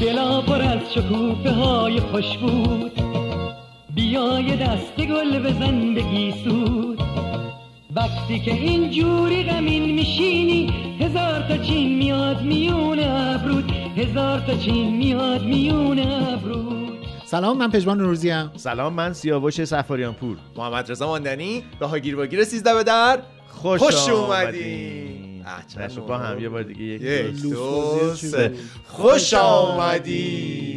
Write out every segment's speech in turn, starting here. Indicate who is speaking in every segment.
Speaker 1: دلا پر از شکوفه های خوش بود بیای دست گل به زندگی سود وقتی که اینجوری غمین میشینی هزار تا چین میاد میون ابرود هزار تا چین میاد میون ابرود
Speaker 2: سلام من پژمان نوروزی ام
Speaker 3: سلام من سیاوش سفاریان پور
Speaker 4: محمد رضا ماندنی راه گیر با گیر سیزده به در
Speaker 3: خوش,
Speaker 4: خوش
Speaker 3: اومدی
Speaker 4: اومدین. اه، چند
Speaker 3: با هم یه بار دیگه یک
Speaker 4: یک
Speaker 3: دوست.
Speaker 4: دو
Speaker 2: لوفوزی
Speaker 4: سه
Speaker 2: چی بود؟
Speaker 4: خوش آمدی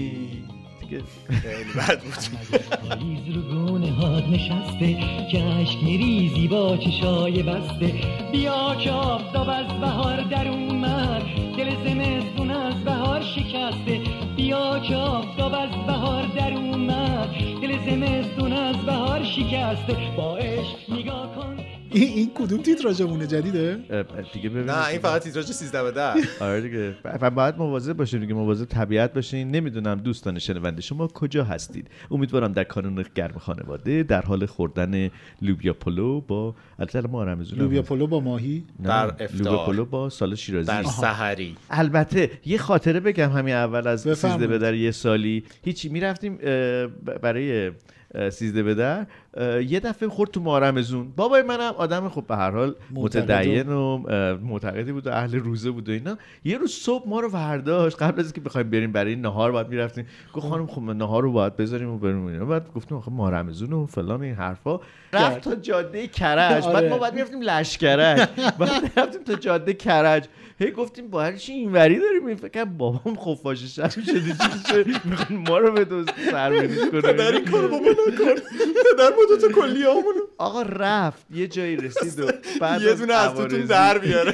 Speaker 3: دیگه
Speaker 4: خیلی بد بود
Speaker 1: پاییز رو گونه هاد نشسته که اشک ریزی با چشای بسته بیا که آفتاب از بهار در اومد دل زمستون از بهار شکسته بیا که آفتاب از بهار در اومد دل زمستون از بهار شکسته با عشق نگاه کن
Speaker 2: این این کدوم تیتراژمونه جدیده
Speaker 3: اه، اه، دیگه ببینید
Speaker 4: نه این فقط تیتراژ سیزده به در
Speaker 3: آره دیگه ب- و باید مواظب باشین دیگه مواظب طبیعت باشین نمیدونم دوستان شنونده شما کجا هستید امیدوارم در کانون گرم خانواده در حال خوردن لوبیا پلو با البته ما رمزون
Speaker 2: لوبیا پلو با ماهی
Speaker 4: در
Speaker 3: لوبیا
Speaker 4: افطار.
Speaker 3: پلو با سال شیرازی
Speaker 4: در سحری
Speaker 3: البته یه خاطره بگم همین اول از
Speaker 2: بفرمایید.
Speaker 3: سیزده بدر یه سالی هیچی میرفتیم اه، ب- برای اه، سیزده بدر اه، یه دفعه خورد تو مارمزون بابای منم آدم خب به هر حال
Speaker 2: معتقد و-
Speaker 3: متدین و اه، معتقدی بود و اهل روزه بود و اینا یه روز صبح ما رو ورداش قبل از اینکه بخوایم بریم برای نهار باید میرفتیم گفت خانم خب نهار رو باید بذاریم و بریم و اینا. بعد گفتم آخه مارمزون و فلان این حرفا رفت تا جاده کرج بعد ما
Speaker 2: آره.
Speaker 3: باید میرفتیم لشکرک بعد رفتیم تا جاده کرج هی گفتیم با هرچی اینوری داریم این فکر کنم بابام خفاش شب شده چی شد میخوان ما رو به دوست سربریز کنه
Speaker 4: پدر این کارو بابا نکن پدر ما دوتا کلی همونو
Speaker 3: آقا رفت یه جایی رسید و بعد
Speaker 4: یه دونه از توتون
Speaker 3: عوارضی-
Speaker 4: در بیاره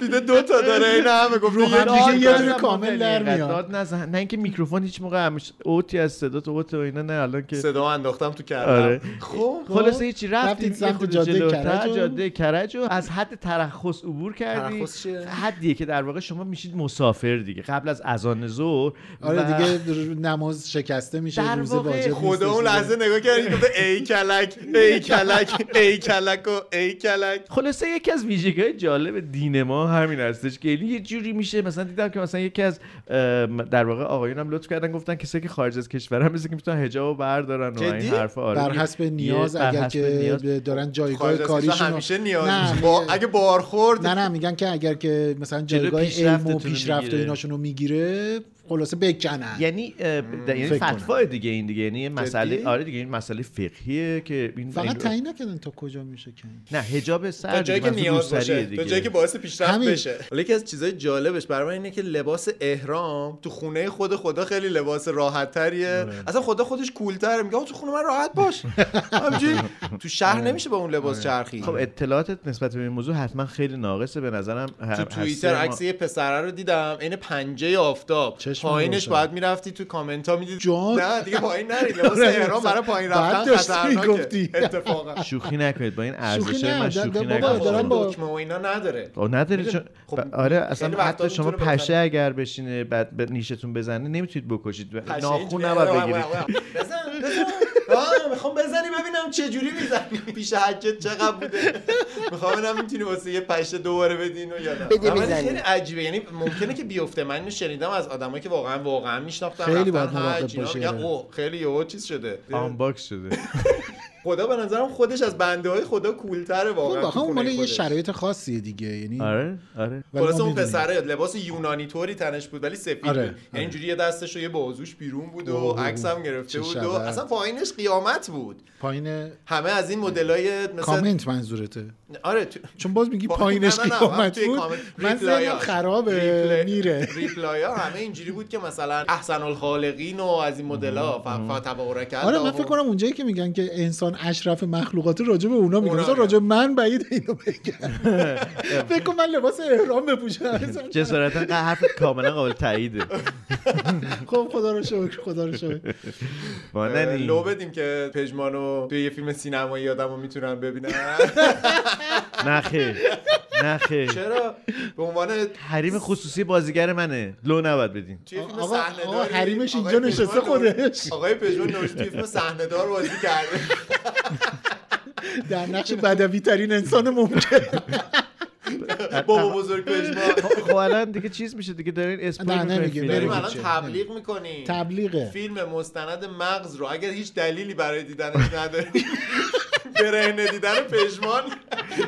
Speaker 4: دیده دوتا داره این همه گفت
Speaker 2: رو هم
Speaker 4: یه
Speaker 2: دیگه یه
Speaker 4: دونه
Speaker 2: دونه
Speaker 3: نزن
Speaker 2: کامل
Speaker 3: بابا،
Speaker 2: در
Speaker 3: اینقدر
Speaker 2: میاد
Speaker 3: داد نزن نه اینکه میکروفون هیچ موقع همیشه اوتی از صدا تو اوت و اینا نه الان که
Speaker 4: صدا انداختم تو
Speaker 3: آره.
Speaker 4: کردم خب
Speaker 3: خلاصه هیچی رفتیم
Speaker 2: رفتید
Speaker 3: یه
Speaker 2: سمت
Speaker 3: خورده
Speaker 2: جاده
Speaker 3: جلوتر،
Speaker 2: کرج و-
Speaker 3: جاده کرج و از حد ترخص عبور کردی
Speaker 4: ترخص چیه؟
Speaker 3: حدیه که در واقع شما میشید مسافر دیگه قبل از اذان ظهر
Speaker 2: آره
Speaker 3: و
Speaker 2: دیگه ر- نماز شکسته میشه
Speaker 3: در
Speaker 2: روزه
Speaker 3: واقع
Speaker 2: واجب نیست.
Speaker 4: خدا اون لحظه نگاه کردی گفته ای کلک ای کلک ای کلک و ای کلک
Speaker 3: خلاصه یکی از ویژگی های جالب دین ما همین هستش که یعنی یه جوری میشه مثلا دیدم که مثلا یکی از ام، در واقع آقایون هم لطف کردن گفتن کسایی که خارج از کشور هم مثل که میتونن حجاب بردارن و این
Speaker 4: جدی؟
Speaker 3: حرفا آره
Speaker 2: بر
Speaker 3: دیگه.
Speaker 2: حسب نیاز
Speaker 3: یه- بر
Speaker 2: اگر
Speaker 3: حسب
Speaker 2: که
Speaker 3: نیاز.
Speaker 2: ب- دارن جایگاه
Speaker 4: خارج از کشور
Speaker 2: کاریشون رو-
Speaker 4: همیشه نیاز
Speaker 2: نه
Speaker 4: میشه. با
Speaker 2: میگه-
Speaker 4: اگه بار
Speaker 2: نه
Speaker 4: خورد
Speaker 2: نه میگن که اگر که مثلا
Speaker 3: جلو
Speaker 2: جایگاه علم
Speaker 3: پیشرفتتون رو
Speaker 2: و پیشرفت و
Speaker 3: میگیره.
Speaker 2: ایناشون رو میگیره خلاصه بکنن
Speaker 3: یعنی اه، ب- یعنی
Speaker 2: فکر کنم.
Speaker 3: فتوا دیگه این دیگه یعنی یه مسئله
Speaker 4: جدی؟
Speaker 3: آره دیگه این مسئله فقهیه که این
Speaker 2: فقط
Speaker 3: این-
Speaker 2: تعیین نکردن تا کجا میشه که
Speaker 3: نه حجاب سر
Speaker 4: تا جایی که
Speaker 3: دیگه، منظور
Speaker 4: نیاز
Speaker 3: روسریه
Speaker 4: باشه تا
Speaker 3: دیگه.
Speaker 4: جایی که باعث پیشرفت
Speaker 2: همین.
Speaker 4: بشه ولی یکی از چیزای جالبش برای من اینه که لباس احرام تو خونه خود خدا خیلی لباس راحت تریه
Speaker 2: آره.
Speaker 4: اصلا خدا خودش کولتره میگه آقا تو خونه من راحت باش همینجوری تو
Speaker 2: آره.
Speaker 4: شهر نمیشه با اون لباس چرخی
Speaker 3: خب اطلاعاتت نسبت به این موضوع حتما خیلی ناقصه به نظرم
Speaker 4: تو توییتر عکس یه پسره رو دیدم عین پنجه آفتاب
Speaker 2: چشم
Speaker 4: پایینش
Speaker 2: روشن.
Speaker 4: باید میرفتی تو کامنت ها میدید
Speaker 2: جان.
Speaker 4: نه دیگه پایین نری لباس
Speaker 2: آره،
Speaker 4: احرام برای پایین
Speaker 2: بعد
Speaker 4: رفتن
Speaker 2: داشتی
Speaker 4: خطرناکه
Speaker 2: می‌گفتی.
Speaker 4: اتفاقا
Speaker 3: شوخی نکنید با این ارزش
Speaker 2: نه،
Speaker 3: من
Speaker 2: در-
Speaker 3: شوخی
Speaker 2: در- بابا،
Speaker 3: نکنید
Speaker 2: دارم با-
Speaker 4: دکمه و اینا نداره
Speaker 3: آه، نداری
Speaker 4: می‌دونی.
Speaker 3: چون
Speaker 4: خب،
Speaker 3: ب- آره اصلا
Speaker 4: خیلی وقتا
Speaker 3: حتی شما
Speaker 4: می‌تونه
Speaker 3: پشه
Speaker 4: بزنه.
Speaker 3: اگر بشینه بعد به نیشتون بزنه نمیتونید بکشید
Speaker 4: پشه
Speaker 3: ناخون
Speaker 4: اینجوری،
Speaker 3: نباید
Speaker 4: آه، آه،
Speaker 3: بگیرید
Speaker 4: آه، آه. بزن بزن آه، میخوام بزنی ببینم چه جوری میزنی پیش حجت چقدر بوده میخوام ببینم میتونی واسه یه پشه دوباره بدین و یا نه
Speaker 5: بده
Speaker 4: اما این
Speaker 5: بزنی.
Speaker 4: خیلی عجیبه یعنی ممکنه که بیفته من اینو شنیدم از آدمایی که واقعا واقعا میشناختم
Speaker 2: خیلی
Speaker 4: رفتن
Speaker 2: باید مراقب
Speaker 4: حج، اینا
Speaker 2: باشی،
Speaker 4: میگن
Speaker 2: آره.
Speaker 4: اوه خیلی یهو چیز شده
Speaker 3: آنباکس شده
Speaker 4: خدا به نظرم خودش از بنده های خدا کولتره واقعا
Speaker 2: خب
Speaker 4: تو
Speaker 2: واقعا اون
Speaker 4: خونه
Speaker 2: مال یه
Speaker 4: خودش.
Speaker 2: شرایط خاصیه دیگه یعنی
Speaker 3: آره آره
Speaker 2: ولی ما
Speaker 4: خلاصه اون
Speaker 2: می‌دونیم.
Speaker 4: پسره لباس یونانی طوری تنش بود ولی سفید
Speaker 2: آره،
Speaker 4: بود
Speaker 2: آره.
Speaker 4: یعنی اینجوری یه دستش رو یه بازوش بیرون بود و
Speaker 2: اوه،
Speaker 4: عکس هم گرفته
Speaker 2: چه
Speaker 4: بود و
Speaker 2: شبه.
Speaker 4: اصلا پایینش قیامت بود
Speaker 2: پایین
Speaker 4: همه از این مدلای مثل
Speaker 2: کامنت منظورته
Speaker 4: آره تو...
Speaker 2: چون باز میگی
Speaker 4: با-
Speaker 2: پایینش
Speaker 4: نه، نه، نه،
Speaker 2: قیامت
Speaker 4: توی
Speaker 2: بود
Speaker 4: کامنت.
Speaker 2: من ذهنم
Speaker 4: ریپلای‌هاش.
Speaker 2: خرابه
Speaker 4: ریپلی-
Speaker 2: میره
Speaker 4: ریپلای‌ها همه اینجوری بود که مثلا احسن الخالقین و از این مدلا فتبارک الله
Speaker 2: آره
Speaker 4: و-
Speaker 2: من فکر کنم اونجایی که میگن که انسان اشرف مخلوقات راجع به اونا میگن
Speaker 4: اونا
Speaker 2: مثلا راجع به من بعید اینو بگن فکر کنم من لباس احرام بپوشم
Speaker 3: جسارتا ق- حرف کاملا قابل تاییده
Speaker 2: خب خدا رو شکر خدا رو شکر
Speaker 4: اه،
Speaker 3: ماننی
Speaker 4: لو بدیم که پژمانو توی یه فیلم سینمایی آدمو میتونن ببینن
Speaker 3: نخه نخه
Speaker 4: چرا به عنوان
Speaker 3: حریم خصوصی بازیگر منه لو نبود بدین
Speaker 4: توی فیلم
Speaker 2: آقا-
Speaker 4: صحنه
Speaker 2: آقا
Speaker 4: داری
Speaker 2: حریمش
Speaker 4: آقای
Speaker 2: اینجا نشسته
Speaker 4: پژمان
Speaker 2: خودش.
Speaker 4: آقای پژمان نوشت توی فیلم صحنه دار بازی کرده
Speaker 2: در نقش بدوی ترین انسان ممکن
Speaker 4: بابا بزرگ پژمان
Speaker 3: خب الان دیگه چیز میشه دیگه دارین
Speaker 2: نه،
Speaker 3: اسپویل می‌کنین
Speaker 2: نمیگیم،
Speaker 3: فیلم
Speaker 4: بریم
Speaker 3: رو.
Speaker 2: نمیگیم.
Speaker 4: الان
Speaker 2: چه؟
Speaker 4: تبلیغ میکنیم
Speaker 2: تبلیغه
Speaker 4: فیلم مستند مغز رو اگر هیچ دلیلی برای دیدنش نداری برهنه دیدن پژمان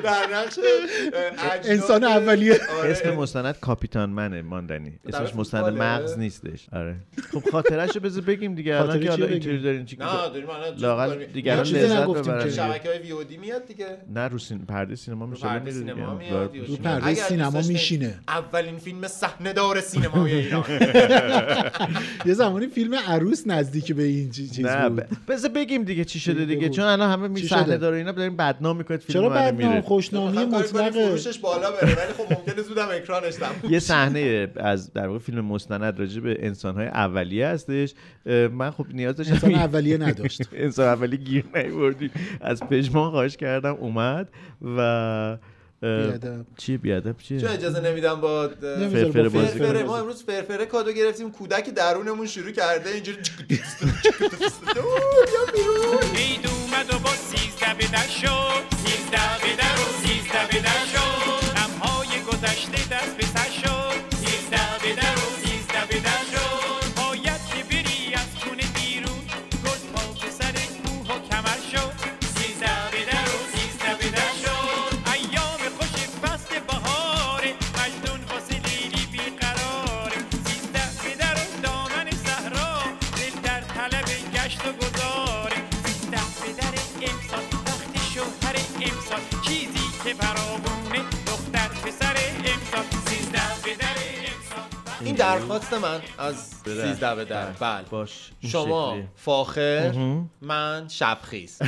Speaker 4: در نقش اجداد-
Speaker 2: انسان اولیه
Speaker 4: آره.
Speaker 3: اسم مستند کاپیتان منه ماندنی اسمش
Speaker 4: طرف
Speaker 3: مستند
Speaker 4: فوتباله.
Speaker 3: مغز نیستش آره خب خاطرش رو بذار بگیم دیگه
Speaker 2: خاطره
Speaker 3: الان که
Speaker 2: چی
Speaker 3: حالا
Speaker 2: بگیم؟
Speaker 3: اینطوری دارین چی که
Speaker 4: نه داریم الان چیز
Speaker 3: لاقل
Speaker 4: می‌کنیم.
Speaker 3: دیگران
Speaker 2: ما چیزی
Speaker 3: لذت
Speaker 2: نگفتیم که
Speaker 3: ببرن
Speaker 4: شبکه های ویودی میاد دیگه
Speaker 3: نه رو سین- پرده سینما میشه
Speaker 4: پرده
Speaker 3: ولی می‌دونی
Speaker 4: سینما
Speaker 3: که
Speaker 4: میاد،
Speaker 3: باید-
Speaker 4: ویودی.
Speaker 2: رو پرده
Speaker 4: اگر دوست
Speaker 2: سینما
Speaker 4: داشتین،
Speaker 2: میشینه.
Speaker 4: اولین فیلم صحنه دار سینمای ایران
Speaker 2: یه زمانی فیلم عروس نزدیک به این چی- چیز
Speaker 3: نه
Speaker 2: بود
Speaker 3: ب- بذار بگیم دیگه چی شده دیگه
Speaker 2: بگو.
Speaker 3: چون الان همه می
Speaker 2: چی
Speaker 3: صحنه
Speaker 2: شده؟
Speaker 3: داره اینا دارین بدنام میکنید فیلم
Speaker 2: چرا
Speaker 3: من
Speaker 2: بدنام خب،
Speaker 3: میره
Speaker 2: خوشنامی
Speaker 4: میخوام کاری کنیم
Speaker 2: مطلقه
Speaker 4: فروشش بالا بره ولی خب ممکنه زودم اکرانش تموم
Speaker 3: یه صحنه از در واقع فیلم مستند راجع به انسان‌های اولیه هستش اه، من خب نیاز داشتم
Speaker 2: انسان اولیه نداشت
Speaker 3: انسان اولی گیر نیوردی از پژمان خواهش کردم اومد و اه،
Speaker 2: بیادب.
Speaker 3: چی بیادب چیه
Speaker 4: چون اجازه نمیدم با
Speaker 2: نمی‌ذاره
Speaker 3: فرفره
Speaker 2: با
Speaker 3: بازی
Speaker 2: فرفره
Speaker 3: کنه.
Speaker 4: فرفره
Speaker 2: بازی
Speaker 4: ما امروز فرفره کادو گرفتیم کودک درونمون شروع کرده اینجوری
Speaker 5: عید اومد و با سیزده به در شد سیزده به در و سیزده به در شد غمهای گذشته دست به سر شد سیزده به در و سیزده به در شد باید که بری از خونه بیرون گل تا به سر کوه و کمر شد سیزده به در و سیزده به در شد ایام خوش فصل بهاره مجنون واسه لیلی بیقراره سیزده به در و دامن صحرا دل در طلب گشت و گذاره سیزده به در امسال وقت شوهر امسال چیزی که فراوونه دختر پسر امسال سیزده به در امسال
Speaker 4: این درخواست من از 13 به در بله
Speaker 3: باش این
Speaker 4: شما
Speaker 3: شکلی.
Speaker 4: فاخر من شبخیز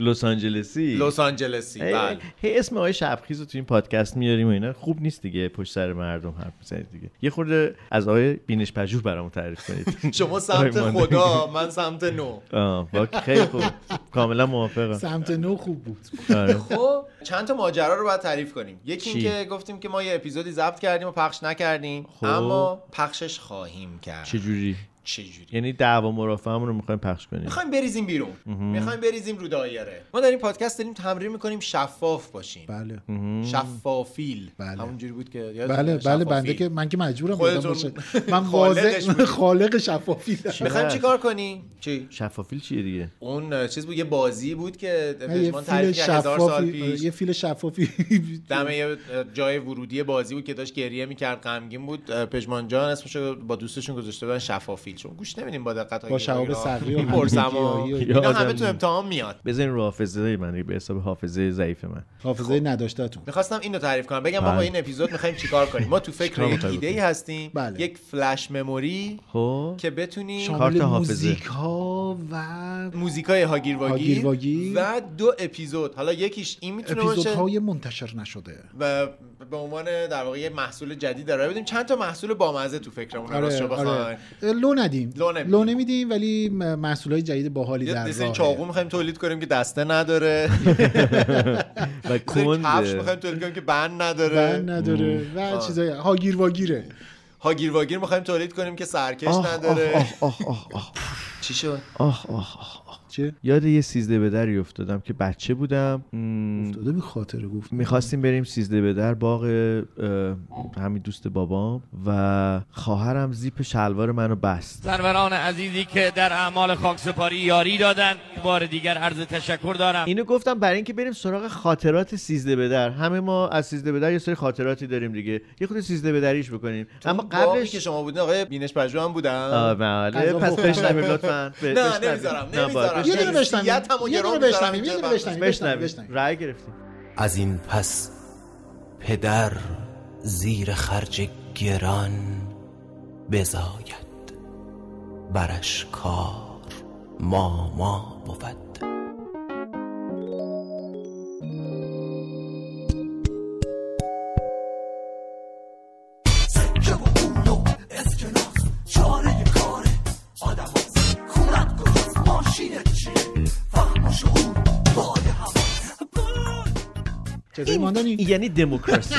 Speaker 3: لس آنجلسی
Speaker 4: لس آنجلسی
Speaker 3: هی-
Speaker 4: بله
Speaker 3: هی اسم آقای شبخیز رو تو این پادکست میاریم و اینا خوب نیست دیگه پشت سر مردم حرف میزنید دیگه یه خورده از آقای بینش پژوه برامون تعریف کنید
Speaker 4: شما
Speaker 3: آقای
Speaker 4: سمت
Speaker 3: ماندنی.
Speaker 4: خدا من سمت نو
Speaker 3: آه، با خیلی خوب کاملا موافقم
Speaker 2: سمت نو خوب بود
Speaker 3: آره.
Speaker 4: خب چند تا ماجرا رو باید تعریف کنیم یکی
Speaker 3: چی؟
Speaker 4: اینکه گفتیم که ما یه اپیزودی ضبط کردیم و پخش نکردیم
Speaker 3: خب.
Speaker 4: اما پخشش خواهیم کرد
Speaker 3: چجوری
Speaker 4: چجوری
Speaker 3: یعنی دعوا مرافعه رو میخوایم پخش کنیم
Speaker 4: میخوایم بریزیم بیرون میخوایم بریزیم رو دایره ما در این پادکست داریم تمرین میکنیم شفاف باشیم
Speaker 2: بله
Speaker 4: شفافیل
Speaker 2: بله.
Speaker 4: همونجوری بود که یادتونه؟
Speaker 2: بله بله بنده
Speaker 4: شفافیل.
Speaker 2: که من که مجبورم
Speaker 4: خودتون
Speaker 2: بودم باشه من
Speaker 4: خالقش
Speaker 2: واضح
Speaker 4: بودی.
Speaker 2: خالق شفافی دارم.
Speaker 4: میخوایم چیکار کنیم چی
Speaker 3: شفافیل چیه دیگه
Speaker 4: اون اه، چیز بود یه بازی بود که
Speaker 2: یه
Speaker 4: پژمان
Speaker 2: فیل
Speaker 4: تعریف کرد هزار سال
Speaker 2: شفافی
Speaker 4: پیش
Speaker 2: یه فیل شفافی
Speaker 4: دم یه اه، جای ورودی بازی بود که داشت گریه میکرد غمگین بود اه، پژمان جان اسمشو با دوستشون گذاشته بودن شفافیل چون گوش نمیدیم با دقت
Speaker 2: با شواب صقری و
Speaker 4: میپرسم
Speaker 2: همگی گیاهی و-
Speaker 4: اینا همه
Speaker 3: یادم
Speaker 4: تو امتحان میاد
Speaker 3: بزنین رو حافظه من دیگه، به حساب حافظه ضعیف من
Speaker 4: خب.
Speaker 2: حافظه نداشتتون
Speaker 4: میخواستم اینو تعریف کنم بگم
Speaker 3: بله.
Speaker 4: آقا این اپیزود میخوایم چیکار کنیم ما تو فکر
Speaker 3: چیکار
Speaker 4: یک
Speaker 3: می‌خوای
Speaker 4: ایده ای
Speaker 3: بکنی؟
Speaker 4: هستیم
Speaker 2: بله.
Speaker 4: یک فلش مموری
Speaker 3: خب
Speaker 4: که بتونیم
Speaker 3: کارت
Speaker 2: شامل
Speaker 3: حافظه.
Speaker 2: موزیک ها و
Speaker 4: موزیکای هاگیر
Speaker 2: هاگیر واگیر.
Speaker 4: واگیر و دو اپیزود حالا یکیش این میتونه باشه
Speaker 2: اپیزودهای منتشر نشده
Speaker 4: و به عنوان در واقع یه محصول جدید ارائه بدیم چند تا محصول بامزه تو فکرمون
Speaker 2: آره،
Speaker 4: راست شو بخواین
Speaker 2: لو ندیم
Speaker 4: لو نمیدیم.
Speaker 2: لو نمیدیم ولی محصول های جدید باحالی
Speaker 4: یه
Speaker 2: در
Speaker 4: دیزاین
Speaker 2: راهه.
Speaker 4: چاقو میخوایم تولید کنیم که دسته نداره
Speaker 3: و
Speaker 4: دیزاین کفش
Speaker 3: کنده
Speaker 4: میخوایم تولید کنیم که بند
Speaker 2: و
Speaker 4: نداره
Speaker 2: نداره و چیزای هاگیر واگیره
Speaker 4: هاگیر واگیر میخوایم تولید کنیم که سرکش
Speaker 3: آه، آه،
Speaker 4: نداره
Speaker 3: آه، آه، آه، آه.
Speaker 4: چی شد
Speaker 3: آه، آه، آه، آه.
Speaker 2: چه
Speaker 3: یاد یه سیزده به دری افتادم که بچه بودم
Speaker 2: داده به خاطر گفت
Speaker 3: میخواستیم بریم سیزده به در باغ اه، همین دوست بابام و خواهرم زیپ شلوار منو بست
Speaker 5: سروران عزیزی که در اعمال خاکسپاری یاری دادن بار دیگر عرض تشکر دارم
Speaker 3: اینو گفتم برای اینکه بریم سراغ خاطرات سیزده به در همه ما از سیزده به در یه سری خاطراتی داریم دیگه یه خود سیزده به دریش بکنیم اما
Speaker 4: باقی که
Speaker 3: قبلش
Speaker 4: شما بودین آقای بینش پژوه هم
Speaker 3: آه،
Speaker 4: بودن
Speaker 3: بله
Speaker 2: غذا
Speaker 3: پس
Speaker 2: بخورم.
Speaker 3: بشنویم لطفا ب-
Speaker 4: نه،
Speaker 3: بشنویم.
Speaker 4: نمیذارم،
Speaker 3: نه، باید
Speaker 4: نمیذارم. یعنی
Speaker 2: یه
Speaker 3: بشنویم.
Speaker 2: دونه
Speaker 4: جنسیتمو گرام می‌ذارم
Speaker 2: بشنویم یه دونه بشنویم یه
Speaker 4: اینجا
Speaker 2: دونه
Speaker 4: بند.
Speaker 2: بشنویم بشنویم
Speaker 3: بشنویم
Speaker 2: بشنویم.
Speaker 3: رأی گرفتیم
Speaker 6: از این پس پدر زیر خرج گران بزاید برش کار ماما بود
Speaker 2: چطوری ماندنی
Speaker 3: یعنی دموکراسی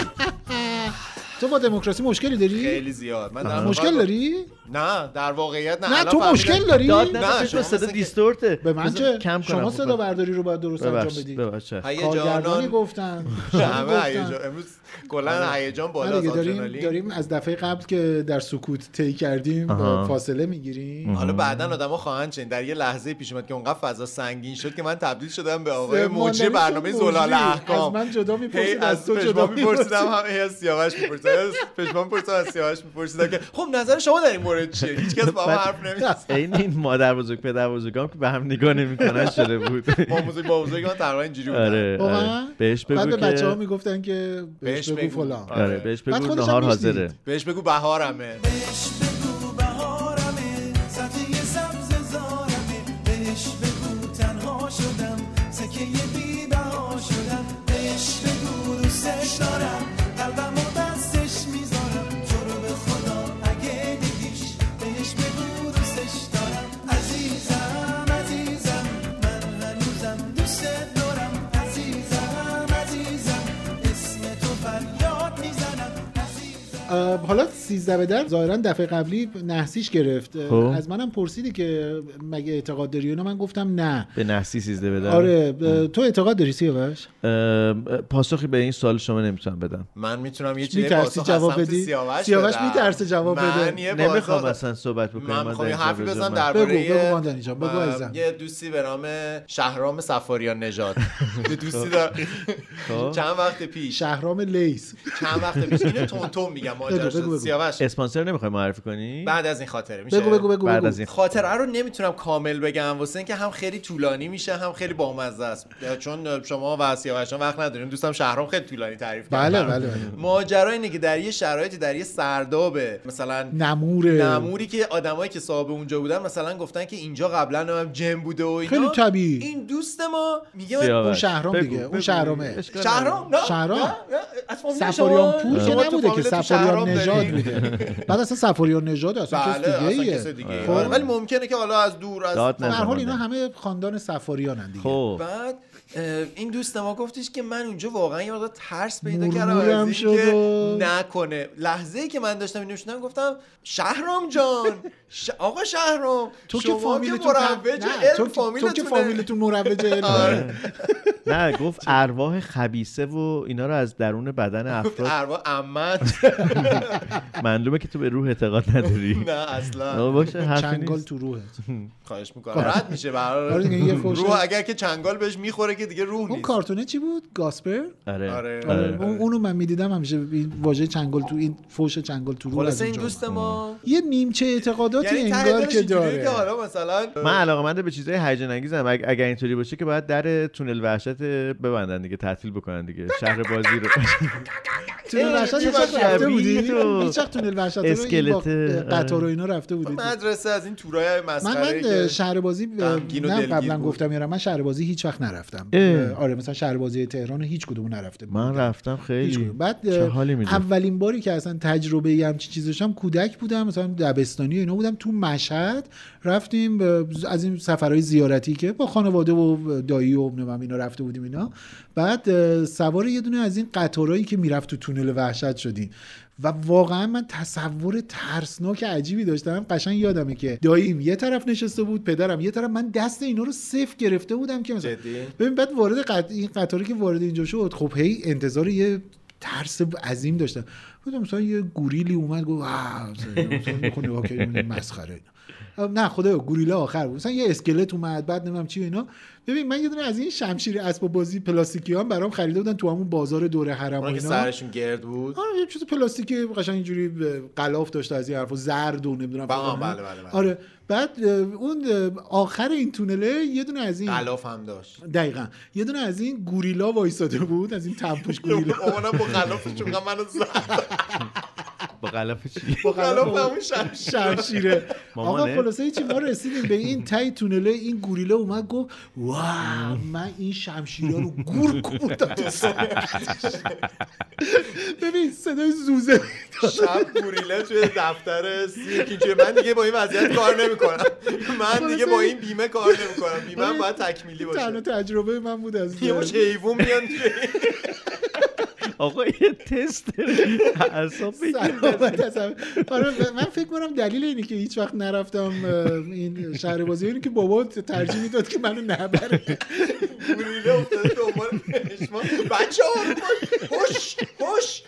Speaker 2: تو با دموکراسی مشکلی داری
Speaker 4: خیلی زیاد من
Speaker 2: آه.
Speaker 4: در
Speaker 2: مشکل داری
Speaker 4: نه در واقعیت نه
Speaker 2: نه،
Speaker 4: الان
Speaker 2: تو
Speaker 4: فهمیدم.
Speaker 2: مشکل داری؟
Speaker 3: داد نه
Speaker 4: نه،
Speaker 3: بذار
Speaker 4: شما
Speaker 3: صدا
Speaker 4: مثل که-
Speaker 3: دیستورته
Speaker 2: به من
Speaker 3: بذار
Speaker 2: چه
Speaker 3: کم کنم
Speaker 2: شما صدا برداری رو باید درست انجام
Speaker 3: ببخشید
Speaker 2: بدید
Speaker 3: ببخشید.
Speaker 2: کارگردانی
Speaker 4: هیجانان
Speaker 2: گفتن
Speaker 4: همه
Speaker 2: شاعری
Speaker 4: هیجان
Speaker 2: گفتن.
Speaker 4: امروز کلا هیجان
Speaker 2: نه
Speaker 4: بالا
Speaker 2: آره. دیگه، داریم
Speaker 4: آدرنالین
Speaker 2: داریم از دفعه قبل که در سکوت طی کردیم
Speaker 3: آها.
Speaker 2: با فاصله میگیریم
Speaker 4: حالا بعدا آدما خواهند چنین در یه لحظه پیش اومد که اونقدر فضا سنگین شد که من تبدیل شدم به آقای مجری برنامه زلال
Speaker 2: از
Speaker 4: احکام
Speaker 2: من جدا
Speaker 4: هی
Speaker 2: میپرسید از
Speaker 4: از
Speaker 2: تو جدا
Speaker 4: پشمان میپرسیدم
Speaker 2: میپرسیدم
Speaker 4: هم هی از سیاوش میپرسیدم از پشمان پرسیدم از سیاوش میپرسیدم که خب نظر شما در این مورد چیه هیچ کس با هم حرف نمیزد
Speaker 3: عین این مادر بزرگ پدر بزرگام که به هم نگاه نمیکنن شده بود
Speaker 4: با بزرگ با بزرگ من تقریبا اینجوری بودم
Speaker 3: آره
Speaker 2: واقعا؟
Speaker 3: آره. بهش
Speaker 2: خب، بعد به
Speaker 3: بگو
Speaker 2: بچه ها
Speaker 3: که
Speaker 2: میگفتن که
Speaker 4: بهش
Speaker 2: بهش بگو
Speaker 4: بگو.
Speaker 2: فلان
Speaker 3: آره بهش
Speaker 2: بعد
Speaker 3: بگو
Speaker 2: خودش هم
Speaker 3: نهار
Speaker 2: می‌شنید.
Speaker 3: حاضره
Speaker 4: بهش بگو بهارمه
Speaker 7: بهش بگو بهارمه سطحی سبز زارمه بهش بگو تنها شدم سکه بی بها شدم بهش بگو دوستش دارم قلبم و دستش میذارم تو رو به خدا اگه دیدیش بهش بگو دوستش دارم عزیزم عزیزم من هنوزم دوست دارم عزیزم عزیزم اسم تو فریاد میزنم عزیزم
Speaker 2: اه، حالا 13 به در ظاهرا دفعه قبلی نحسیش گرفت اه،
Speaker 3: خب.
Speaker 2: از منم پرسیدی که مگه اعتقاد داری اینا من گفتم نه
Speaker 3: به نحسی سیزده بدم
Speaker 2: آره اه، تو اعتقاد داری سیاوش
Speaker 3: اه، پاسخی به این سال شما نمیتونم بدم
Speaker 4: من میتونم یه چیزی
Speaker 2: می‌ترسی
Speaker 4: پاسخ
Speaker 2: جواب
Speaker 4: از سمت
Speaker 2: بدی؟
Speaker 4: سیاوش
Speaker 2: سیاوش
Speaker 4: بدم.
Speaker 2: می‌ترسه جواب
Speaker 4: من
Speaker 2: بده.
Speaker 4: یه بازار-
Speaker 3: نمیخوام اصلا صحبت بکنیم
Speaker 4: من میخوام یه
Speaker 3: در
Speaker 4: حرفی
Speaker 3: اینجا
Speaker 4: بزنم
Speaker 3: من-
Speaker 4: درباره
Speaker 2: بگو، بگو ماندنی جان، بگو
Speaker 4: ام،
Speaker 2: عزیزم.
Speaker 4: یه دوستی به نام شهرام سفاریان نژاد یه دوستی دار
Speaker 3: خب.
Speaker 4: چند وقت پیش
Speaker 2: شهرام لیس
Speaker 4: چند وقت پیش اینو تونتون میگم ماجراش
Speaker 2: بگو، بگو.
Speaker 4: سیاوش
Speaker 3: اسپانسر نمیخوای معرفی کنی
Speaker 4: بعد از این خاطره میشه
Speaker 2: بگو بگو بگو
Speaker 3: بعد
Speaker 2: بگو.
Speaker 3: از این
Speaker 4: خاطره رو نمیتونم کامل بگم واسه اینکه هم خیلی طولانی میشه هم خیلی بامزه است چون شما و سیاوشان وقت نداریم دوستم شهرام خیلی طولانی تعریف کرد
Speaker 2: بله
Speaker 4: برام.
Speaker 2: بله بله
Speaker 4: ماجرا اینه که در یه شرایطی در یه سردابه مثلا
Speaker 2: نموره
Speaker 4: نموری که آدمایی که صاحب اونجا بودن مثلا گفتن که اینجا قبلا هم جم بوده و اینا
Speaker 2: خیلی طبیعی.
Speaker 4: این دوست ما میگه من-
Speaker 3: سیاوش.
Speaker 2: اون شهرام
Speaker 3: بگو،
Speaker 2: دیگه، اون
Speaker 3: بگو.
Speaker 2: شهرامه.
Speaker 3: اشکال نداره.
Speaker 4: شهرام نه
Speaker 2: شهرام.
Speaker 4: نه، نه، از فامیل شما-
Speaker 2: سفاریان پور که
Speaker 4: شما تو
Speaker 2: نبوده که
Speaker 4: فامیل تو
Speaker 2: سفاریان
Speaker 4: شهرام
Speaker 2: نژاد
Speaker 4: داری.
Speaker 2: بوده بعد اصلا سفاریان نژاد اصلا
Speaker 4: بله
Speaker 2: کس
Speaker 4: اصلا
Speaker 2: دیگه
Speaker 4: کس دیگه
Speaker 2: خب.
Speaker 4: آره، ولی ممکنه که حالا از دور از
Speaker 3: داد
Speaker 2: به هر حال اینا
Speaker 3: نزنم.
Speaker 2: همه خاندان سفاریان دیگه
Speaker 3: بله، خب
Speaker 4: بعد اه، این دوست ما گفتش که من اونجا واقعا یه مقدار ترس پیدا کردم
Speaker 2: مرمورم
Speaker 4: از
Speaker 2: شد
Speaker 4: اینکه
Speaker 2: و-
Speaker 4: نکنه لحظه ای که من داشتم اینو شدم گفتم شهرام جان ش... آقا شهرام
Speaker 2: تو که
Speaker 4: شما
Speaker 2: فامیلتون
Speaker 4: مروج
Speaker 2: نه،
Speaker 4: علم
Speaker 2: تو, که- تو که
Speaker 4: فامیلتونه.
Speaker 2: فامیلتون مروج علمه.
Speaker 3: نه گفت ارواح خبیسه و اینا رو از درون بدن افراد
Speaker 4: اروا عمت
Speaker 3: معلومه که تو به روح اعتقاد نداری
Speaker 4: نه اصلا
Speaker 3: آه، باشه حرفی
Speaker 2: چنگال
Speaker 3: نیست
Speaker 2: تو روحت
Speaker 4: خواهش میکنم رد میشه
Speaker 2: آره دیگه، یه
Speaker 4: برای
Speaker 2: فوشه.
Speaker 4: روح اگر که چنگال بهش میخوره که دیگه روح
Speaker 2: اون
Speaker 4: نیست
Speaker 2: کارتونه چی بود گاسپر
Speaker 3: آره
Speaker 4: آره.
Speaker 3: آره.
Speaker 2: اون- اونو من میدیدم همیشه این واژه چنگال تو این فوش چنگال تو رو از
Speaker 4: خلاصه این
Speaker 2: اونجا
Speaker 4: دوست ما
Speaker 2: یه نیمچه اعتقاداتی
Speaker 4: یعنی ته
Speaker 2: انگار
Speaker 4: دلش
Speaker 2: که
Speaker 4: اینجوریه که
Speaker 2: داره
Speaker 4: حالا مثلا
Speaker 3: من علاقمند به چیزهای هیجان انگیزم اگ- اگر اینطوری باشه که باید در تونل وحشت ببندن دیگه تعطیل بکنن دیگه شهر بازی رو
Speaker 2: تونل وحشت
Speaker 4: ای،
Speaker 2: هیچ وقت
Speaker 4: شبیه
Speaker 2: رفته بودی
Speaker 3: تو.
Speaker 2: هیچ وقت تونل وحشت رو این
Speaker 3: اسکلت،
Speaker 2: با قطار و
Speaker 3: آره.
Speaker 2: اینا رفته بودی
Speaker 4: مدرسه از این تورای
Speaker 2: من
Speaker 4: مسخره
Speaker 2: من
Speaker 4: که-
Speaker 2: شهر بازی
Speaker 4: غمگین و
Speaker 2: نه
Speaker 4: دلگیر
Speaker 2: قبلا
Speaker 4: بود.
Speaker 2: گفتم یارم من شهر بازی هیچ وقت نرفتم
Speaker 3: اه.
Speaker 2: آره مثلا شهر بازی تهران رو هیچ کدوم نرفته
Speaker 3: من رفتم
Speaker 2: هیچ
Speaker 3: خیلی
Speaker 2: کدوم. بعد
Speaker 3: چه
Speaker 2: اه،
Speaker 3: حالی میده
Speaker 2: اولین باری که اصلا تجربه ای همچین چیز داشتم کودک بودم مثلا دبستانی و اینا بودم تو مشهد رفتیم به- از این سفرهای زیارتی که با خانواده و دایی و نمیدونم اینا رفته بودیم اینا بعد اه، سوار یه دونه از این قطارهایی که میرفت تو تونل وحشت شدیم و واقعا من تصور ترسناک عجیبی داشتم قشنگ یادمه که داییم یه طرف نشسته بود پدرم یه طرف من دست اینا رو صفر گرفته بودم که مثلا
Speaker 4: جدی؟
Speaker 2: ببین بعد وارد قط... این قطاری که وارد اینجا شد خب هی انتظار یه ترس عظیم داشتم گفتم مثلا یه گوریلی اومد گفت آه، مثلا می‌خونه، نگاه کردی، می‌بینی مسخره اینا. نه خدا گوریلا آخر بود مثلا یه اسکلت اومد بعد نمیدونم چی و اینا ببین من یه دونه از این شمشیر اسباب بازی پلاستیکی هم برام خریده بودن تو همون بازار دور حرم و
Speaker 4: اونا که
Speaker 2: اینا
Speaker 4: سرشون گرد بود
Speaker 2: آره یه چیز پلاستیکی قشنگ اینجوری به قلاف داشته از این حرفا زرد و نمیدونم
Speaker 4: بله،
Speaker 2: فلان.
Speaker 4: بله، بله، بله.
Speaker 2: آره بعد اه، اون اه، آخر این تونله یه دونه از این
Speaker 4: غلاف هم داشت
Speaker 2: دقیقا یه دونه از این گوریلا وایساده بود از این تنپوش گوریلا
Speaker 4: اونم با غلافش اونقدر منو زد
Speaker 3: با غلاف چی
Speaker 2: با
Speaker 4: غلاف
Speaker 2: قلم
Speaker 4: همون شمشیر
Speaker 2: شمشیره آقا
Speaker 3: مامانه؟
Speaker 2: خلاصه چی ما رسیدیم به این تای تونله این گوریلا اومد گفت واو من این شمشیره رو گور کوبوندم تو صورتش. ببین صدای زوزه
Speaker 4: شب گوریله توی دفتر سیرکی توی من دیگه با این وضعیت کار نمیکنم من دیگه با این بیمه کار نمیکنم بیمه هم باید تکمیلی
Speaker 2: تنها
Speaker 4: باشه
Speaker 2: تجربه من بود از
Speaker 4: یه مش حیوان میان توی
Speaker 3: آقا یه تست اعصاب بگیر
Speaker 2: سلامت از همه. آره من فکر کنم دلیل اینه که هیچ وقت نرفتم اه، این شهر بازی اینه که بابا ترجیح میداد که منو نبره
Speaker 4: گلوله افتاده دنبال پشمان بچه ها رو باش. هوش هوش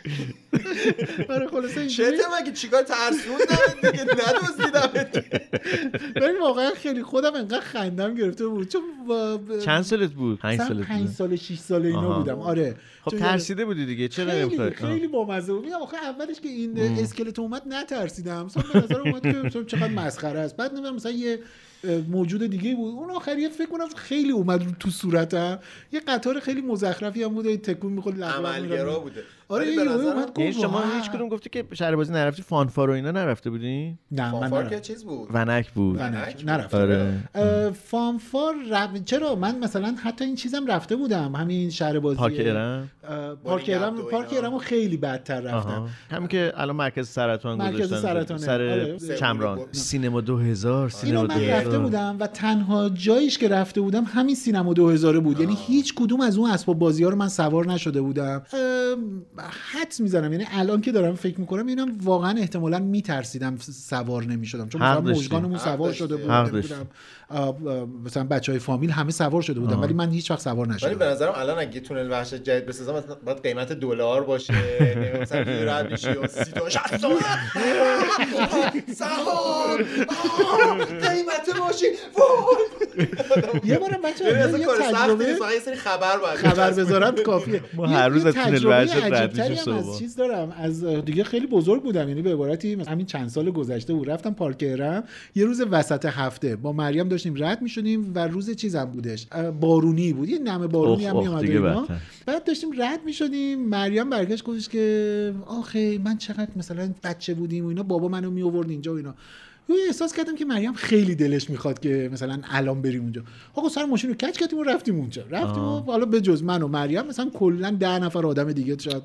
Speaker 2: آره خلاصه اینجوری
Speaker 4: چته مگه چیکار ترسوندم دیگه ندزدیدم
Speaker 2: ولی واقعا خیلی خودم انقدر خندم گرفته بود چون با- ب-
Speaker 3: چند سالت بود پنج
Speaker 2: مثلا
Speaker 3: سالت
Speaker 2: پنج
Speaker 3: بود
Speaker 2: سال شش سال اینا
Speaker 3: آها.
Speaker 2: بودم آره
Speaker 3: خب
Speaker 2: چون
Speaker 3: ترسیده بودی دیگه چرا
Speaker 2: خیلی
Speaker 3: نمیخوای
Speaker 2: خیلی بامزه بود میگم آخه اولش که این اسکلت اومد نترسیدم مثلا به نظر اومد که مثلا چقدر مسخره است بعد نمیدونم مثلا یه اه، موجود دیگه بود اون آخریه فکر کنم خیلی اومد رو تو صورتم یه قطار خیلی مزخرفی هم بود هی تکون میخورد لغو
Speaker 4: عملگرا
Speaker 2: می‌رفت.
Speaker 4: بوده
Speaker 2: آره
Speaker 4: ولی
Speaker 2: یه
Speaker 4: به
Speaker 2: یهو
Speaker 4: نظرم
Speaker 2: اومد
Speaker 3: یعنی
Speaker 2: گفت
Speaker 3: شما
Speaker 2: واو.
Speaker 3: هیچ کدوم گفتی که شهر بازی نرفتی فانفار و اینا نرفته بودی
Speaker 2: نه من
Speaker 4: فانفار
Speaker 2: نرفتم.
Speaker 4: که چیز بود
Speaker 3: ونک بود
Speaker 2: ونک نرفتم
Speaker 3: آره
Speaker 2: اه، فانفار رف- چرا من مثلا حتی این چیزم رفته بودم همین شهر بازی
Speaker 3: پارک ارم
Speaker 2: اه، پارک
Speaker 4: بولینگ
Speaker 2: ارم
Speaker 4: اپ و
Speaker 2: پارک
Speaker 4: اینا.
Speaker 2: ارمو خیلی بدتر رفتم
Speaker 3: آها. همین که الان مرکز سرطان
Speaker 2: مرکز
Speaker 3: گذاشتن
Speaker 2: سرطانه.
Speaker 3: سر
Speaker 2: آره.
Speaker 3: چمران سینما 2000
Speaker 2: اینو
Speaker 3: سینما
Speaker 2: من رفته
Speaker 3: 2000
Speaker 2: بودم و تنها جاییش که رفته بودم همین سینما 2000 بود یعنی هیچ کدوم از اون اسباب بازی ها رو من سوار نشده بودم ام، حدس میزنم یعنی الان که دارم فکر میکنم اینم واقعا احتمالا میترسیدم سوار نمیشدم چون
Speaker 3: حق
Speaker 2: مثلا
Speaker 3: داشتی.
Speaker 2: مژگانمون
Speaker 4: حق
Speaker 2: سوار
Speaker 4: داشتی.
Speaker 2: شده بود
Speaker 3: حق
Speaker 2: نمی‌دونم. اه، اه، مثلا بچه های فامیل همه سوار شده بودم ولی من هیچ وقت
Speaker 4: ولی
Speaker 2: سوار
Speaker 4: به
Speaker 2: نشدم
Speaker 4: نظرم الان اگه تونل وحشت جدید بسازم مثلا باید قیمت دلار باشه نمی‌دونم، مثلا یه رد میشی و سی تا شست
Speaker 2: یعنی
Speaker 4: تا. سهار آه، قیمت ماشین وای
Speaker 2: یه بارم بچه
Speaker 4: ببین، یعنی اصلا
Speaker 2: یه
Speaker 4: کار سختی
Speaker 2: تجربه
Speaker 4: نیست فقط یه سری خبر باید
Speaker 2: خبر
Speaker 4: بچسبی.
Speaker 2: بذارم کافیه
Speaker 3: ما
Speaker 2: یه-
Speaker 3: هر روز
Speaker 2: یه
Speaker 3: از تونل
Speaker 2: تجربه
Speaker 3: ورشت رد
Speaker 2: عجیب‌تری
Speaker 3: میشیم
Speaker 2: هم
Speaker 3: صبح.
Speaker 2: از چیز دارم از دیگه خیلی بزرگ بودم یعنی به عبارتی مثلا همین چند سال گذشته بود رفتم پارک ارم یه روز وسط هفته با مریم داشتیم رد میشدیم و روز چیزم بودش اه، بارونی بود یه نم بارونی
Speaker 3: اخ،
Speaker 2: هم
Speaker 3: اخ،
Speaker 2: میومد و
Speaker 3: دیگه
Speaker 2: اینا.
Speaker 3: بدتر.
Speaker 2: بعد داشتیم رد میشدیم مریم برگشت گفتش که آخه من چقدر مثلا بچه بودیم و اینا بابا منو می آورد اینجا و اینا یه احساس کردم که مریم خیلی دلش میخواد که مثلا الان بریم اونجا آقا سر ماشین رو کج کردیم و رفتیم اونجا رفتیم و حالا به جز من و مریم مثلا کلا ده نفر آدم دیگه شاید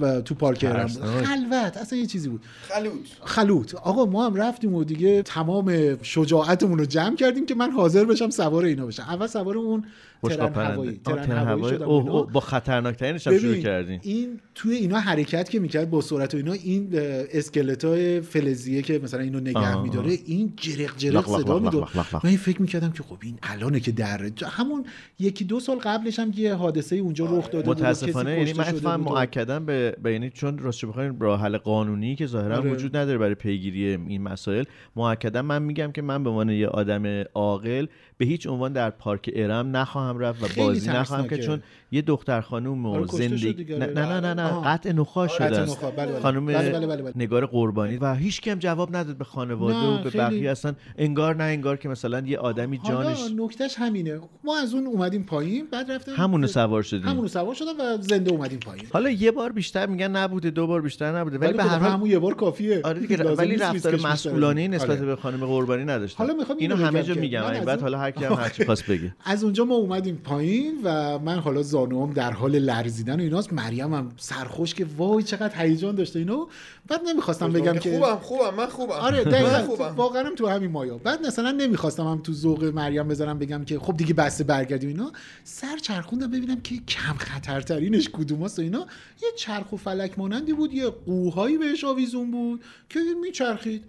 Speaker 2: و تو پارک هرم بود
Speaker 3: ترسناک.
Speaker 2: خلوت اصلا یه چیزی بود
Speaker 4: خلوت
Speaker 2: خلوت آقا ما هم رفتیم و دیگه تمام شجاعتمون رو جمع کردیم که من حاضر بشم سوار اینا بشم اول سوار اون ترن
Speaker 3: بشقاب پرنده.
Speaker 2: هوایی
Speaker 3: آه،
Speaker 2: ترن هوایی شدم و
Speaker 3: اوه،
Speaker 2: اینا.
Speaker 3: اوه، با خطرناکترینش هم شروع
Speaker 2: ببین،
Speaker 3: کردین
Speaker 2: این توی اینا حرکت که میکرد با سرعت و اینا این اسکلت های فلزیه که مثلا اینو
Speaker 3: آه،
Speaker 2: نگه
Speaker 3: آه.
Speaker 2: میداره این جرق
Speaker 3: لق،
Speaker 2: جرق
Speaker 3: لق،
Speaker 2: صدا
Speaker 3: لق،
Speaker 2: میداد
Speaker 3: لق، لق، لق.
Speaker 2: من این فکر میکردم که خب این الانه که دره همون یکی دو سال قبلش هم یه حادثه اونجا رخ داده بود و کسی
Speaker 3: متاسفانه یعنی
Speaker 2: کشته
Speaker 3: من
Speaker 2: شده
Speaker 3: اتفاقا
Speaker 2: بود و-
Speaker 3: مؤکدا به به یعنی چون راستش بخواین راه حل قانونی که ظاهرا
Speaker 2: آره.
Speaker 3: وجود نداره برای پیگیری این مسائل مؤکدا من میگم که من به عنوان یه آدم عاقل به هیچ عنوان در پارک ارم نخواهم رفت و
Speaker 2: خیلی
Speaker 3: بازی نخواهم
Speaker 2: ترسناکه.
Speaker 3: که چون یه دختر خانم و
Speaker 2: آره، کشته شد
Speaker 3: زندگی
Speaker 2: دیگه،
Speaker 3: نه
Speaker 2: آره.
Speaker 3: نه نه نه, نه.
Speaker 2: آها.
Speaker 3: قطع نخواه شده
Speaker 2: قطع
Speaker 3: است.
Speaker 2: نخواه، بله، بله.
Speaker 3: خانم
Speaker 2: بله، بله، بله، بله.
Speaker 3: نگار قربانی و هیچ کی هم جواب نداد به خانواده
Speaker 2: نه،
Speaker 3: و به
Speaker 2: خیلی.
Speaker 3: بقیه اصلا انگار نه انگار که مثلا یه آدمی جانش
Speaker 2: حالا نکتهش همینه ما از اون اومدیم پایین بعد رفتیم
Speaker 3: همونو سوار شدیم
Speaker 2: همونو سوار شدم و زنده اومدیم پایین
Speaker 3: حالا یه بار بیشتر میگن نبوده دو بار بیشتر نبوده ولی
Speaker 2: ولی خب
Speaker 3: به هر حال
Speaker 2: همون یه بار کافیه
Speaker 3: آره دیگه
Speaker 2: لازم
Speaker 3: ولی
Speaker 2: نیست
Speaker 3: رفتار
Speaker 2: ریسکش
Speaker 3: مسئولانه
Speaker 2: بیشتره.
Speaker 3: نسبت
Speaker 2: آره.
Speaker 3: به خانم قربانی نداشت
Speaker 2: حالا می‌خوام
Speaker 3: اینو
Speaker 2: اینو
Speaker 3: همه
Speaker 2: بگم
Speaker 3: جا
Speaker 2: که
Speaker 3: میگم
Speaker 2: من
Speaker 3: این
Speaker 2: از
Speaker 3: بعد
Speaker 2: اون-
Speaker 3: حالا هر کی هم هر چی خواست بگه
Speaker 2: از اونجا ما اومدیم پایین و من حالا زانوام در حال لرزیدن و ایناست مریم هم سرخوش که وای چقدر هیجان داشته اینو بعد نمیخواستم بگم که
Speaker 4: خوبم خوبم من خوبم
Speaker 2: آره
Speaker 4: من
Speaker 2: دقیقا
Speaker 4: خوبم
Speaker 2: واقعا هم تو همین مایا بعد مثلا نمیخواستم هم تو ذوق مریم بذارم بگم که خب دیگه بسته برگردیم اینا سر چرخوندم ببینم که کم خطرترینش کدوماست و اینا یه چرخ و فلک مانندی بود یه قوهایی بهش آویزون بود که میچرخید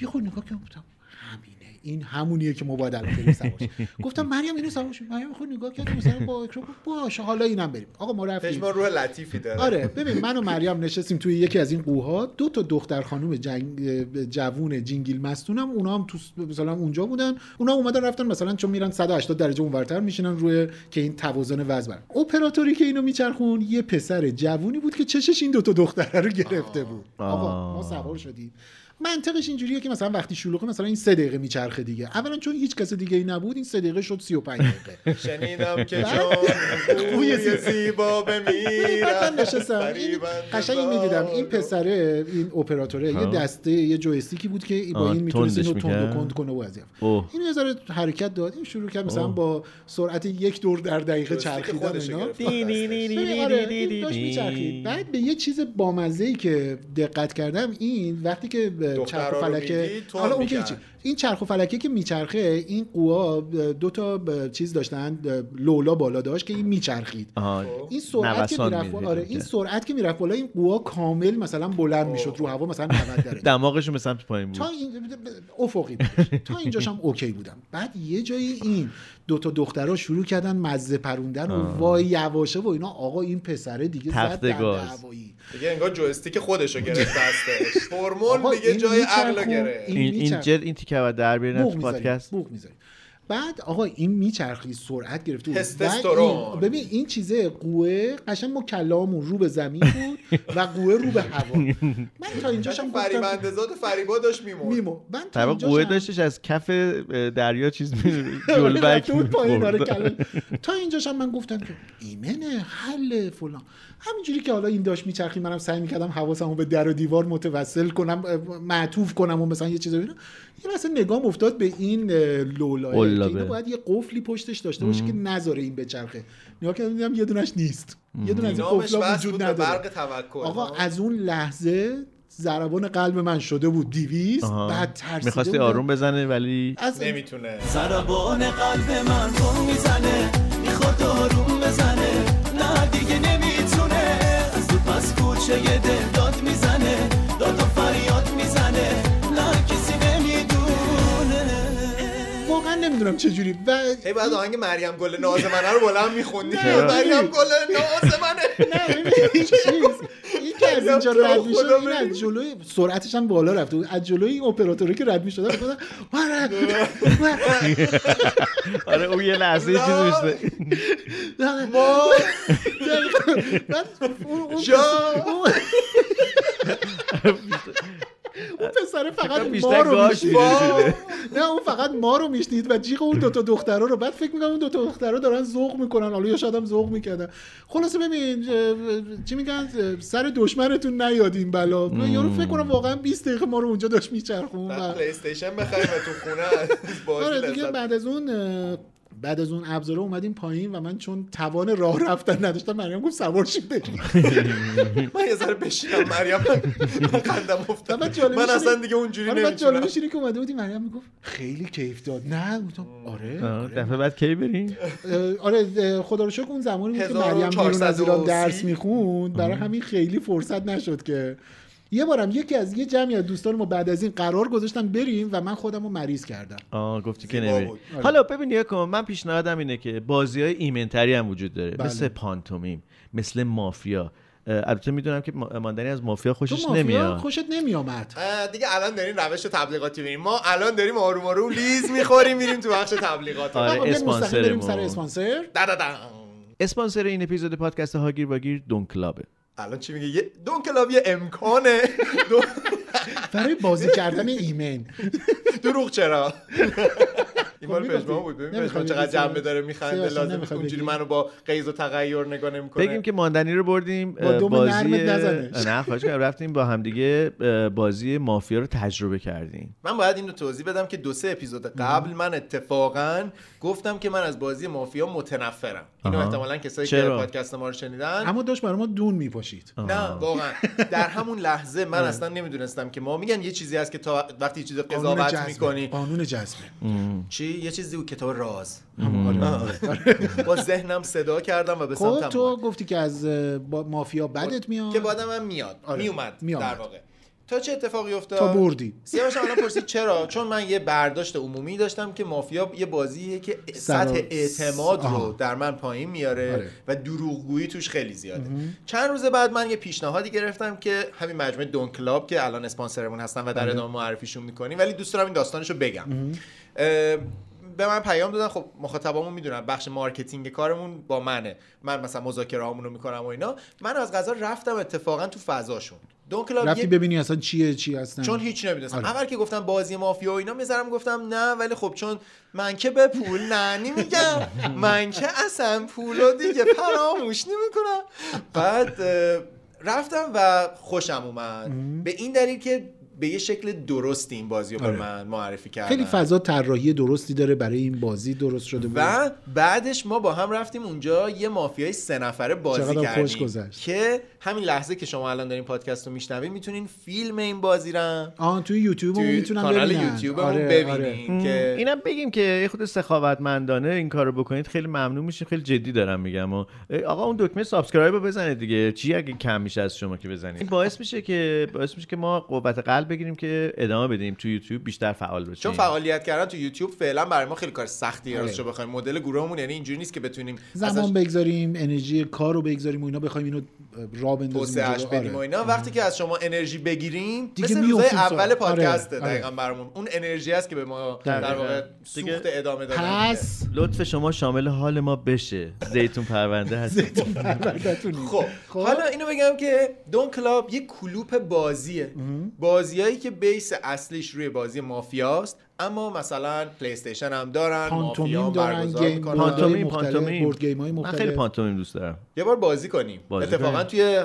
Speaker 2: یه خود نگاه کردم گفتم همینه این همونیه که ما باید الان بریم سوارش گفتم مریم اینو سوارش مریم خود نگاه کرد مثلا با اکرا گفت باشه حالا اینم بریم آقا ما رفتیم
Speaker 4: پشمان روح لطیفی داره
Speaker 2: آره ببین من و مریم نشستیم توی یکی از این قوها دو تا دختر خانم جنگ جوون جینگیل مستونم اونا هم تو مثلا اونجا بودن اونا اومدن رفتن مثلا چون میرن 180 درجه اونورتر میشینن روی که این توازن وزن بر اپراتوری که اینو میچرخون یه پسر جوونی بود که چشش این دو تا دختره رو گرفته بود آقا ما سوار شدیم منطقش اینجوریه که مثلا وقتی شلوغه مثلا این سه دقیقه میچرخه دیگه اولا چون هیچ کس دیگه ای نبود این سه دقیقه شد 35 دقیقه
Speaker 4: شنیدم که چون
Speaker 2: خوی
Speaker 4: خوی
Speaker 2: بله. زیبا.
Speaker 4: زیبا
Speaker 2: ببین، بعد من
Speaker 4: بمیرم
Speaker 2: نشستم این
Speaker 4: فریبنده
Speaker 2: قشنگ میدیدم این
Speaker 4: دار.
Speaker 2: پسره این اپراتوره یه دسته یه جویستیکی بود که با
Speaker 3: آه،
Speaker 2: این میتونست
Speaker 3: تندش
Speaker 2: اینو تند و
Speaker 3: می‌کرد؟
Speaker 2: کند کنه و از این.
Speaker 3: اوه.
Speaker 2: این یه ذره حرکت داد این شروع کرد مثلا با سرعت یک دور در دقیقه
Speaker 4: جویستیک
Speaker 2: چرخیدن و
Speaker 4: خودشه
Speaker 2: اینا
Speaker 4: گرفت. دی- دی- دی-
Speaker 2: ببین، آره، این داشت می‌چرخید. بعد به یه چیز بامزه ای که دقت کردم این وقتی که به
Speaker 4: دخترها
Speaker 2: چرخ و
Speaker 4: رو
Speaker 2: فلک
Speaker 4: می‌دید، تند
Speaker 2: حالا اون که
Speaker 4: می‌کرد.
Speaker 2: هیچی. این چرخ و فلکه که میچرخه این قوا دو تا ب- چیز داشتن لولا بالا داشت که این میچرخید
Speaker 3: آها.
Speaker 2: این سرعت که
Speaker 3: نوسان
Speaker 2: میرفت
Speaker 3: می‌دید.
Speaker 2: آره این سرعت که میرفت بالا این قوا کامل مثلا بلند میشد رو هوا مثلا 90 درجه
Speaker 3: دماغشون به سمت پایین بود
Speaker 2: خب. تا این افقی بودش. تا اینجاش هم اوکی بودم بعد یه جایی این دو تا دخترها شروع کردن مزه پروندن و وای یواشه و اینا آقا این پسره دیگه زد
Speaker 3: تخت
Speaker 2: در
Speaker 3: گاز.
Speaker 2: دعوایی
Speaker 4: دیگه انگار جویستیک خودشو گرفت دستش
Speaker 2: آقا،
Speaker 4: هورمون دیگه
Speaker 2: این
Speaker 4: جای
Speaker 2: میچرخون،
Speaker 4: عقلو گرفت
Speaker 2: این
Speaker 3: این این
Speaker 2: میچرخ-
Speaker 3: جر این تیکه بعد در بیارین
Speaker 2: بوق
Speaker 3: تو
Speaker 2: می‌ذاری،
Speaker 3: پادکست
Speaker 2: بوق می‌ذاری. بعد آقا این میچرخی سرعت گرفته بود.
Speaker 4: تستوسترون.
Speaker 2: و این- ببین این چیزه قوه قشنگ ما کلامون رو به زمین بود و قوه رو به هوا من تا اینجاشم
Speaker 4: چون
Speaker 2: گفتم
Speaker 4: فریبندزاد یعنی فریبا داشت میمون
Speaker 2: میمو من
Speaker 3: در
Speaker 2: تا
Speaker 3: واقع قوه
Speaker 2: اینجاشم-
Speaker 3: داشتش از کف اه، دریا چیز می-
Speaker 2: رفته
Speaker 3: جلبک
Speaker 2: بود پایین آره،
Speaker 3: می‌خورد.
Speaker 2: کله. تا اینجاش هم من گفتم که ایمنه حل فلان همینجوری که حالا این داشت میچرخی منم سعی میکردم حواسمو به در و دیوار متوسل کنم اه، معطوف کنم و مثلا یه چیزا ببینم یه لحظه نگام افتاد به این لولا که
Speaker 3: قلابه.
Speaker 2: اینا باید یه قفلی پشتش داشته باشه که نذاره این بچرخه نگاه کردم دیدم یه دونش نیست یه دونه از این
Speaker 4: نامش
Speaker 2: قفلا
Speaker 4: بس بود
Speaker 2: وجود
Speaker 4: به
Speaker 2: نداره
Speaker 4: برق توکل
Speaker 2: آقا
Speaker 4: ها.
Speaker 2: از اون لحظه ضربان قلب من شده بود دیویست
Speaker 3: آها.
Speaker 2: بعد ترسیده
Speaker 3: می‌خواستی
Speaker 2: بودم.
Speaker 3: آروم بزنه ولی
Speaker 2: از
Speaker 4: نمیتونه
Speaker 7: ضربان قلب من بم میزنه میخواد آروم بزنه نه دیگه نمیتونه از تو پس کوچه یه دل داد میزنه داد و فریاد میزنه نه کسی نمیدونه
Speaker 2: واقعا نمیدونم چجوری و
Speaker 4: هی بعد آهنگ مریم گل ناز منه رو بلند میخوندی
Speaker 2: نه.
Speaker 4: مریم گل ناز منه
Speaker 2: چیز. این که از اینجا
Speaker 4: خدا
Speaker 2: رد میشد این
Speaker 4: بریم.
Speaker 2: از جلوی سرعتش هم بالا رفته بود از جلوی این اپراتوری که رد میشد میگفتن آره آره،
Speaker 3: آره اون یه لحظه یه چیزی میشه
Speaker 2: آره.
Speaker 4: ما
Speaker 2: بعد اون- اون
Speaker 4: جا.
Speaker 2: پسر- اون- اون پسره فقط ما
Speaker 3: بیشتر
Speaker 2: رو
Speaker 3: گاش
Speaker 2: میشنید
Speaker 3: می‌ریزیده.
Speaker 2: نه اون فقط ما رو میشنید و جیغ اون دوتا دخترها رو بعد فکر میکنم اون دوتا دخترها دارن ذوق میکنن حالا یا شاید هم ذوق میکردن خلاصه ببین اه، چی میگن اه، سر دشمنتون نیاد این بلا یارو فکر کنم واقعا 20 دقیقه ما رو اونجا داشت میچرخون و
Speaker 4: پلی استیشن بخریم و تو خونه از بازی
Speaker 2: آره دیگه
Speaker 4: بله. لذت
Speaker 2: بعد از اون اه، بعد از اون ابزاره اومدیم پایین و من چون توان راه رفتن نداشتم مریم گفت سوار شید بریم
Speaker 4: من یه ذره بشینم مریم من خندم
Speaker 2: و بعد
Speaker 4: افتاد
Speaker 2: جالبش
Speaker 4: من
Speaker 2: اینه-
Speaker 4: اصلا دیگه اونجوری
Speaker 2: آره، بعد
Speaker 4: نمیتونم
Speaker 2: جالبش اینه که اومده بودی مریم میگفت خیلی کیف داد نه گفتم آره
Speaker 3: آه، دفعه بعد کی بریم
Speaker 2: اه، آره اه، خدا رو شکر اون زمانی بود که مریم بیرون از
Speaker 4: 1430
Speaker 2: ایران درس میخوند برای همین خیلی فرصت نشد که یه بارم یکی از یه جمعی از دوستان ما بعد از این قرار گذاشتن بریم و من خودم رو مریض کردم
Speaker 3: آه گفتی که
Speaker 4: زیبا
Speaker 3: نمیری
Speaker 4: بود.
Speaker 2: بله.
Speaker 3: حالا ببین نگاه کن من پیشنهادم اینه که بازی های ایمنتری هم وجود داره
Speaker 2: بله.
Speaker 3: مثل پانتومیم مثل مافیا اه، البته میدونم که ما- ماندنی از مافیا
Speaker 2: تو
Speaker 3: خوشش
Speaker 2: مافیا
Speaker 3: نمیاد
Speaker 2: خوشت نمیامد
Speaker 4: اه، دیگه الان دارین روش تبلیغاتی میریم ما الان داریم آروم آروم لیز میخوریم میریم تو بخش تبلیغات
Speaker 3: آره.
Speaker 2: آقا، بریم
Speaker 3: اسپانسرمون.
Speaker 2: مستقیم بریم سر اسپانسر
Speaker 4: دددن.
Speaker 3: اسپانسر این اپیزود پادکست هاگیر واگیر دون کلابه
Speaker 4: الان چی میگه یه دون کلاب یه امکانه دو...
Speaker 2: برای بازی کردن ایمن
Speaker 4: دروغ چرا این مال
Speaker 2: خب،
Speaker 4: پژمان
Speaker 2: می‌گفتی.
Speaker 4: بود ببین
Speaker 2: نمی‌خوای
Speaker 4: پژمان چقدر
Speaker 2: بگی؟
Speaker 4: جنبه داره
Speaker 2: سیاسی
Speaker 4: میخنده لازم
Speaker 2: نمی‌خوای
Speaker 4: اونجوری
Speaker 2: بگی؟
Speaker 4: منو با قیز و تغییر نگاه نمیکنه
Speaker 3: بگیم که ماندنی رو بردیم
Speaker 2: با
Speaker 3: اه،
Speaker 2: دم
Speaker 3: بازی
Speaker 2: نرمت نزنش.
Speaker 3: نه خواهش کنم رفتیم با همدیگه اه، بازی مافیا رو تجربه کردیم
Speaker 4: من باید این رو توضیح بدم که دو سه اپیزود قبل من اتفاقا گفتم که من از بازی مافیا متنفرم اینو
Speaker 3: آها.
Speaker 4: احتمالا کسایی که
Speaker 3: چرا؟
Speaker 4: پادکست ما رو شنیدن
Speaker 2: اما داشت برای ما دون میپاشید
Speaker 4: نه واقعا در همون لحظه من اصلا نمیدونستم که ما میگن یه چیزی هست که تا وقتی یه چیز رو قضاوت میکنی
Speaker 2: قانون جذبه
Speaker 4: چی یه چیزی بود کتاب راز با ذهنم صدا کردم و به
Speaker 2: آره. خب
Speaker 4: سمتم
Speaker 2: تو
Speaker 4: اومد.
Speaker 2: گفتی که از اه، با مافیا بدت میاد
Speaker 4: که بادم هم میاد
Speaker 2: آره.
Speaker 4: میومد
Speaker 2: میآمد.
Speaker 4: در واقع تا چه اتفاقی افتاد
Speaker 2: تا بردی.
Speaker 4: سیاوش الان پرسید چرا چون من یه برداشت عمومی داشتم که مافیا یه بازیه که
Speaker 2: سر و-
Speaker 4: سطح اعتماد
Speaker 2: آها.
Speaker 4: رو در من پایین میاره
Speaker 2: آره.
Speaker 4: و دروغگویی توش خیلی زیاده چند روز بعد من یه پیشنهادی گرفتم که همین مجموعه دون کلاب که الان اسپانسرمون هستن و
Speaker 2: بله.
Speaker 4: در ادامه معرفیشون میکنیم ولی دوست دارم این داستانشو بگم اه، به من پیام دادن خب مخاطبامون میدونن بخش مارکتینگ کارمون با منه من مثلا مذاکره رو میکنم و اینا من از غذا رفتم اتفاقا تو فضاشون دون کلاب
Speaker 2: رفتی
Speaker 4: یه
Speaker 2: ببینی اصلا چیه چی هستن
Speaker 4: چون هیچ نمیدونستم
Speaker 2: آره.
Speaker 4: اول که گفتم بازی مافیا و اینا میذارم گفتم نه ولی خب چون من که به پول ننی میگم من که اصلا پول رو دیگه فراموش نمیکنم بعد اه، رفتم و خوشم اومد به این دلیل که به یه شکل درستی این بازی رو
Speaker 2: آره.
Speaker 4: به من معرفی کردن
Speaker 2: خیلی فضا طراحی درستی داره برای این بازی درست شده بود
Speaker 4: و بعدش ما با هم رفتیم اونجا یه مافیای سه نفره بازی
Speaker 2: چقدر
Speaker 4: کردیم
Speaker 2: خوش گذشت.
Speaker 4: که همین لحظه که شما الان دارین پادکست رو میشنوین میتونین فیلم این بازی رو
Speaker 2: آن توی یوتیوب
Speaker 4: توی
Speaker 2: میتونم
Speaker 4: کانال
Speaker 2: ببینن.
Speaker 4: یوتیوبمون
Speaker 2: آره، آره.
Speaker 4: ببینین که
Speaker 3: اینم بگیم که یه خود سخاوتمندانه این کارو بکنید خیلی ممنون میشیم خیلی جدی دارم میگم و اه، آقا اون دکمه سابسکرایب رو بزنید دیگه چی اگه کم میشه از شما که بزنید این باعث میشه که باعث میشه که ما قوت قلب بگیریم که ادامه بدیم تو یوتیوب بیشتر فعال بشیم
Speaker 4: چون فعالیت کردن تو یوتیوب فعلا برای ما خیلی کار سختی راستشو بخوایم مدل گروهمون یعنی اینجوری نیست که بتونیم
Speaker 2: آره. زمان بگذاریم انرژی کار رو بگذاریم و اینا بخوایم اینو راه بندازیم
Speaker 4: توسعهش
Speaker 2: اونجا رو.
Speaker 4: بدیم و
Speaker 2: آره.
Speaker 4: اینا وقتی که از شما انرژی بگیریم
Speaker 2: دیگه
Speaker 4: مثل روزای
Speaker 2: می‌افتیم سراغ.
Speaker 4: اول پادکست
Speaker 2: آره، آره.
Speaker 4: دقیقا برامون اون انرژی است که به ما
Speaker 3: دقیقاً.
Speaker 4: در واقع
Speaker 3: دیگه
Speaker 4: سوخت ادامه دادن میده.
Speaker 2: پس
Speaker 3: لطف شما شامل حال ما بشه زیتون پرونده هست
Speaker 2: بردتونیم.
Speaker 4: خب حالا اینو بگم که دون کلاب یه کلوپ بازیه بازیایی که بیس اصلیش روی بازی مافیاست اما مثلا پلی استیشن هم دارن مافیا
Speaker 2: پانتومیم
Speaker 4: هم
Speaker 2: دارن
Speaker 4: برگزار
Speaker 2: گیم
Speaker 4: می‌کنن.
Speaker 3: پانتومیم.
Speaker 2: پانتومیم مختلف
Speaker 3: پانتومیم.
Speaker 2: بورد گیم های
Speaker 3: من خیلی
Speaker 2: مختلف
Speaker 3: پانتومیم دوست دارم
Speaker 4: یه بار بازی کنیم
Speaker 3: بازی
Speaker 4: اتفاقا توی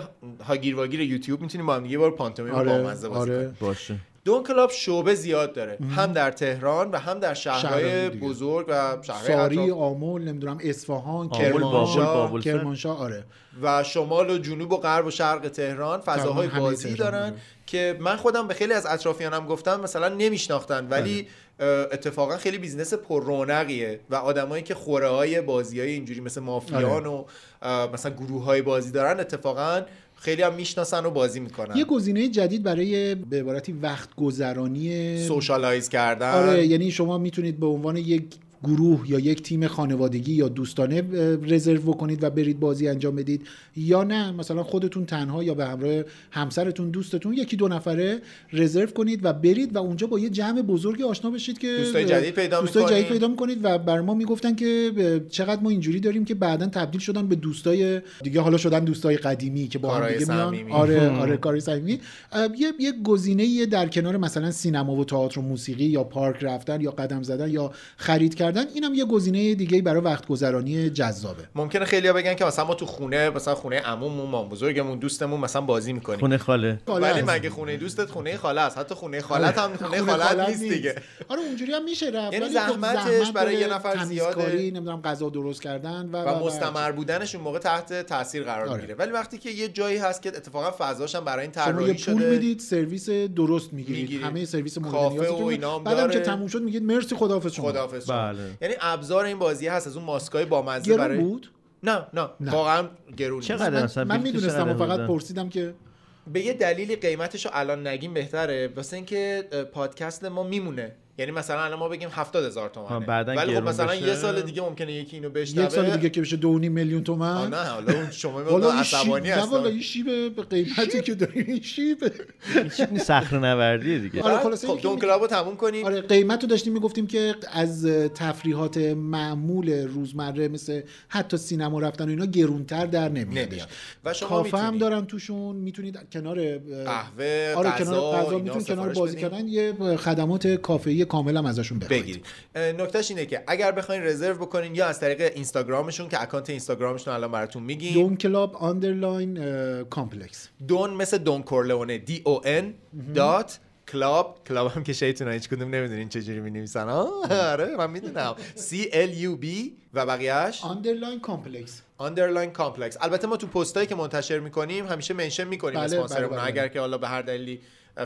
Speaker 4: هاگیر واگیر یوتیوب میتونیم با هم دیگه یه بار پانتومیم
Speaker 2: آره
Speaker 4: بامزه بازی
Speaker 2: آره
Speaker 4: کنیم
Speaker 3: باشه
Speaker 4: دون کلاب شعبه زیاد داره هم در تهران و هم در
Speaker 2: شهرهای
Speaker 4: شهرهای
Speaker 2: دیگه.
Speaker 4: بزرگ و شهرهای
Speaker 2: ساری
Speaker 4: اطراف
Speaker 2: آمل نمیدونم اصفهان
Speaker 3: بابل،
Speaker 2: کرمانشاه
Speaker 3: بابلسر.
Speaker 2: کرمانشاه آره
Speaker 4: و شمال و جنوب و غرب و شرق تهران فضاهای
Speaker 2: تمام همه
Speaker 4: بازی
Speaker 2: تهران
Speaker 4: دارن
Speaker 2: رو.
Speaker 4: که من خودم به خیلی از اطرافیانم گفتم مثلا نمیشناختن ولی
Speaker 2: بله.
Speaker 4: اه، اتفاقا خیلی بیزنس پر رونقیه و آدمایی که خوره های بازی های اینجوری مثل
Speaker 2: آره.
Speaker 4: مافیان و اه، مثلا گروه های بازی دارن اتفاقا خیلی هم میشناسن و بازی میکنن
Speaker 2: یه گزینه جدید برای به عبارتی وقت گذرانی
Speaker 4: سوشالایز کردن
Speaker 2: آره یعنی شما میتونید به عنوان یک گروه یا یک تیم خانوادگی یا دوستانه اه، رزرو بکنید و برید بازی انجام بدید یا نه مثلا خودتون تنها یا به همراه همسرتون دوستتون یکی دو نفره رزرو کنید و برید و اونجا با یه جمع بزرگی آشنا بشید که
Speaker 4: دوستای جدید پیدا
Speaker 2: دوستای
Speaker 4: می‌کنید.
Speaker 2: جدید پیدا میکنید و بر ما میگفتن که اه، چقدر ما اینجوری داریم که بعدا تبدیل شدن به دوستای دیگه حالا شدن دوستای قدیمی که با هم
Speaker 4: کارهای
Speaker 2: دیگه میان
Speaker 4: صمیمی.
Speaker 2: آره آره کاری صمیمی اه، یه یه گزینه در کنار مثلا سینما و تئاتر و موسیقی یا پارک رفتن یا قدم زدن یا خرید کردن اینم یه گزینه دیگه برای وقت گذرانی جذابه
Speaker 4: ممکنه خیلی بگن که مثلا ما تو خونه مثلا خونه عموممون مام بزرگمون دوستمون مثلا بازی میکنیم
Speaker 3: خونه خاله
Speaker 2: خاله آره.
Speaker 4: ولی
Speaker 2: هست.
Speaker 4: مگه خونه دوستت خونه خاله است حتی خونه خالت هم خونه خالت نیست دیگه
Speaker 2: آره اونجوری هم میشه رفت
Speaker 4: یعنی
Speaker 2: ولی خب
Speaker 4: زحمتش
Speaker 2: زحمت
Speaker 4: برای یه
Speaker 2: داره،
Speaker 4: نفر
Speaker 2: تمیزکاری،
Speaker 4: زیاده.
Speaker 2: نمیدونم غذا درست کردن و
Speaker 4: و مستمر بودنش اون موقع تحت تاثیر قرار
Speaker 2: آره.
Speaker 4: میگیره ولی وقتی که یه جایی هست که اتفاقا فضاش هم برای این
Speaker 2: شما
Speaker 4: طراحی
Speaker 2: یه پول
Speaker 4: شده
Speaker 2: میدید سرویس درست میگیرید
Speaker 4: می‌گیرید.
Speaker 2: همه سرویس مورد
Speaker 4: کافه و
Speaker 2: نیازتون.
Speaker 4: اینا هم
Speaker 2: بعدم که
Speaker 4: داره.
Speaker 2: تموم شد میگید مرسی خداحافظ شما
Speaker 4: خداحافظ شما.
Speaker 3: بله.
Speaker 4: یعنی ابزار این بازی هست از اون ماسکای بامزه
Speaker 2: گرون
Speaker 4: برای
Speaker 2: بود
Speaker 4: نه نه,
Speaker 2: نه.
Speaker 4: واقعا گرون نیست.
Speaker 3: چقدر
Speaker 2: من,
Speaker 3: اصلا
Speaker 2: من
Speaker 3: بلیطش
Speaker 2: میدونستم و
Speaker 3: چقدر
Speaker 2: فقط
Speaker 3: بودن؟
Speaker 2: پرسیدم که
Speaker 4: به یه دلیلی قیمتش رو الان نگیم بهتره واسه اینکه اه، پادکست ما میمونه یعنی مثلا الان ما بگیم هفتاد هزار
Speaker 3: آه،
Speaker 4: تومنه
Speaker 3: بعداً
Speaker 4: ولی خب
Speaker 3: گرون
Speaker 4: مثلا
Speaker 3: بشه.
Speaker 4: یه سال دیگه ممکنه یکی اینو بشنوه
Speaker 2: یک سال دیگه که بشه دو و نیم میلیون
Speaker 4: آه،
Speaker 2: تومن
Speaker 4: نه حالا اون شما
Speaker 2: والا
Speaker 4: مقدار
Speaker 2: این شیب
Speaker 4: عصبانی
Speaker 2: نه والا
Speaker 4: هستم
Speaker 2: این شیب به قیمتی که داریم این شیب
Speaker 3: این چیز صخره نوردیه دیگه
Speaker 2: آره، خلاصه
Speaker 4: خب
Speaker 2: اینکه
Speaker 4: دون
Speaker 2: میگه-
Speaker 4: کلاب رو تموم کنیم
Speaker 2: آره قیمت رو داشتیم میگفتیم که از تفریحات معمول روزمره مثل حتی سینما رفتن و اینا گرونتر در نمیادش
Speaker 4: نمیاد. و شما
Speaker 2: کافه هم
Speaker 4: می‌تونید.
Speaker 2: دارن توشون میتونید کنار اه،
Speaker 4: قهوه،
Speaker 2: آره
Speaker 4: غذا،
Speaker 2: کنار
Speaker 4: اینا
Speaker 2: میتونید کنار
Speaker 4: سفارش
Speaker 2: بازی
Speaker 4: بدین.
Speaker 2: کردن یه خدمات کافه‌ای کامل هم ازشون بخرید
Speaker 4: بگیرید اه، نکتهش اینه که اگر بخواین رزرو بکنین یا از طریق اینستاگرامشون که اکانت اینستاگرامشون الان براتون میگیم
Speaker 2: دوم کلاب آندرلاین اه، کامپلکس
Speaker 4: دون مثل دون کورلونه دی او ان دات کلاب کلاب هم که شیطون هیچ کدوم نمیدونین چجوری می نویسن آره من میدونم سی ال یو بی و بقیهش
Speaker 2: آندرلاین کامپلکس
Speaker 4: آندرلاین کامپلکس البته ما تو پستایی که منتشر میکنیم همیشه منشن میکنیم
Speaker 2: بله،
Speaker 4: اسپانسرمون
Speaker 2: بله، بله.
Speaker 4: اگر که حالا به هر دلیلی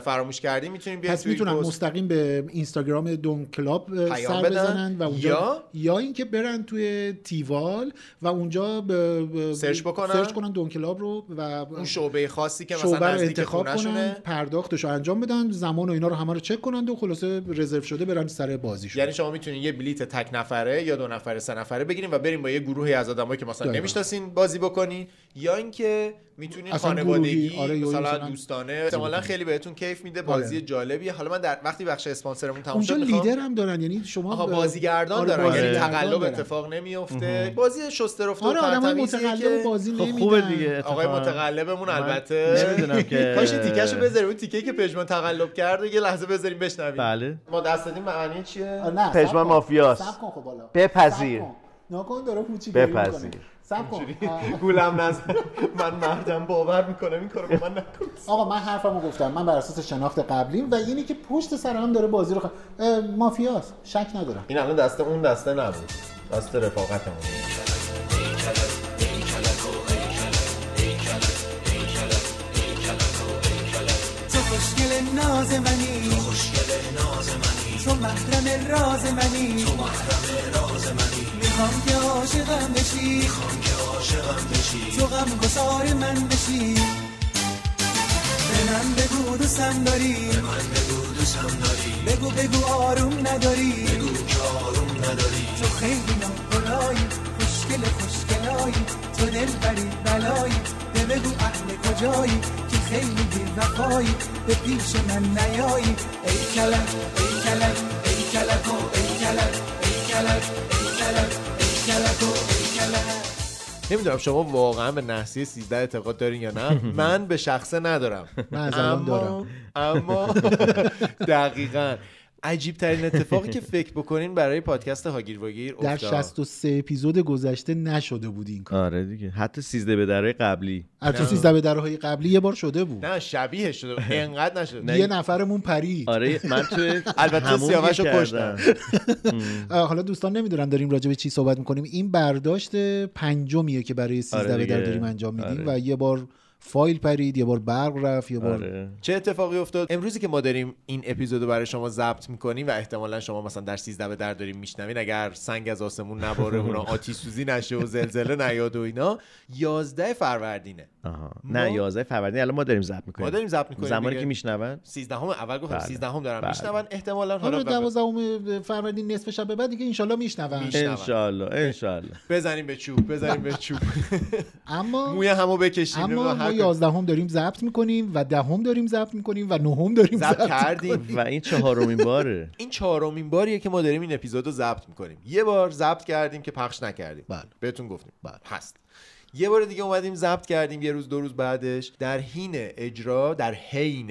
Speaker 4: فراموش کردیم میتونیم بیاید
Speaker 2: پس
Speaker 4: توی
Speaker 2: میتونن
Speaker 4: پست.
Speaker 2: مستقیم به اینستاگرام دون کلاب اه،
Speaker 4: پیام
Speaker 2: سر
Speaker 4: بدن
Speaker 2: بزنن و اونجا
Speaker 4: یا-
Speaker 2: یا اینکه برن توی تیوال و اونجا ب- ب-
Speaker 4: سرچ بکنن.
Speaker 2: سرچ کنن دون کلاب رو و
Speaker 4: اون شعبه خاصی که مثلا
Speaker 2: شعبه رو
Speaker 4: نزدیک
Speaker 2: انتخاب کنن
Speaker 4: خونه‌شونه.
Speaker 2: پرداختش رو انجام بدن زمان و اینا رو همه رو چک کنن و خلاصه رزرو شده برن سر بازیشون
Speaker 4: یعنی شما میتونین یه بلیت تک نفره یا دو نفره سه نفره بگیرین و بریم با یه گروهی از آدمایی که مثلا
Speaker 2: دقیقاً.
Speaker 4: نمیشناسین بازی بکنین یا اینکه میتونین
Speaker 2: اصلا
Speaker 4: خانوادگی
Speaker 2: گروهی، آره، یا
Speaker 4: مثلا,
Speaker 2: مثلا-
Speaker 4: دوستانه احتمالا خیلی بهتون کیف میده بازی
Speaker 2: آره.
Speaker 4: جالبیه حالا من در وقتی بخش اسپانسرمون تموم
Speaker 2: اونجا
Speaker 4: شد می‌خوام-
Speaker 2: لیدر هم دارن یعنی شما
Speaker 4: آها
Speaker 2: ب-
Speaker 4: خب. بازیگردان
Speaker 2: آره،
Speaker 4: دارن یعنی
Speaker 2: بازیگردان
Speaker 4: تقلب
Speaker 2: دارن.
Speaker 4: اتفاق نمیفته بازی شسته رفته
Speaker 2: آره
Speaker 4: و
Speaker 2: آدمای
Speaker 4: ترتمیزیه که
Speaker 2: متقلب بازی
Speaker 3: خب
Speaker 2: نمیدن
Speaker 3: خوبه دیگه
Speaker 4: آقای
Speaker 3: اتفاقا.
Speaker 4: متقلبمون
Speaker 3: من
Speaker 4: البته
Speaker 3: نمیدونم که-
Speaker 4: کاش این تیکه‌شو بذاریم اون تیکه که پژمان تقلب کرد و یه لحظه بذاریم بشنویم
Speaker 3: بله
Speaker 4: ما دست دادیم معنی چیه
Speaker 2: آه، نه
Speaker 8: پژمان
Speaker 2: صبر کن.
Speaker 8: مافیاست.
Speaker 2: صبر کن خب حالا
Speaker 8: بپذیر.
Speaker 2: صبر کن. ناکن داره هوچی گریه می‌کنه.
Speaker 8: بپذیر.
Speaker 2: سب کن آه.
Speaker 4: گولم نزن من مردم باور میکنم این کارو به من نکن
Speaker 2: آقا من حرفمو گفتم من بر اساس شناخت قبلیم و اینی که پشت سر هم داره بازی رو خ... اه، مافیاست شک ندارم
Speaker 4: این الان دسته اون دسته نبود دست رفاقتمون
Speaker 7: تو خوشگل ناز منی تو خوشگل ناز منی تو محرم راز منی تو محرم راز منی میخوام که عاشقم بشی میخوام که عاشقم بشی تو غم گسار من بشی به من بگو دوستم داری به من بگو دوستم داری بگو بگو آروم نداری بگو که آروم نداری تو خیلی ناخلایی خوشگل خوشگلایی تو دل بری بلایی به بگو اهل کجایی که خیلی بی وفایی به پیش من نیایی ای کلک ای کلک ای کلک و ای کلک ای کلک ای کلک ای کلک و ای کلک
Speaker 4: نمیدونم شما واقعا به نحسی 13 اعتقاد دارین یا نه من به شخصه ندارم
Speaker 2: من از الان دارم.
Speaker 4: اما دقیقا عجیب ترین اتفاقی که فکر بکنین برای پادکست هاگیر واگیر
Speaker 2: در
Speaker 4: افتاد.
Speaker 2: 63 اپیزود گذشته نشده بود این کار
Speaker 3: آره دیگه حتی سیزده به درهای قبلی
Speaker 2: البته 13 به درهای قبلی یه بار شده بود
Speaker 4: نه شبیه شده انقدر نشد
Speaker 2: یه نفرمون پرید
Speaker 3: آره من توی
Speaker 4: البته
Speaker 3: همون
Speaker 4: سیاوش رو
Speaker 3: کردم.
Speaker 4: کشتم.
Speaker 2: آه، حالا دوستان نمیدونن داریم راجع به چی صحبت میکنیم این برداشت پنجمیه که برای 13
Speaker 3: آره
Speaker 2: به در
Speaker 3: دیگه.
Speaker 2: داریم انجام میدیم
Speaker 3: آره.
Speaker 2: و یه بار فایل پرید یه بار برق رفت یه بار
Speaker 3: آره
Speaker 4: چه اتفاقی افتاد امروزی که ما داریم این اپیزود رو برای شما ضبط میکنیم و احتمالا شما مثلا در 13 به در داریم میشنوین اگر سنگ از آسمون نباره اونا آتیش سوزی نشه و زلزله نیاد و اینا 11 فروردینه
Speaker 3: آها.
Speaker 4: ما-
Speaker 3: نه 11 فروردین الان ما داریم ضبط میکنیم
Speaker 4: ما داریم ضبط می‌کنیم
Speaker 3: زمانی
Speaker 4: دیگه.
Speaker 3: که میشنون
Speaker 4: 13 هم اول گفتم
Speaker 3: بله.
Speaker 4: 13 هم دارم
Speaker 3: بله.
Speaker 4: میشنون احتمالا
Speaker 2: حالا
Speaker 4: حالا ب-
Speaker 2: دوازدهم فروردین نصف شب به بعد دیگه انشالله میشنون
Speaker 4: می‌شنون.
Speaker 3: انشالله انشالله
Speaker 4: بزنیم به چوب بزنیم به چوب
Speaker 2: اما
Speaker 4: موی همو بکشیم
Speaker 2: اما
Speaker 4: نمی‌دونم هر
Speaker 2: ما
Speaker 4: کاری.
Speaker 2: یازدهم داریم ضبط میکنیم و دهم داریم ضبط میکنیم و نهم داریم
Speaker 4: ضبط
Speaker 2: ضبط
Speaker 4: کردیم
Speaker 3: و این چهارمین باره
Speaker 4: این چهارمین باریه که ما داریم این اپیزود رو ضبط میکنیم یه بار ضبط کردیم که پخش نکردیم
Speaker 2: بله.
Speaker 4: بهتون گفتیم بله هست یه بار دیگه اومدیم ضبط کردیم یه روز دو روز بعدش در حین اجرا در حین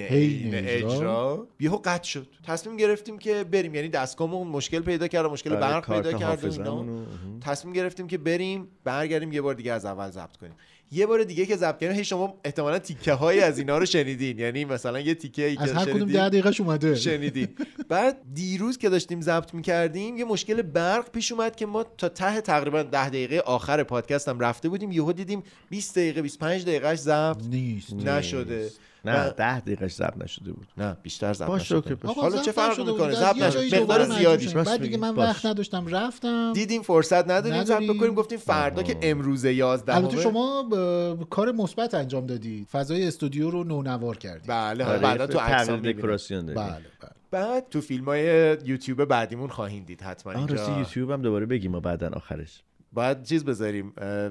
Speaker 4: حین
Speaker 2: حین اجرا.
Speaker 4: اجرا یهو قطع شد تصمیم گرفتیم که بریم یعنی دستگاهمون مشکل پیدا کرد و مشکل
Speaker 2: بله،
Speaker 3: آره،
Speaker 4: برق
Speaker 3: کارت
Speaker 4: پیدا کرد و اینا.
Speaker 3: حافظه‌مون رو.
Speaker 4: تصمیم گرفتیم که بریم برگردیم یه بار دیگه از اول ضبط کنیم یه بار دیگه که ضبط کردیم هی شما احتمالا تیکه های از اینا رو شنیدین یعنی مثلا یه تیکه ای که
Speaker 2: از هر کدوم
Speaker 4: شنیدین-
Speaker 2: ده دقیقهش اومده
Speaker 4: شنیدی بعد دیروز که داشتیم ضبط میکردیم یه مشکل برق پیش اومد که ما تا ته تقریبا ده دقیقه آخر پادکست هم رفته بودیم یهو دیدیم 20 دقیقه 25 دقیقهش ضبط
Speaker 2: نیست
Speaker 4: نشده
Speaker 3: نه
Speaker 4: و-
Speaker 3: ده دقیقش ضبط نشده بود
Speaker 4: نه بیشتر ضبط
Speaker 3: باشه،
Speaker 4: نشده.
Speaker 3: اوکی، باشه.
Speaker 4: حالا چه فرقی میکنه ضبط نشده
Speaker 2: مقدار
Speaker 4: مقدار زیادی
Speaker 3: شد.
Speaker 2: بعد دیگه من
Speaker 3: باش.
Speaker 2: وقت نداشتم رفتم
Speaker 4: دیدیم فرصت نداریم ضبط
Speaker 2: نداریم.
Speaker 4: بکنیم گفتیم فردا که امروز 11
Speaker 2: البته شما ب- کار مثبت انجام دادی فضای استودیو رو نونوار کردی
Speaker 4: بله حالا
Speaker 3: آره،
Speaker 4: بعدا تو عکس
Speaker 3: تغییر دکوراسیون داریم
Speaker 2: بله بله
Speaker 4: بعد تو فیلم های یوتیوب بعدیمون خواهید دید حتما
Speaker 3: آه راستی
Speaker 4: اینجا
Speaker 3: یوتیوب هم دوباره بگیم ما بعدا آخرش
Speaker 4: باید چیز بذاریم اه،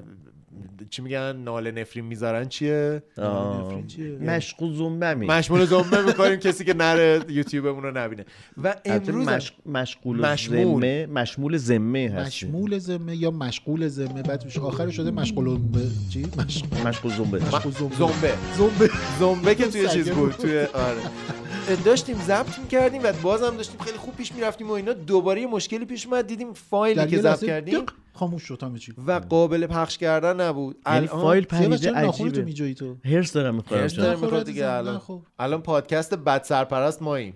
Speaker 4: چی میگن ناله نفرین میذارن چیه
Speaker 3: آه، مشغول زنبمی
Speaker 4: مشمول زنبه میکنیم کسی که نره یوتیوبمون رو نبینه و
Speaker 3: البته
Speaker 4: امروز هم-
Speaker 3: مش... مشغول
Speaker 4: مشمول.
Speaker 3: ذمه مشمول ذمه هستی
Speaker 2: مشمول ذمه یا مشغول ذمه بعد میشه آخر شده مشغول به چی مشغول
Speaker 3: مشغول زنبه
Speaker 4: مشغول زنبه
Speaker 2: زنبه
Speaker 4: زنبه که توی
Speaker 2: سگه
Speaker 4: چیز بود
Speaker 2: بود.
Speaker 4: توی آره داشتیم ضبط میکردیم و بازم داشتیم خیلی خوب پیش میرفتیم و اینا دوباره یه مشکلی پیش اومد دیدیم فایلی
Speaker 2: در
Speaker 4: که
Speaker 2: یه
Speaker 4: ضبط
Speaker 2: لحظه
Speaker 4: کردیم
Speaker 2: دق خاموش شد همه چی
Speaker 4: و قابل پخش کردن نبود
Speaker 3: یعنی فایل
Speaker 2: سیاوش
Speaker 3: پریده
Speaker 2: چرا ناخونتو
Speaker 3: عجیبه
Speaker 2: میجویی تو
Speaker 3: هرس دارم میخورم
Speaker 4: هرس
Speaker 3: چون
Speaker 4: دارم می‌خوره
Speaker 2: نخور
Speaker 4: دیگه
Speaker 2: عزیزم، خب.
Speaker 4: الان
Speaker 2: نخور.
Speaker 4: الان پادکست بد سرپرست ماییم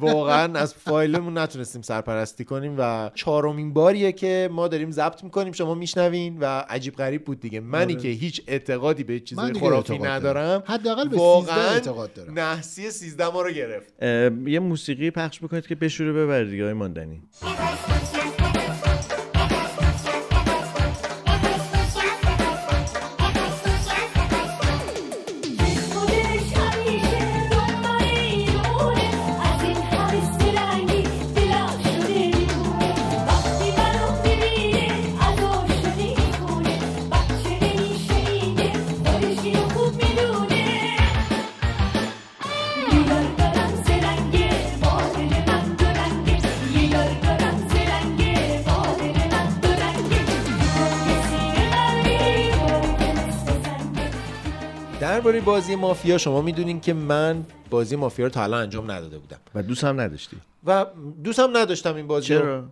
Speaker 4: واقعا از فایلمون نتونستیم سرپرستی کنیم و چهارمین باریه که ما داریم ضبط میکنیم شما میشنوین و عجیب غریب بود دیگه منی که هیچ اعتقادی به
Speaker 2: آره. من
Speaker 4: چیزای
Speaker 2: دیگه
Speaker 4: خرافی
Speaker 2: اعتقاد
Speaker 4: ندارم
Speaker 2: دارم. حداقل به 13 اعتقاد دارم.
Speaker 4: نحسی 13 ما رو گرفت
Speaker 3: اه، یه موسیقی پخش بکنید که بشوره ببرید دیگه های ماندنی
Speaker 8: خودش همیشه دنبال اینونه از این همه رنگی دلم شده میمونه وقتی منو میبینه ادا شده میکنه بچه نمیشه اینه خودش اینو خوب میدونه یه یار دارم زرنگه بادل من دو رنگه یه یار دارم زرنگه بادل من دو رنگه کسی قلبی رو که مثل زنگه
Speaker 4: درباره بازی مافیا شما میدونین که من بازی مافیا رو تا الان انجام نداده بودم
Speaker 3: و دوست هم نداشتی
Speaker 4: و دوستم نداشتم این بازی رو.
Speaker 3: چرا؟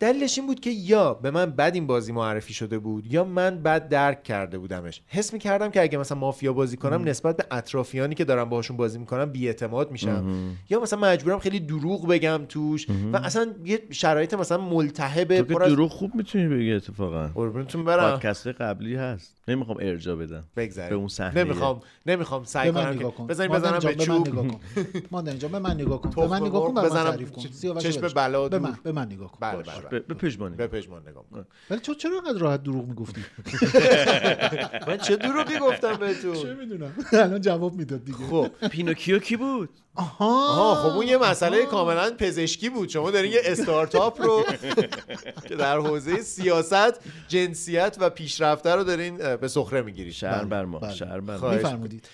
Speaker 4: دلیلش این بود که یا به من بد این بازی معرفی شده بود یا من بد درک کرده بودمش حس میکردم که اگه مثلا مافیا بازی کنم نسبت به اطرافیانی که دارم باهاشون بازی میکنم بیاعتماد میشم یا مثلا مجبورم خیلی دروغ بگم توش و اصلا یه شرایط مثلا ملتهب
Speaker 3: تو که دروغ خوب میتونی بگی اتفاقا
Speaker 4: قربونتون برم
Speaker 3: پادکست قبلی هست نمیخوام ارجا بدم
Speaker 4: بگذاریم
Speaker 3: به اون صحنه
Speaker 4: نمیخوام نمیخوام سعی
Speaker 2: به من
Speaker 4: کنم که
Speaker 2: نگاه کن
Speaker 4: بزنیم
Speaker 2: مادر
Speaker 4: بزنم
Speaker 2: جان،
Speaker 4: به چوب
Speaker 2: من نگاه کن مادر جان به من نگاه کن
Speaker 4: تخم
Speaker 2: به من نگاه کن
Speaker 4: مرغ
Speaker 2: به من
Speaker 4: بزنم
Speaker 2: تعریف کن
Speaker 4: چ-
Speaker 2: سیاوش
Speaker 4: چشم
Speaker 2: بلش کن.
Speaker 4: بلا
Speaker 2: به
Speaker 4: دور.
Speaker 2: من به من نگاه کن
Speaker 4: بله
Speaker 2: باش.
Speaker 4: بله
Speaker 3: به به پژمانی
Speaker 4: به پژمان نگاه کن
Speaker 2: ولی تو چرا انقدر راحت دروغ میگفتی
Speaker 4: من چه دروغی گفتم
Speaker 2: چه
Speaker 4: بهتون
Speaker 2: میدونم الان جواب میداد دیگه
Speaker 4: خب
Speaker 3: پینوکیو کی بود
Speaker 2: آها
Speaker 4: آها خب اون یه مسئله کاملا پزشکی بود شما دارین یه استارتاپ رو که در حوزه سیاست جنسیت و پیشرفته رو دارین اه، به سخره میگیرید
Speaker 3: شهر بر ما
Speaker 2: بله.
Speaker 3: شهر بر ما.
Speaker 4: خواهش.
Speaker 2: میفرمودید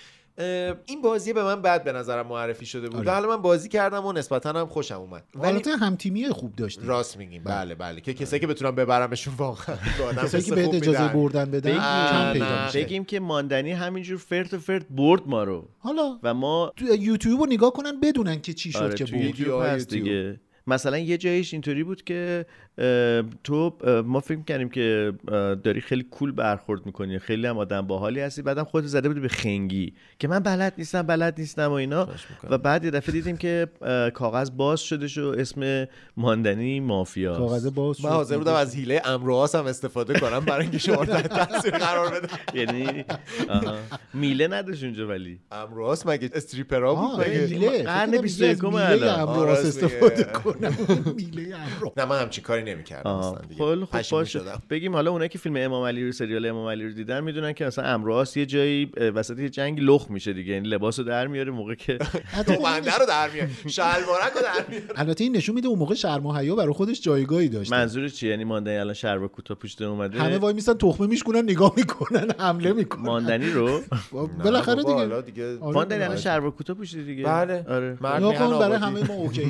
Speaker 4: این بازی به من بد به نظرم معرفی شده بود
Speaker 2: آره.
Speaker 4: حالا من بازی کردم و نسبتا هم خوشم اومد ولی
Speaker 2: حالت همتیمی خوب داشتی
Speaker 4: راست میگیم بله بله که کسایی که بتونم ببرمشون واقعا به آدم
Speaker 2: کسایی
Speaker 4: حس
Speaker 2: که بهت
Speaker 4: خوب
Speaker 2: اجازه
Speaker 4: میدن.
Speaker 2: بردن بدن
Speaker 3: بگیم.
Speaker 2: کم
Speaker 4: نه.
Speaker 2: پیدا میشه
Speaker 3: بگیم که ماندنی همینجور فرت و فرت برد ما رو
Speaker 2: حالا
Speaker 3: و ما
Speaker 2: تو یوتیوب رو نگاه کنن بدونن که چی شد
Speaker 3: آره
Speaker 2: که
Speaker 3: تو
Speaker 2: بود
Speaker 3: یوتیوب
Speaker 4: ویدیوهای
Speaker 3: هست
Speaker 4: یوتیوب.
Speaker 3: دیگه مثلا یه جایش اینطوری بود که اه، تو اه، ما فکر کردیم که اه، داری خیلی کول برخورد میکنی خیلی هم آدم باحالی هستی بعدم خودت زده بودی به خنگی که من بلد نیستم بلد نیستم و اینا و بعد یه دفعه دیدیم که اه، کاغذ باز شده شو اسم ماندنی مافیا
Speaker 2: کاغذ باز
Speaker 4: من حاضر بودم از حیله امروهاس هم استفاده کنم برای اینکه شما رو تحت تاثیر قرار بدم
Speaker 3: یعنی آها. میله نداشت اونجا ولی
Speaker 4: امروهاس مگه استریپرا بود مگه
Speaker 2: میله
Speaker 3: قرن
Speaker 2: فکر کردم
Speaker 3: 21
Speaker 2: میله از میله
Speaker 3: الان.
Speaker 2: امراس
Speaker 4: آره،
Speaker 2: استفاده
Speaker 4: دیگه.
Speaker 2: کنم میله امراس
Speaker 4: نه من همچین کاری نمیکردم
Speaker 3: آها.
Speaker 4: اصلا دیگه
Speaker 3: خیلی خوب
Speaker 4: پشیمون
Speaker 3: باشه
Speaker 4: شدم
Speaker 3: بگیم حالا اونایی که فیلم امام علی رو سریال امام علی رو دیدن میدونن که مثلا امراس یه جایی اه، وسط یه جنگ لخ میشه دیگه یعنی لباسو در میاره موقع که
Speaker 2: البته این
Speaker 4: بنده رو در میاره شلوارک رو در میاره
Speaker 2: البته این نشون میده اون موقع شرم و حیا برای خودش جایگاهی داشت
Speaker 3: منظور چیه یعنی ماندنی الان شلوار کوتاه پوشیده اومده
Speaker 2: همه وای میسن تخمه میشکنن نگاه میکنن حمله میکنن
Speaker 3: ماندنی رو
Speaker 2: خب، بالاخره
Speaker 4: بابا، حالا
Speaker 2: دیگه
Speaker 4: دیگه
Speaker 2: آره.
Speaker 3: ماندنی الان شلوار کوتاه پوشیده دیگه
Speaker 4: بله.
Speaker 3: آره
Speaker 4: مرد
Speaker 2: نگاه
Speaker 4: میهن
Speaker 2: کن برای
Speaker 4: آبادی.
Speaker 2: همه ما اوکیه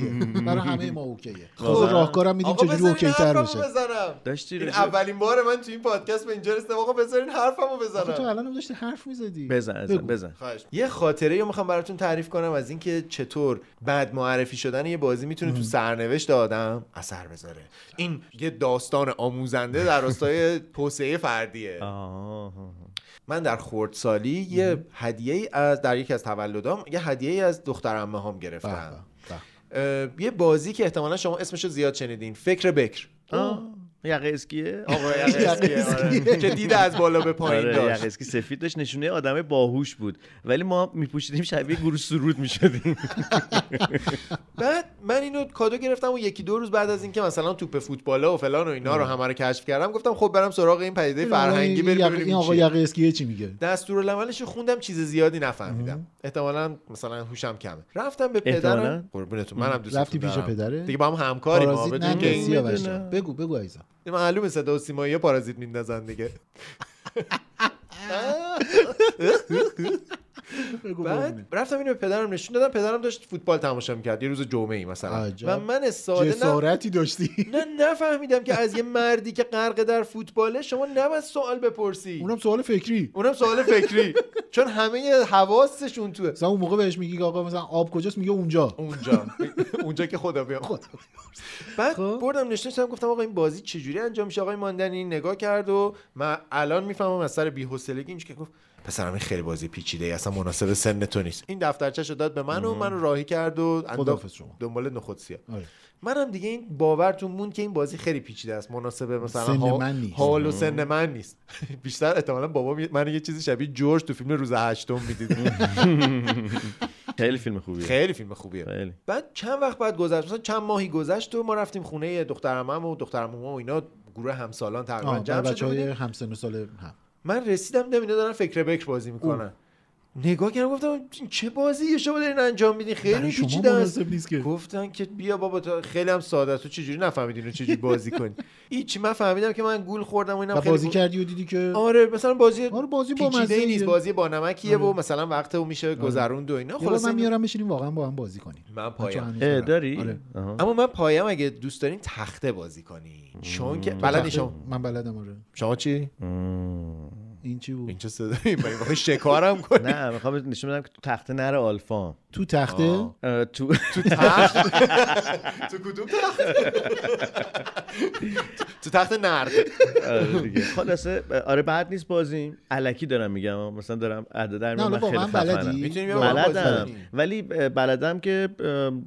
Speaker 2: برای همه ما اوکیه
Speaker 3: واقعا.
Speaker 2: خود راهکارم میدیم
Speaker 4: آقا
Speaker 2: چجوری
Speaker 4: بذارین
Speaker 2: اوکی تر
Speaker 4: حرفمو
Speaker 2: بشه
Speaker 4: بزنم
Speaker 3: داشتی
Speaker 4: این
Speaker 3: راجع-
Speaker 4: اولین بار من تو این پادکست به اینجا رسیدم آقا بذارین حرفمو
Speaker 2: آخه خب، تو
Speaker 4: بزنم
Speaker 2: الان هم داشتی حرف میزدی
Speaker 3: بزن بزن
Speaker 2: بگو.
Speaker 3: بزن
Speaker 4: خواهش. یه خاطره رو میخوام براتون تعریف کنم از اینکه چطور بعد معرفی شدن یه بازی میتونه تو سرنوشت آدم اثر بذاره این یه داستان آموزنده در راستای توسعه فردیه
Speaker 3: آها.
Speaker 4: من در خردسالی یه هدیه ای از در یکی از تولدام یه هدیه ای از دختر عمه هام
Speaker 2: به
Speaker 4: گرفتم
Speaker 2: به به.
Speaker 4: اه، یه بازی که احتمالا شما اسمش رو زیاد شنیدین فکر بکر
Speaker 3: آه. یقه اسکیه
Speaker 4: آقای اسکیه، آره. که دید از بالا به پایین
Speaker 3: آره
Speaker 4: داشت
Speaker 3: یقه اسکی سفید داشت نشونه آدم باهوش بود ولی ما میپوشیدیم شبیه گروه سرود میشدیم
Speaker 4: بعد من اینو کادو گرفتم و یکی دو روز بعد از اینکه مثلا توپ فوتبالا و فلان و اینا رو همه رو کشف کردم گفتم خب برم سراغ این پدیده فرهنگی
Speaker 2: این
Speaker 4: بریم
Speaker 2: یقه- این
Speaker 4: ببینیم
Speaker 2: آقا
Speaker 4: چیه.
Speaker 2: یقه اسکیه چی میگه
Speaker 4: دستورالعملش رو خوندم چیز زیادی نفهمیدم احتمالا مثلا هوشم کمه رفتم به
Speaker 3: احتمالاً؟
Speaker 4: پدرم قربونتون منم دوست
Speaker 2: رفتی پیش پدره؟
Speaker 4: دیگه با هم همکاریم ما
Speaker 2: پارازیت
Speaker 4: بدون که
Speaker 2: نندازی
Speaker 4: این-
Speaker 2: سیاوش جان.
Speaker 3: میدونه.
Speaker 2: بگو بگو عیزا
Speaker 4: معلومه صدا و سیمایی یه پارازیت میندازن دیگه
Speaker 2: بگو
Speaker 4: بعد رفتم اینو به پدرم نشون دادم پدرم داشت فوتبال تماشا میکرد یه روز جمعه ای مثلا
Speaker 2: عجب.
Speaker 4: و من ساده نه
Speaker 2: جسارتی داشتی
Speaker 4: نه نفهمیدم که از یه مردی که غرق در فوتباله شما نباید سوال بپرسی
Speaker 2: اونم سوال فکری
Speaker 4: اونم سوال فکری چون همه حواسشون توه
Speaker 2: مثلا اون موقع بهش میگی که آقا مثلا آب کجاست میگه اونجا
Speaker 4: اونجا اونجا که خدا بیام بعد
Speaker 2: خب.
Speaker 4: بردم نشستم گفتم آقا این بازی چجوری انجام میشه آقای ماندنی نگاه کرد و من الان میفهمم از سر بی‌حوصلگی اینج که گفت پسرم این خیلی بازی پیچیده ای اصلا مناسب سن تو نیست این دفترچه شد داد به من و منو راهی کرد و
Speaker 2: خداحافظ شما.
Speaker 4: دنبال نخود سیاه
Speaker 2: آره.
Speaker 4: منم دیگه این باورتون موند که این بازی خیلی پیچیده است مناسب مثلا
Speaker 2: سن
Speaker 4: ها-
Speaker 2: من نیست.
Speaker 4: حال و سن من نیست بیشتر احتمالا بابا من یه چیزی شبیه جورج تو فیلم روز هشتم میدید
Speaker 3: خیلی فیلم خوبیه
Speaker 4: خیلی فیلم خوبیه
Speaker 3: خیلی
Speaker 4: بعد چند وقت بعد گذشت مثلا چند ماهی گذشت و ما رفتیم خونه دخترمم و دخترمم و اینا گروه همسالان تقریبا
Speaker 2: آه
Speaker 4: جمع شده
Speaker 2: بچه های
Speaker 4: بودیم
Speaker 2: همسن و سال هم
Speaker 4: من رسیدم دیدم اینا دارن فکر بکر بازی میکنن نگاه کردم گفتم این چه بازی شما دارین انجام میدین خیلی
Speaker 2: برای شما
Speaker 4: یعنی پیچیده است خب،
Speaker 2: مناسب نیست که.
Speaker 4: گفتن که بیا بابا تا خیلی هم ساده است تو چجوری نفهمیدین و چجوری بازی کنی هیچ من فهمیدم که من گول خوردم و اینم
Speaker 2: و
Speaker 4: خیلی
Speaker 2: بازی
Speaker 4: گول-
Speaker 2: کردی و دیدی که
Speaker 4: آره مثلا بازی
Speaker 2: آره، بازی با
Speaker 4: پیچیده
Speaker 2: مزه‌ایه.
Speaker 4: نیست بازی با نمکیه و مثلا وقت اون میشه گذروند و اینا
Speaker 2: آره. یه بار
Speaker 4: خلاص
Speaker 2: من میارم بشینیم واقعا با هم بازی کنیم
Speaker 4: من پایم.
Speaker 2: بچه‌ها هنوز
Speaker 3: اه،
Speaker 2: دارن.
Speaker 3: داری
Speaker 2: آره.
Speaker 3: آها.
Speaker 4: اما من پایم اگه دوست دارین تخته بازی کنین چون که بلدی
Speaker 2: تخته-
Speaker 4: شما
Speaker 2: من بلدم آره
Speaker 4: شما چی
Speaker 2: این چی بود
Speaker 4: این چه صدایی با این واقعی شکارم کنی
Speaker 3: نه میخوام نشون بدم که تو تخته نره آلفا
Speaker 2: تو تخته
Speaker 3: اه، تو
Speaker 4: تو کدوم تخت تو تخت نرد
Speaker 3: آره دیگه. خلاصه آره بعد نیست بازیم الکی دارم میگم مثلا دارم اعداد در
Speaker 2: نه
Speaker 3: میگم،
Speaker 2: حالا
Speaker 3: من خیلی
Speaker 2: واقعا
Speaker 3: خفنم
Speaker 2: بلدی
Speaker 4: می‌تونی بیا
Speaker 2: واقعاً
Speaker 4: بلد-
Speaker 3: بلدم
Speaker 4: بازی کنی.
Speaker 3: ولی اه، بلدم که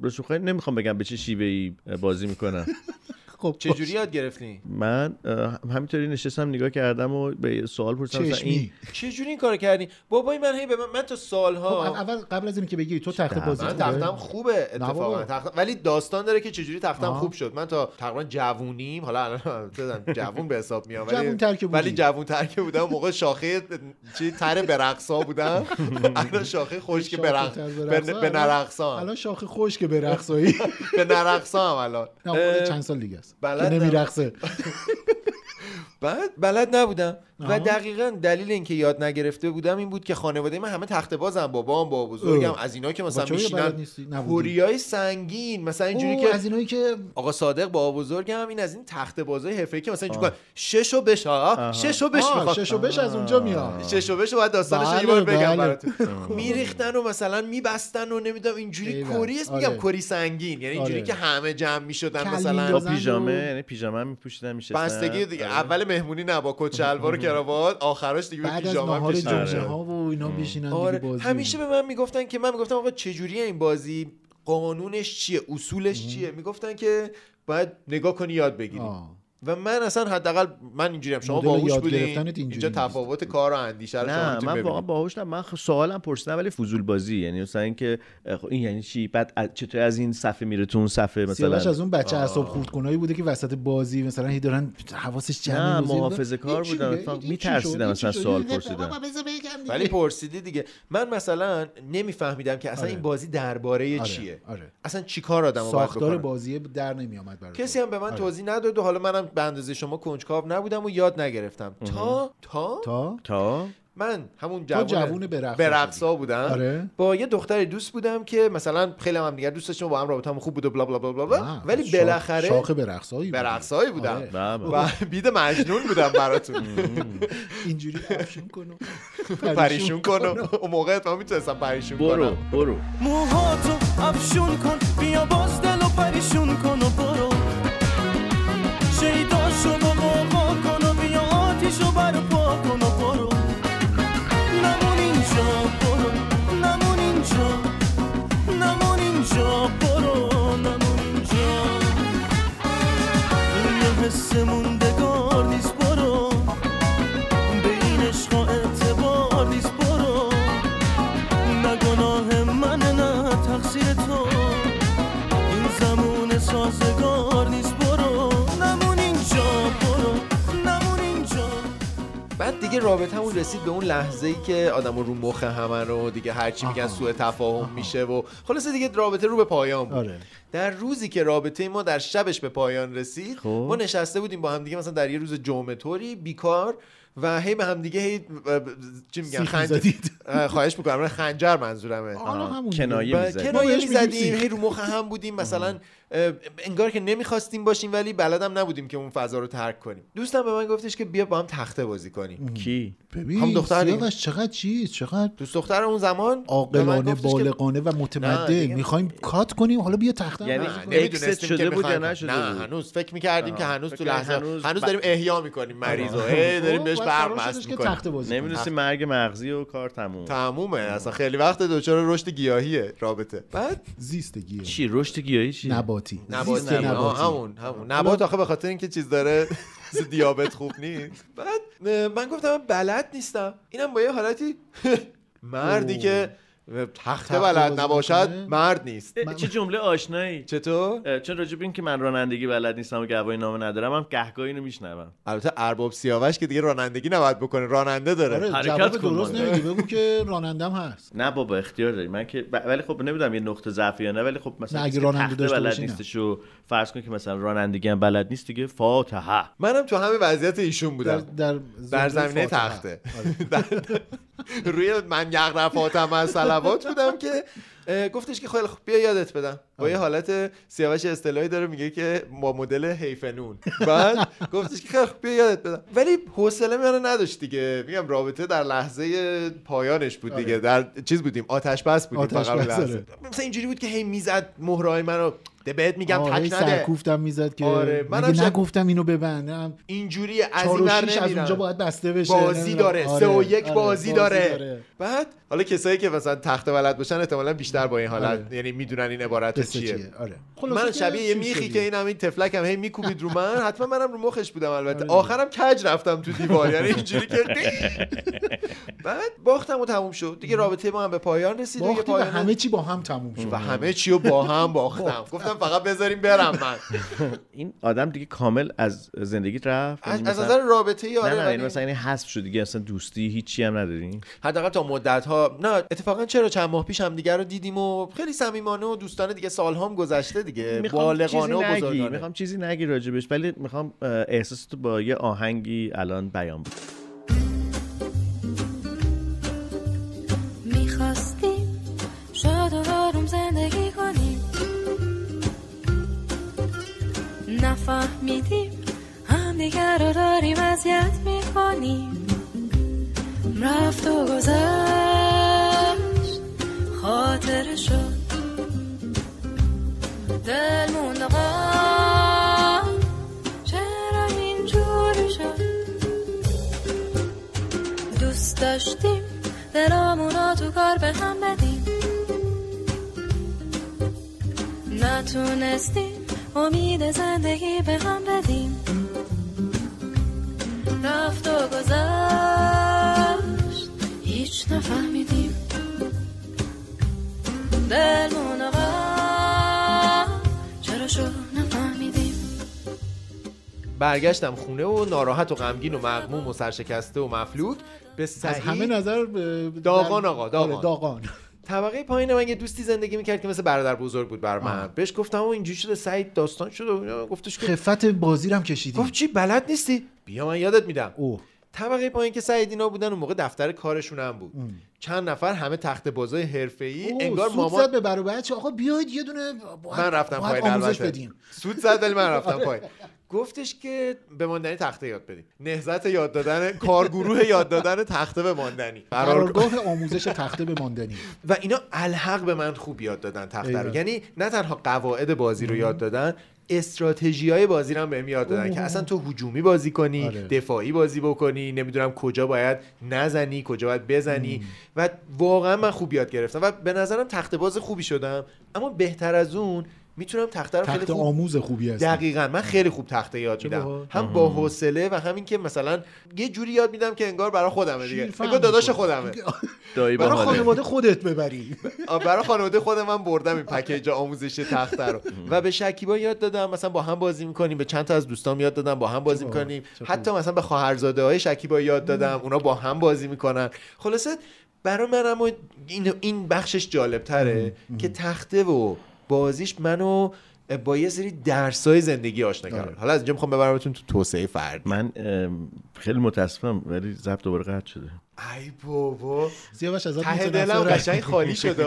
Speaker 3: رسوخه نمیخوام بگم به چه شیوه ای بازی میکنم
Speaker 2: خب
Speaker 4: چجوری یاد گرفتی
Speaker 3: من اه، همینطوری نشستم نگاه کردم و به یه سوال پرسیدم مثلا
Speaker 2: چشمی
Speaker 3: این
Speaker 4: چجوری این کارو کردی بابای من هی به من, من تا
Speaker 2: خب
Speaker 4: سالها
Speaker 2: اول قبل از اینکه بگی تو تخته بازی
Speaker 4: من
Speaker 2: خوبه؟
Speaker 4: تختم خوبه
Speaker 2: بابا.
Speaker 4: اتفاقا تخت... ولی داستان داره که چجوری تختم
Speaker 2: آها.
Speaker 4: خوب شد من تا تقریبا جوونیم حالا الان چیزم جوون به حساب میام ولی
Speaker 2: جوون‌تر که بودی.
Speaker 4: ولی جوون تر که بودم اون موقع شاخه چی تر برقصا بودم الان شاخه خشک
Speaker 2: شاخه
Speaker 4: برق
Speaker 2: تر
Speaker 4: به-
Speaker 2: برقصا،
Speaker 4: به
Speaker 2: الان-
Speaker 4: نرقصا
Speaker 2: الان شاخه خوش که به رقصایی
Speaker 4: به نرقصا هم الان
Speaker 2: نه اون چند سال دیگه است که
Speaker 4: بلدم.
Speaker 2: نمیرقصه
Speaker 4: بعد بلد نبودم
Speaker 2: آها.
Speaker 4: و دقیقا دلیل اینکه یاد نگرفته بودم این بود که خانواده من همه تخت بازم بابام با بزرگم
Speaker 2: اه.
Speaker 4: از اینا که مثلا
Speaker 2: بچه‌ها یه بلد
Speaker 4: میشینن
Speaker 2: نیستی؟ نبودی.
Speaker 4: کوریای سنگین مثلا اینجوری
Speaker 2: او،
Speaker 4: که
Speaker 2: از اینایی که
Speaker 4: آقا صادق با بزرگم این از این تخت بازای حرفه‌ای که مثلا اینجوری کنن ششو بش آه ششو بش
Speaker 2: آه،
Speaker 4: میخواد
Speaker 2: شش و بش از اونجا میاد
Speaker 4: ششو بش باید داستانش
Speaker 2: بله،
Speaker 4: یه بار بگم
Speaker 2: بله.
Speaker 4: براتون میریختن و مثلا میبستن و نمیدونم اینجوری
Speaker 2: ایول.
Speaker 4: کوری است میگم
Speaker 2: آره.
Speaker 4: کری سنگین یعنی اینجوری
Speaker 2: آره.
Speaker 4: که همه جمع میشدن
Speaker 2: کلین
Speaker 4: مثلا
Speaker 2: دازن.
Speaker 3: با پیژامه یعنی پیژامه میپوشیدم میشستم
Speaker 4: بستگی دیگه
Speaker 3: آره.
Speaker 4: اول مهمونی نبا کت شلوار و کراوات آخرش دیگه
Speaker 2: بعد از
Speaker 4: پیژامه هم
Speaker 2: نهار
Speaker 4: پیشنهاد.
Speaker 2: جمجه ها و اینا میشینن دیگه
Speaker 4: آره
Speaker 2: بازی
Speaker 4: همیشه به من میگفتن که من میگفتم آقا چجوریه این بازی قانونش چیه اصولش چیه میگفتن که باید نگاه کنی یاد بگیری
Speaker 2: آه.
Speaker 4: و من اصلا حداقل من اینجوریم شما
Speaker 2: مدل
Speaker 4: باهوش
Speaker 2: یاد
Speaker 4: بودین
Speaker 2: گرفتنت اینجوری
Speaker 4: اینجا
Speaker 2: نیست.
Speaker 4: تفاوت کار و اندیشه رو شما
Speaker 3: نه
Speaker 4: می‌تونی
Speaker 3: من
Speaker 4: ببینی.
Speaker 3: واقعا باهوش نه من خ- سوالم پرسیدم ولی فضول بازی یعنی مثلا اینکه اه، خب این یعنی چی بعد از- چطور از این صفحه میره تو اون صفحه
Speaker 2: سیاوش
Speaker 3: مثلا
Speaker 2: از اون بچه اعصاب خردکنایی بوده که وسط بازی مثلا هی دارن حواسش جمع
Speaker 3: نه محافظه کار بودم اتفاق میترسیدم مثلا سوال پرسیدم
Speaker 4: ولی پرسیدی دیگه من مثلا نمیفهمیدم که اصلا این بازی درباره چیه
Speaker 2: آره.
Speaker 4: اصلا چیکار آدم باید
Speaker 2: ساختار
Speaker 4: بکنه
Speaker 2: بازی در نمیامد برای
Speaker 4: کسی هم به من
Speaker 2: آره.
Speaker 4: توضیح نداد و حالا منم به اندازه شما کنجکاو نبودم و یاد نگرفتم تا تا
Speaker 2: تا
Speaker 3: تا
Speaker 4: من همون
Speaker 2: تا
Speaker 4: جوون
Speaker 2: جوون برقصا
Speaker 4: برقصا بودم
Speaker 2: آره.
Speaker 4: با یه دختری دوست بودم که مثلا خیلی هم, هم دیگه دوست داشتیم و با هم رابطه خوب بود و بلا بلا بلا بلا
Speaker 2: نه،
Speaker 4: ولی
Speaker 2: شاخ-
Speaker 4: بالاخره
Speaker 2: شاخ برقصایی بود.
Speaker 4: برقصایی بودم
Speaker 2: آره.
Speaker 3: بله، بله.
Speaker 4: و بید مجنون بودم براتون
Speaker 2: اینجوری افشون کنو
Speaker 4: پریشون کن و- اون موقع اتفاقا میتونستم پریشون
Speaker 3: برو
Speaker 4: کنم
Speaker 3: برو
Speaker 7: موهاتو افشون کن بیا باز دلو پریشون کن و برو شیداشو با بابا کن و بیا آتیشو بر پا کن و برو نمون اینجا برو نمون اینجا نمون اینجا برو نمون اینجا این حس موندگار نیست برو به این عشقا اعتبار نیست برو نه گناه من نه تقصیر تو این زمون سازگار نیست برو نمون اینجا برو نمون اینجا
Speaker 4: بعد دیگه رابطمون رسید به اون لحظه ای که آدم رو مخ همن و دیگه هرچی میگن سوء تفاهم میشه و خلاصه دیگه رابطه رو به پایان بود
Speaker 2: آره.
Speaker 4: در روزی که رابطه ما در شبش به پایان رسید
Speaker 3: خب.
Speaker 4: ما نشسته بودیم با هم دیگه مثلا در یه روز جمعه طوری بیکار و هی به هم دیگه هی اه، چی میگن
Speaker 2: سیخ می‌زدید.
Speaker 4: اه، خواهش میکنم خنجر منظورمه
Speaker 2: حالا همون
Speaker 3: کنایه
Speaker 4: و
Speaker 3: می‌زدی.
Speaker 2: ما
Speaker 4: کنایه
Speaker 2: بهش میگیم
Speaker 4: میزدیم
Speaker 2: سیخ.
Speaker 4: هی رو مخ هم بودیم مثلا اه، انگار که نمیخواستیم باشیم ولی بلدم نبودیم که اون فضا رو ترک کنیم دوستم به من گفتش که بیا با هم تخته بازی کنیم
Speaker 3: کی
Speaker 2: ببین
Speaker 4: هم دختر دیگه.
Speaker 2: سیاوش چقدر چیز چقدر
Speaker 4: دوست دختر اون زمان به من
Speaker 2: عاقلانه
Speaker 4: گفتش که-
Speaker 2: بالغانه و
Speaker 4: نه،
Speaker 2: متمدن
Speaker 4: دیگه-
Speaker 2: میخوایم کات کنیم حالا بیا تخته
Speaker 3: یعنی-
Speaker 4: نه،
Speaker 3: اکست
Speaker 4: نمیدونستیم
Speaker 3: شده
Speaker 4: که
Speaker 3: بود یا
Speaker 4: می‌خوایم.
Speaker 3: نشده
Speaker 4: نه
Speaker 3: بود؟
Speaker 4: هنوز فکر میکردیم که هنوز
Speaker 3: فکر
Speaker 4: تو
Speaker 3: کنم
Speaker 4: لحظه
Speaker 3: هنوز خب،
Speaker 4: هنوز,
Speaker 3: ب-
Speaker 4: داریم احیا میکنیم مریض رو هی داریم بهش برق مست
Speaker 2: که
Speaker 4: میکنیم
Speaker 2: تخته بازی خب، کنیم.
Speaker 3: نمیدونستی مرگ مغزی و کار تموم
Speaker 4: تمومه اصلا خیلی وقت دچار رشد گیاهیه رابطه بعد
Speaker 2: زیستگیه
Speaker 3: چی رشد گیاهی چی
Speaker 2: نباتی
Speaker 4: نبات
Speaker 2: زیست
Speaker 4: نبات. آه،
Speaker 2: نباتی
Speaker 4: همون همون نبات آخه به خاطر اینکه چیز داره دیابت خوب نیست بعد اه، من گفتم من بلد نیستم اینم با یه حالتی مردی
Speaker 2: اوه.
Speaker 4: که اه، تخته
Speaker 2: تخته
Speaker 4: بلد
Speaker 2: بازی می‌کنه؟
Speaker 4: نباشد مرد نیست
Speaker 3: اه، چه جمله آشنایی
Speaker 4: چطور
Speaker 3: اه، چون راجب این که من رانندگی بلد نیستم و گواهی نامه ندارم هم گهگاهی اینو میشنوم
Speaker 4: البته ارباب سیاوش که دیگه رانندگی نباید بکنه راننده داره
Speaker 2: آره
Speaker 3: حرکت
Speaker 2: جواب
Speaker 3: کن
Speaker 2: درست
Speaker 3: مادر.
Speaker 2: نمیدی بگو که رانندم هست
Speaker 3: نه بابا اختیار داری من که ب- ولی خب نمیدونم یه نقطه ضعف یا نه ولی خب مثلا
Speaker 2: نه، اگه
Speaker 3: کسی که
Speaker 2: راننده
Speaker 3: تخته
Speaker 2: داشته
Speaker 3: بلد
Speaker 2: باشی، نه.
Speaker 3: نیستش و فرض کن که مثلا رانندگی هم بلد نیست دیگه فاتحه
Speaker 4: منم تو همه وضعیت ایشون
Speaker 2: در
Speaker 4: بودم
Speaker 2: در,
Speaker 4: در زمینه
Speaker 2: فاتحه.
Speaker 4: تخته
Speaker 2: آره.
Speaker 4: در- روی من یقرفاتم از سلوات بودم که اه، گفتش که خیلی خوب بیا یادت بدم با
Speaker 2: آره.
Speaker 4: یه حالت سیاوش اصطلاحی داره میگه که ما مدل حیفنون بعد گفتش که خیلی خوب بیا یادت بدم ولی حوصله منو نداشت دیگه میگم رابطه در لحظه پایانش بود دیگه در چیز بودیم آتش بس بودیم
Speaker 2: آره. آتش
Speaker 4: فقط اون
Speaker 2: بس، آره.
Speaker 4: لحظه. مثلا اینجوری بود که هی میزد مهرای منو ده بهت میگم تک نده
Speaker 2: آره، سرکوفتم میزد که
Speaker 4: آره،
Speaker 2: میگه
Speaker 4: منم شب-
Speaker 2: نگفتم اینو ببندم
Speaker 4: اینجوری از
Speaker 2: چهار
Speaker 4: این
Speaker 2: و
Speaker 4: ور
Speaker 2: شیش از
Speaker 4: نمیرم.
Speaker 2: اونجا باید بسته بشه
Speaker 4: بازی
Speaker 2: نمی‌دونم.
Speaker 4: داره
Speaker 2: آره،
Speaker 4: سه و یک
Speaker 2: آره،
Speaker 4: بازی داره. بعد حالا کسایی که مثلا تخت ولد باشن احتمالا بیشتر با این حالت یعنی میدونن این عبارت
Speaker 2: آره. قصه
Speaker 4: چیه
Speaker 2: چیه آره
Speaker 4: من
Speaker 2: خلاصه
Speaker 4: شبیه
Speaker 2: که
Speaker 4: یه
Speaker 2: چیز
Speaker 4: میخی
Speaker 2: شدی.
Speaker 4: که این همین تفلک هم هی میکوبید رو من حتما منم رو مخش بودم البته
Speaker 2: آره.
Speaker 4: آخرم کج رفتم تو دیوار یعنی اینجوری که بعد باختم و تموم شد دیگه رابطه ما هم به پایان رسید دیگه
Speaker 2: باختی و
Speaker 4: پایان
Speaker 2: همه چی با هم تموم شد
Speaker 4: و همه چی رو با هم باختم گفتم فقط بذاریم برم من
Speaker 3: این آدم دیگه کامل از زندگیت رفت
Speaker 4: از
Speaker 3: یعنی
Speaker 4: از
Speaker 3: مثلا-
Speaker 4: نظر رابطه ای آره
Speaker 3: نه نه
Speaker 4: ولی-
Speaker 3: یعنی مثلا این حذف شد دیگه اصلا دوستی هیچی هم نداری
Speaker 4: حداقل تا مدت ها نه اتفاقا چرا چند ماه پیش هم دیگه رو دیدیم و خیلی صمیمانه و دوستانه دیگه سالها هم گذشته دیگه بالغانه و
Speaker 3: نگی
Speaker 4: بزرگانه
Speaker 3: میخوام چیزی نگی راجبش ولی میخوام احساس تو با یه آهنگی الان بیان بود
Speaker 9: میخواستیم شاد و آروم زندگی کنیم نفهمیدیم همدیگر رو داریم اذیت میکنیم رفت و گذشت خاطر شد دل موند و غم. چرا اینجوری شد دوست داشتیم دلامون رو تو کار به هم بدیم نتونستیم امید زندگی به هم بدیم رفت و گذشت هیچ نفهمیدیم دلمون رو غم چرا شد نفهمیدیم
Speaker 4: برگشتم خونه و ناراحت و غمگین و مغموم و سرشکسته و مفلوک به
Speaker 2: از
Speaker 4: سعید
Speaker 2: همه نظر ب- در-
Speaker 4: داغان آقا، داغان.
Speaker 2: آره، داغان
Speaker 4: طبقه پایین من یه دوستی زندگی میکرد که مثل برادر بزرگ بود بر من بهش گفتم و اینجوری شده سعید داستان شده و اینا. گفتش که
Speaker 2: خفت بازی رو هم کشیدیم
Speaker 4: گفت چی بلد نیستی بیا من یادت میدم
Speaker 2: او
Speaker 4: طبقه پایین که سعید اینا بودن اون موقع دفتر کارشون هم بود چند نفر همه تخت بازای حرفه‌ای انگار مامان
Speaker 2: زد به برو بچه آقا بیاید یه دونه باید-
Speaker 4: من رفتم
Speaker 2: باید
Speaker 4: پایین
Speaker 2: آموزش
Speaker 4: البته.
Speaker 2: بدیم
Speaker 4: سود زد ولی من رفتم پایین گفتش که به ماندنی تخته یاد بدیم نهزت یاد دادن کارگروه یاد دادن تخته به ماندنی قرار
Speaker 2: قرارگاه آموزش تخته به ماندنی
Speaker 4: و اینا الحق به من خوب یاد دادن تخته رو
Speaker 2: ایول.
Speaker 4: یعنی نه تنها قواعد بازی رو یاد دادن استراتژی های بازی رو هم بهم یاد دادن که اصلا تو هجومی بازی کنی
Speaker 2: آره.
Speaker 4: دفاعی بازی بکنی نمیدونم کجا باید نزنی کجا باید بزنی و واقعا من خوب یاد گرفتم و به نظرم تخته باز خوبی شدم اما بهتر از اون میتونم تخته رو خیلی
Speaker 2: تخت
Speaker 4: خوب
Speaker 2: آموز خوبی هست
Speaker 4: دقیقا من خیلی خوب تخته یاد میدم
Speaker 2: باحال.
Speaker 4: هم با حوصله و همین که مثلا یه جوری یاد میدم که انگار برای خودمه دیگه
Speaker 2: شیرفهم
Speaker 4: انگار داداش
Speaker 2: می‌کنی.
Speaker 4: خودمه
Speaker 3: دایی
Speaker 2: برای
Speaker 3: باحاله.
Speaker 2: خانواده خودت ببری
Speaker 4: آه، برای خانواده خود من بردم این پکیج آموزش تخته رو و به شکیبا یاد دادم مثلا با هم بازی میکنیم به چند تا از دوستام یاد دادم با هم بازی میکنیم حتی مثلا به خواهرزاده های شکیبا یاد دادم اونا با هم بازی میکنن خلاصه برای من اما این این بخشش جالب تره که تخته و بازیش منو با یه سری درسای زندگی آشنا کرد حالا از اینجا میخوام ببرمتون تو توسعه فرد
Speaker 3: آره. من ام، خیلی متاسفم ولی ضبط دوباره قطع شده
Speaker 4: ای بابا
Speaker 2: سیاوش ازت
Speaker 4: ته دلم
Speaker 2: متنفرم
Speaker 4: قشنگ خالی شده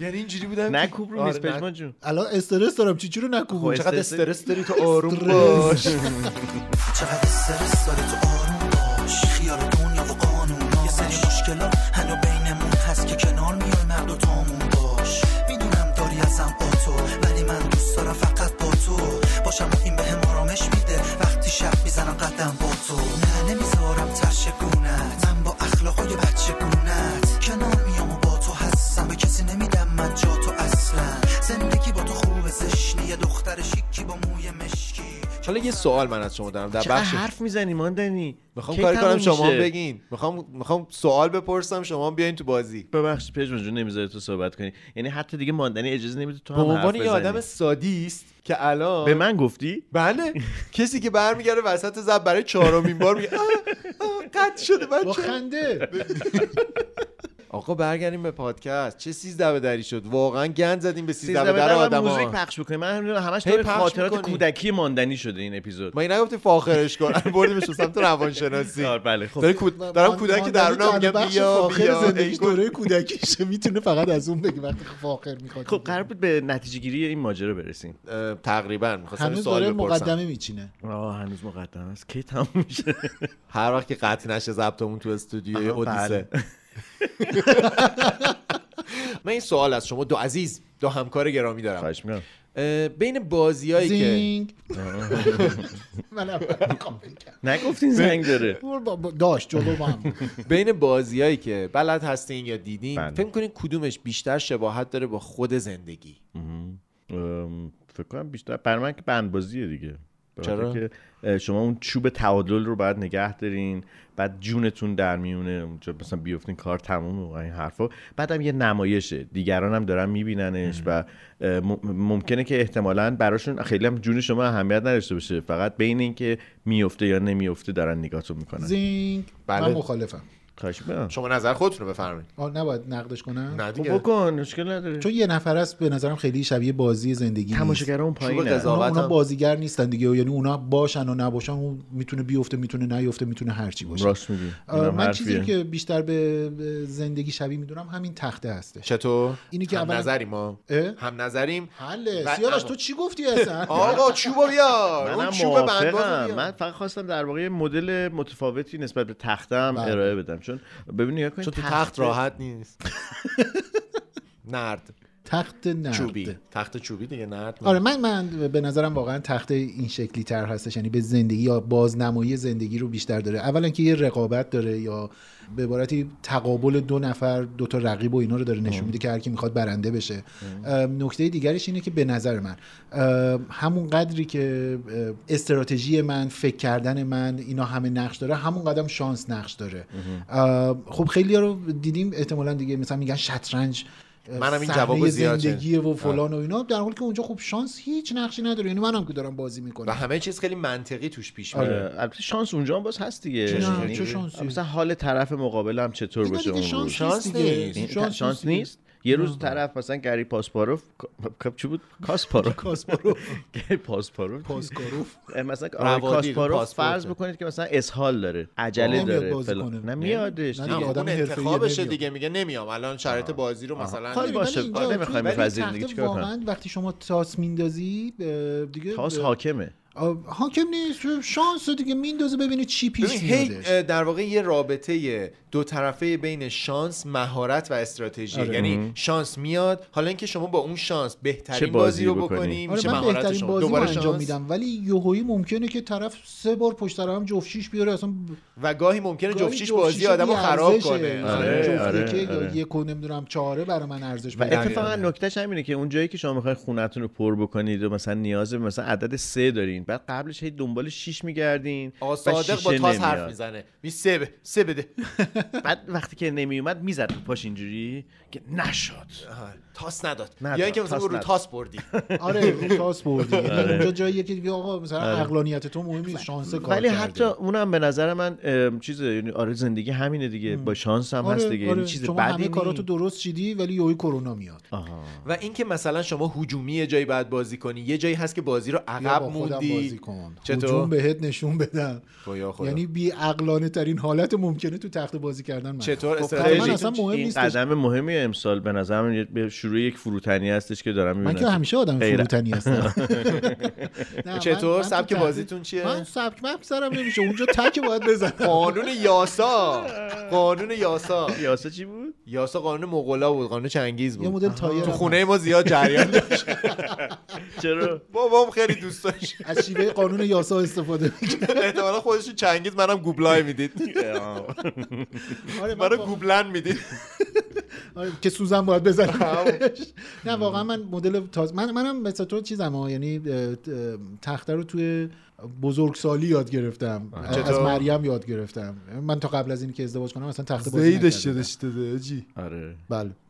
Speaker 4: یعنی اینجوری بودم که-
Speaker 3: نکوب رو
Speaker 4: آره،
Speaker 3: نیست پژمان جون
Speaker 2: الان استرس دارم چی چی رو نکوبون
Speaker 4: خب، چقدر استرس داری تو آروم
Speaker 2: استرس.
Speaker 4: باش
Speaker 7: چقدر استرس داره تو آروم باش خیال دنیا و قانون یه سری مشکلا هنو بینمون هست که کنار میای مرد و تامون باش میدونم داری ازم آتو ولی من دوست دارم فقط با تو باشم و این بهم آرامش میده وقتی شب میزنم قدم با تو نه نمیذارم ترش گونت من با اخلاقای بچه گونت کنار میام و با تو هستم به کسی نمیدم من جا تو اصلا زندگی با تو خوب زشنی یه دختر شیکی با موی مشکی
Speaker 4: حالا یه سوال من از شما دارم در
Speaker 3: چقدر
Speaker 4: بخش
Speaker 3: حرف میزنی ماندنی
Speaker 4: میخوام
Speaker 3: کی
Speaker 4: کاری
Speaker 3: تموم
Speaker 4: کنم شما
Speaker 3: میشه؟
Speaker 4: بگین میخوام میخوام سوال بپرسم شما بیاین تو بازی
Speaker 3: ببخشید پژمان جون نمیذاره تو صحبت کنی یعنی حتی دیگه ماندنی اجازه نمیده تو
Speaker 4: به
Speaker 3: هم حرف
Speaker 4: عنوان یه آدم
Speaker 3: بزنی
Speaker 4: سادیست که الان
Speaker 3: به من گفتی
Speaker 4: بله کسی که برمیگرده وسط زب برای چهارمین بار میگه آه، آه، قطع شده
Speaker 2: با
Speaker 4: بچه
Speaker 2: خنده
Speaker 4: آقا برگردیم به پادکست چه سیزده به دری شد واقعا گند زدیم به سیزده به
Speaker 3: سیزده
Speaker 4: در
Speaker 3: بدر
Speaker 4: آدم
Speaker 3: آدم موزیک
Speaker 4: ها
Speaker 3: پخش بکنیم من نمی‌دونم، همش
Speaker 4: هی
Speaker 3: تو
Speaker 4: پخش
Speaker 3: خاطرات
Speaker 4: می‌کنی.
Speaker 3: کودکی ماندنی شده این اپیزود
Speaker 4: ما این نگفتیم فاخرش کن بردیمش به سمت روانشناسی
Speaker 3: آه، بله خب
Speaker 4: داره کود... دارم کودکی درونم میگم بیا بیا ای گل.
Speaker 2: زندگی دوره کودکیشه میتونه فقط از اون بگه وقتی فاخر میخواد
Speaker 3: خب قرار بود به نتیجه گیری این ماجرا برسیم
Speaker 4: اه، تقریبا میخواستم
Speaker 2: هنوز
Speaker 4: سوال
Speaker 2: داره
Speaker 4: بپرسم
Speaker 2: مقدمه میچینه
Speaker 3: آه هنوز مقدم است کی تموم میشه
Speaker 4: هر وقت که قطع نشه ضبطمون تو استودیوی
Speaker 3: آها،
Speaker 4: اودیسه
Speaker 2: بله.
Speaker 4: من این سوال از شما دو عزیز دو همکار گرامی دارم
Speaker 3: خواهش می‌کنم
Speaker 4: اه، بین بازیایی که
Speaker 2: زینگ من میخوام بگم
Speaker 3: نگفتین زنگ داره
Speaker 2: با- با- داشت جلو ما هم بود.
Speaker 4: بین بازیایی که بلد هستین یا دیدین
Speaker 3: بله.
Speaker 4: فکر کنین کدومش بیشتر شباهت داره با خود زندگی
Speaker 3: ام، فکر کنم بیشتر برای من که بندبازیه دیگه به
Speaker 4: چرا؟
Speaker 3: خاطر که اه، شما اون چوب تعادل رو باید نگه دارین بعد جونتون در میونه اونجا مثلا بیفتین کار تمومه و این حرفا بعدم یه نمایشه دیگران هم دارن میبیننش و اه، مم- ممکنه که احتمالا براشون خیلی هم جون شما اهمیت نداشته باشه فقط بین اینکه میفته یا نمیفته دارن نگاهتون میکنن
Speaker 2: زینگ
Speaker 4: بله.
Speaker 2: من مخالفم
Speaker 3: خواهش می‌کنم.
Speaker 4: شما نظر خودتون رو بفرمایید
Speaker 2: آه، نباید نقدش کنم
Speaker 4: نه
Speaker 3: خب
Speaker 4: دیگه
Speaker 3: بکن مشکل نداره
Speaker 2: چون یه نفر است به نظرم خیلی شبیه بازی زندگی نیست
Speaker 3: تماشاگر اون
Speaker 4: چوب
Speaker 3: پایینه
Speaker 4: قضاوت
Speaker 2: اونا, اونا
Speaker 4: هم.
Speaker 2: بازیگر نیستن دیگه یعنی اونا باشن و نباشن اون میتونه بیفته میتونه نیفته میتونه هرچی باشه
Speaker 3: راست میگی
Speaker 2: آه، من چیزی که بیشتر به به زندگی شبیه میدونم همین تخته هستش
Speaker 4: چطور
Speaker 2: اینی که
Speaker 4: هم
Speaker 2: اولا-
Speaker 4: نظریم ما
Speaker 2: اه؟
Speaker 4: هم نظریم
Speaker 2: حله
Speaker 4: و-
Speaker 2: سیاوش
Speaker 4: اما-
Speaker 2: تو چی گفتی اصلا
Speaker 4: آقا چوبو
Speaker 2: آره،
Speaker 4: بیار اون
Speaker 3: منم
Speaker 4: چوب بنداز
Speaker 3: موافقم من فقط خواستم در واقع یه مدل متفاوتی نسبت به تختم
Speaker 2: بله.
Speaker 3: ارائه بدم چون ببین نگاه کنید
Speaker 4: چون تو تخت راحت نیست نرد
Speaker 2: تخت نرد
Speaker 4: چوبی تخت چوبی دیگه نرد
Speaker 2: آره من من به نظرم واقعا تخت این شکلی تر هستش یعنی به زندگی یا بازنمایی زندگی رو بیشتر داره اولا که یه رقابت داره یا به عبارتی تقابل دو نفر دو تا رقیب و اینا رو داره نشون میده که هر کی میخواد برنده بشه ام، نکته دیگرش اینه که به نظر من ام، همون قدری که ام، استراتژی من فکر کردن من اینا همه نقش داره همون قدم شانس نقش داره ام، خب خیلی رو دیدیم احتمالا دیگه مثلا میگن شطرنج ام،
Speaker 4: منم این
Speaker 2: صحنه
Speaker 4: جوابو زیاد شنیدم.
Speaker 2: زندگیه و فلان و اینا در حالی که اونجا خب شانس هیچ نقشی نداره یعنی منم که دارم بازی
Speaker 4: و
Speaker 2: میکنم
Speaker 4: همه چیز خیلی منطقی توش پیش
Speaker 3: اه،
Speaker 4: میره
Speaker 3: آره،
Speaker 2: آره.
Speaker 3: البته شانس اونجا هم باز هست دیگه
Speaker 2: چه نه،
Speaker 3: یعنی
Speaker 2: چه شانسی؟
Speaker 3: مثلا حال طرف مقابلم چطور
Speaker 2: اینا
Speaker 3: باشه
Speaker 2: دیگه
Speaker 3: اون
Speaker 2: شانس,
Speaker 3: روز
Speaker 4: شانس
Speaker 2: نیست دیگه.
Speaker 4: نیست.
Speaker 3: این ت- شانس نیست یه روز طرف مثلا گری پاسپاروف کا- چی بود کاسپاروف
Speaker 2: کاسپاروف
Speaker 3: گری پاسپاروف
Speaker 2: پاسکاروف
Speaker 3: مثلا آقای
Speaker 4: روادی،
Speaker 3: کاسپاروف
Speaker 4: پاسپورته.
Speaker 3: فرض بکنید که مثلا اسهال داره عجله
Speaker 2: نمیاد
Speaker 3: داره
Speaker 2: بازی
Speaker 3: فلان.
Speaker 2: کنه. یعنی
Speaker 3: نه میادش
Speaker 2: نه،
Speaker 3: دیگه.
Speaker 2: آدم
Speaker 4: اون
Speaker 2: حرفه‌ایه
Speaker 4: انتخابشه
Speaker 2: نمیاد.
Speaker 4: دیگه میگه نمیام الان شرایط بازی رو
Speaker 3: خب،
Speaker 4: مثلا
Speaker 3: باشه. آه،
Speaker 4: آره،
Speaker 3: نمی‌خوایم بپذیریم دیگه، چیکار کنم؟
Speaker 2: واقعا وقتی شما تاس میندازی اه، دیگه
Speaker 3: تاس
Speaker 2: اه،
Speaker 3: حاکمه
Speaker 2: آه، حاکم نیست شانس رو دیگه میندازه ببینه چی
Speaker 4: ببین،
Speaker 2: پیش
Speaker 4: هی
Speaker 2: میادش
Speaker 4: اه، در واقع یه رابطه دو طرفه بین شانس مهارت و استراتژی
Speaker 2: آره.
Speaker 4: یعنی شانس میاد حالا اینکه شما با اون شانس بهترین
Speaker 3: چه
Speaker 4: بازی
Speaker 3: بازی
Speaker 4: رو
Speaker 3: رو بکنی؟
Speaker 4: بکنی
Speaker 2: آره
Speaker 4: میشه
Speaker 2: من
Speaker 4: مهارت
Speaker 2: بهترین
Speaker 4: شما
Speaker 2: بازی رو
Speaker 4: دوباره
Speaker 2: انجام
Speaker 4: شانس
Speaker 2: میدم ولی یوهویی ممکنه که طرف سه بار پشت سر هم جفشیش بیاره اصلا یعنی
Speaker 4: و گاهی ممکنه
Speaker 2: گاهی
Speaker 4: جفتیش بازی آدمو
Speaker 2: بی‌ارزشه.
Speaker 4: خراب کنه
Speaker 2: مثلا
Speaker 3: آره،
Speaker 2: جفت
Speaker 3: آره،
Speaker 2: یکی یا
Speaker 3: آره.
Speaker 2: یک و نمیدونم چهاره برای من ارزش
Speaker 3: و
Speaker 2: پیدا
Speaker 3: یعنی اتفاقا
Speaker 2: می‌کنه.
Speaker 3: نکتهش همینه که اون جایی که شما میخواین خونتون رو پر بکنید و مثلا نیاز به مثلا عدد سه دارین بعد قبلش هی دنبال شیش میگردین
Speaker 4: آقا صادق با تاس حرف میزنه می سه بده سه بده
Speaker 3: بعد وقتی که نمیومد میزد تو پاش اینجوری که نشد
Speaker 4: آها، تاس نداد
Speaker 3: آره. نداد،
Speaker 4: یا اینکه مثلا
Speaker 3: تاس
Speaker 4: رو
Speaker 3: نداد.
Speaker 4: تاس بردی
Speaker 2: آره شانس بردی یعنی اونجا جاییه که دیگه آقا مثلا
Speaker 4: آره.
Speaker 2: عقلانیت تو مهم نیست شانس کار
Speaker 3: ولی
Speaker 2: کرده.
Speaker 3: حتی آره، اونم به نظر من ام، چیزه یعنی آره زندگی همینه دیگه با شانس هم هست دیگه یعنی چیز
Speaker 2: آره، شما
Speaker 3: بدی
Speaker 2: همه کاراتو
Speaker 3: نیست
Speaker 2: درست چیدی ولی یوی کرونا میاد
Speaker 4: خب،
Speaker 3: آها.
Speaker 4: و اینکه مثلا شما هجومی یه جایی باید بازی کنی یه جایی هست که بازی رو
Speaker 2: بیا
Speaker 4: عقب
Speaker 2: با خودم
Speaker 4: موندی
Speaker 2: بازی کن
Speaker 4: چطور؟
Speaker 2: هجوم بهت نشون بدم
Speaker 4: خدا خدا.
Speaker 2: یعنی بی عقلانه ترین حالت ممکنه تو تخت بازی کردن من
Speaker 4: چطور
Speaker 2: برای خب،
Speaker 4: استراتژی
Speaker 2: من اصلا مهم
Speaker 3: این
Speaker 2: نیستش
Speaker 3: قدم مهمی امسال به نظر من یه- به شروع یک فروتنی هستش که دارم
Speaker 2: من
Speaker 3: میبینم
Speaker 2: که همیشه آدم
Speaker 3: غیر-
Speaker 2: فروتنی هستم نه، من-
Speaker 4: چطور؟
Speaker 2: من تو
Speaker 4: سبک
Speaker 2: تخت-
Speaker 4: بازیتون چیه؟
Speaker 2: من سبک مبک سرم نمیشه اونجا تک باید بزنم
Speaker 4: قانون یاسا قانون یاسا
Speaker 3: یاسه چی بود
Speaker 4: یاسا قانون مغولا بود قانون چنگیز
Speaker 2: یه
Speaker 4: بود
Speaker 2: مدل تایر
Speaker 4: تو
Speaker 2: هم
Speaker 4: خونه ما زیاد جریان داشت
Speaker 3: چرا
Speaker 4: بابام خیلی دوست داشت
Speaker 2: هست. از شیوه قانون یاسا استفاده میکنه
Speaker 4: احتمالا خودشون چنگیز منم گوبلای میدید
Speaker 2: آره من
Speaker 4: منو
Speaker 2: با-
Speaker 4: گوبلن میدید
Speaker 2: آره، که سوزن باید بزنم نه واقعا من مدل تاز من منم مثل تو چیزم ها یعنی اه، اه، تخته رو توی بزرگسالی یاد گرفتم از
Speaker 4: چطور؟
Speaker 2: مریم یاد گرفتم من تا قبل از اینکه ازدواج کنم اصلا تخته بازی نکردم
Speaker 4: داشته
Speaker 3: آره
Speaker 2: بله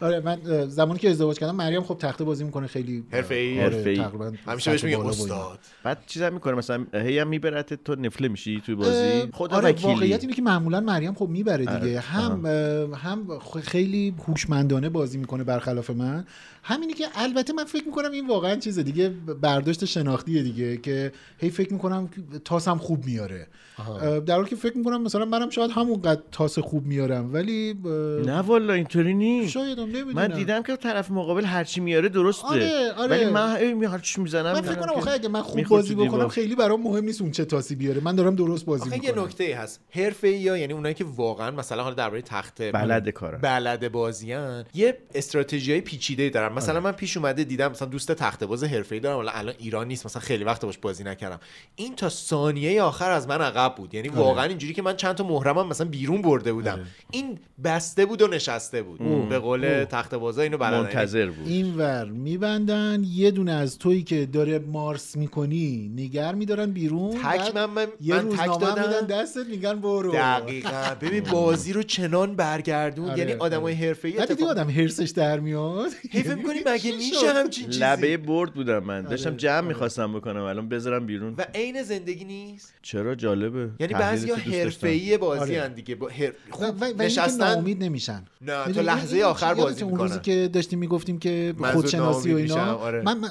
Speaker 2: آره من اه، زمانی که ازدواج کردم مریم خب تخته بازی میکنه خیلی
Speaker 4: حرفه‌ای؟
Speaker 2: آره،
Speaker 3: حرفه‌ای.
Speaker 2: تقریباً
Speaker 4: همیشه بهش
Speaker 2: سطح
Speaker 4: میگه
Speaker 2: بالا با اینا.
Speaker 4: استاد
Speaker 3: بعد چیزا میکنه مثلا هی هم میبرت تو نفله میشی توی
Speaker 2: اه،
Speaker 3: بازی خدا
Speaker 2: آره
Speaker 3: وکیلی.
Speaker 2: واقعیت اینه که معمولا مریم خب میبره دیگه
Speaker 3: آره،
Speaker 2: هم اه، هم خ- خیلی هوشمندانه بازی میکنه برخلاف من همینی که البته من فکر میکنم این واقعا چیز دیگه برداشت شناختیه دیگه که هی فکر میکنم تاسم خوب میاره اه، در حالی که فکر میکنم مثلا منم شاید همونقدر تاس خوب میارم ولی اه،
Speaker 3: نه والا اینطوری نیست
Speaker 2: شاید هم نمیدونم
Speaker 3: من دیدم که طرف مقابل هرچی میاره درسته
Speaker 2: آره، آره.
Speaker 3: ولی من هی می- هرچی میزنم
Speaker 2: من فکر کنم آخه اگه من خوب
Speaker 3: می‌خورد
Speaker 2: بازی
Speaker 3: تو دیوار.
Speaker 2: بکنم خیلی برام مهم نیست اون چه تاسی بیاره من دارم درست بازی
Speaker 4: آخه یه
Speaker 2: میکنم
Speaker 4: نکته ای هست حرفه یا یعنی اونایی که واقعا مثلا حالا درباره تخته
Speaker 3: بلد کارن.
Speaker 4: بلد بازیان یه استراتژی های پیچیده دارن
Speaker 3: آره.
Speaker 4: مثلا من پیش اومده دیدم مثلا دوست تخته باز حرفه ای دارم حالا الان ایران نیست مثلا خیلی وقت باش بازی نکردم این تا ثانیه آخر از من عقب بود
Speaker 3: آره.
Speaker 4: یعنی واقعا اینجوری که من چند تا محرمم مثلا بیرون برده بودم این بسته بود و نشسته بود به قول تخته بازا اینو بلدن
Speaker 3: منتظر بود
Speaker 2: این ور میبندن یه دونه از تویی که داره مارس میکنی نگر میدارن بیرون
Speaker 4: تک
Speaker 2: بعد
Speaker 4: من من,
Speaker 2: یه
Speaker 4: من
Speaker 2: روزنامه
Speaker 4: تک
Speaker 2: هم میدن
Speaker 4: دادم
Speaker 2: دستت میگن برو
Speaker 4: دقیقا ببین بازی رو چنان برگردون
Speaker 2: آره،
Speaker 4: یعنی آدمای حرفه‌ای
Speaker 2: بعد دیدی
Speaker 4: اتفاق
Speaker 2: آدم هرسش در میاد
Speaker 4: هی فکر می‌کنی
Speaker 2: چی
Speaker 4: مگه
Speaker 2: شد؟
Speaker 4: میشه همچین چیزی
Speaker 3: لبه برد بودم من
Speaker 2: آره،
Speaker 3: داشتم جمع میخواستم بکنم الان بذارم بیرون
Speaker 4: و عین زندگی نیست
Speaker 3: چرا جالبه
Speaker 4: یعنی
Speaker 3: تحلیل
Speaker 4: بعضیا
Speaker 3: تو دوست داشتم.
Speaker 4: حرفه‌ای بازی
Speaker 2: آره.
Speaker 4: هن دیگه با هر...
Speaker 2: و- و-
Speaker 4: خوب
Speaker 2: ولی نشستن
Speaker 4: نشستن
Speaker 2: ناامید نمیشن
Speaker 4: نه، تا
Speaker 2: می‌دونی،
Speaker 4: لحظه
Speaker 2: این- این
Speaker 4: آخر
Speaker 2: چی-
Speaker 4: بازی
Speaker 2: یادته اون
Speaker 4: می‌کنن.
Speaker 2: روزی که داشتیم میگفتیم که
Speaker 4: من زود
Speaker 2: خودشناسی و
Speaker 4: ناامید
Speaker 2: اینا
Speaker 4: میشم، آره.
Speaker 2: من, من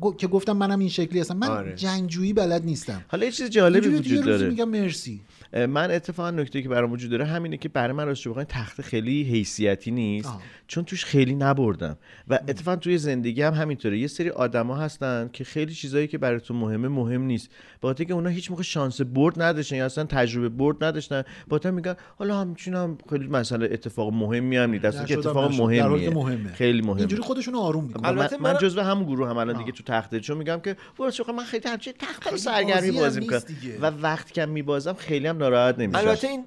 Speaker 2: گو- که گفتم منم این شکلی هستم من
Speaker 4: آره.
Speaker 2: جنگجویی بلد نیستم
Speaker 3: حالا یه چیز جالبی
Speaker 2: اینجوری دیگه
Speaker 3: وجود
Speaker 2: روزی
Speaker 3: داره
Speaker 2: میگم مرسی
Speaker 3: من اتفاقا نکته که برام وجود داره همینه که برای من راستش بخواین تخت خیلی حیثیتی نیست
Speaker 2: آه.
Speaker 3: چون توش خیلی نبردم و اتفاقا توی زندگی هم همینطوره یه سری آدما هستن که خیلی چیزایی که برای تو مهمه مهم نیست با خاطر که اونا هیچ موقع شانس برد نداشتن یا اصلا تجربه برد نداشتن با تو میگن حالا همچین هم خیلی مسئله اتفاق مهمی هم نیست اصلا که
Speaker 2: نشدم،
Speaker 3: اتفاق
Speaker 2: نشد. در حالی
Speaker 3: مهمیه
Speaker 2: که مهمه.
Speaker 3: خیلی مهمه
Speaker 2: اینجوری خودشونو آروم میکنه
Speaker 4: البته
Speaker 3: من, من
Speaker 4: منم-
Speaker 3: جزو همون گروه هم الان دیگه تو تخته چون میگم که واسه خب من خیلی همچین تخت های
Speaker 2: خیلی
Speaker 3: سرگرمی
Speaker 2: بازی هم
Speaker 3: بازی میکنم
Speaker 2: نیست دیگه.
Speaker 3: و وقت کم میبازم خیلی هم ناراحت نمیشم
Speaker 4: البته این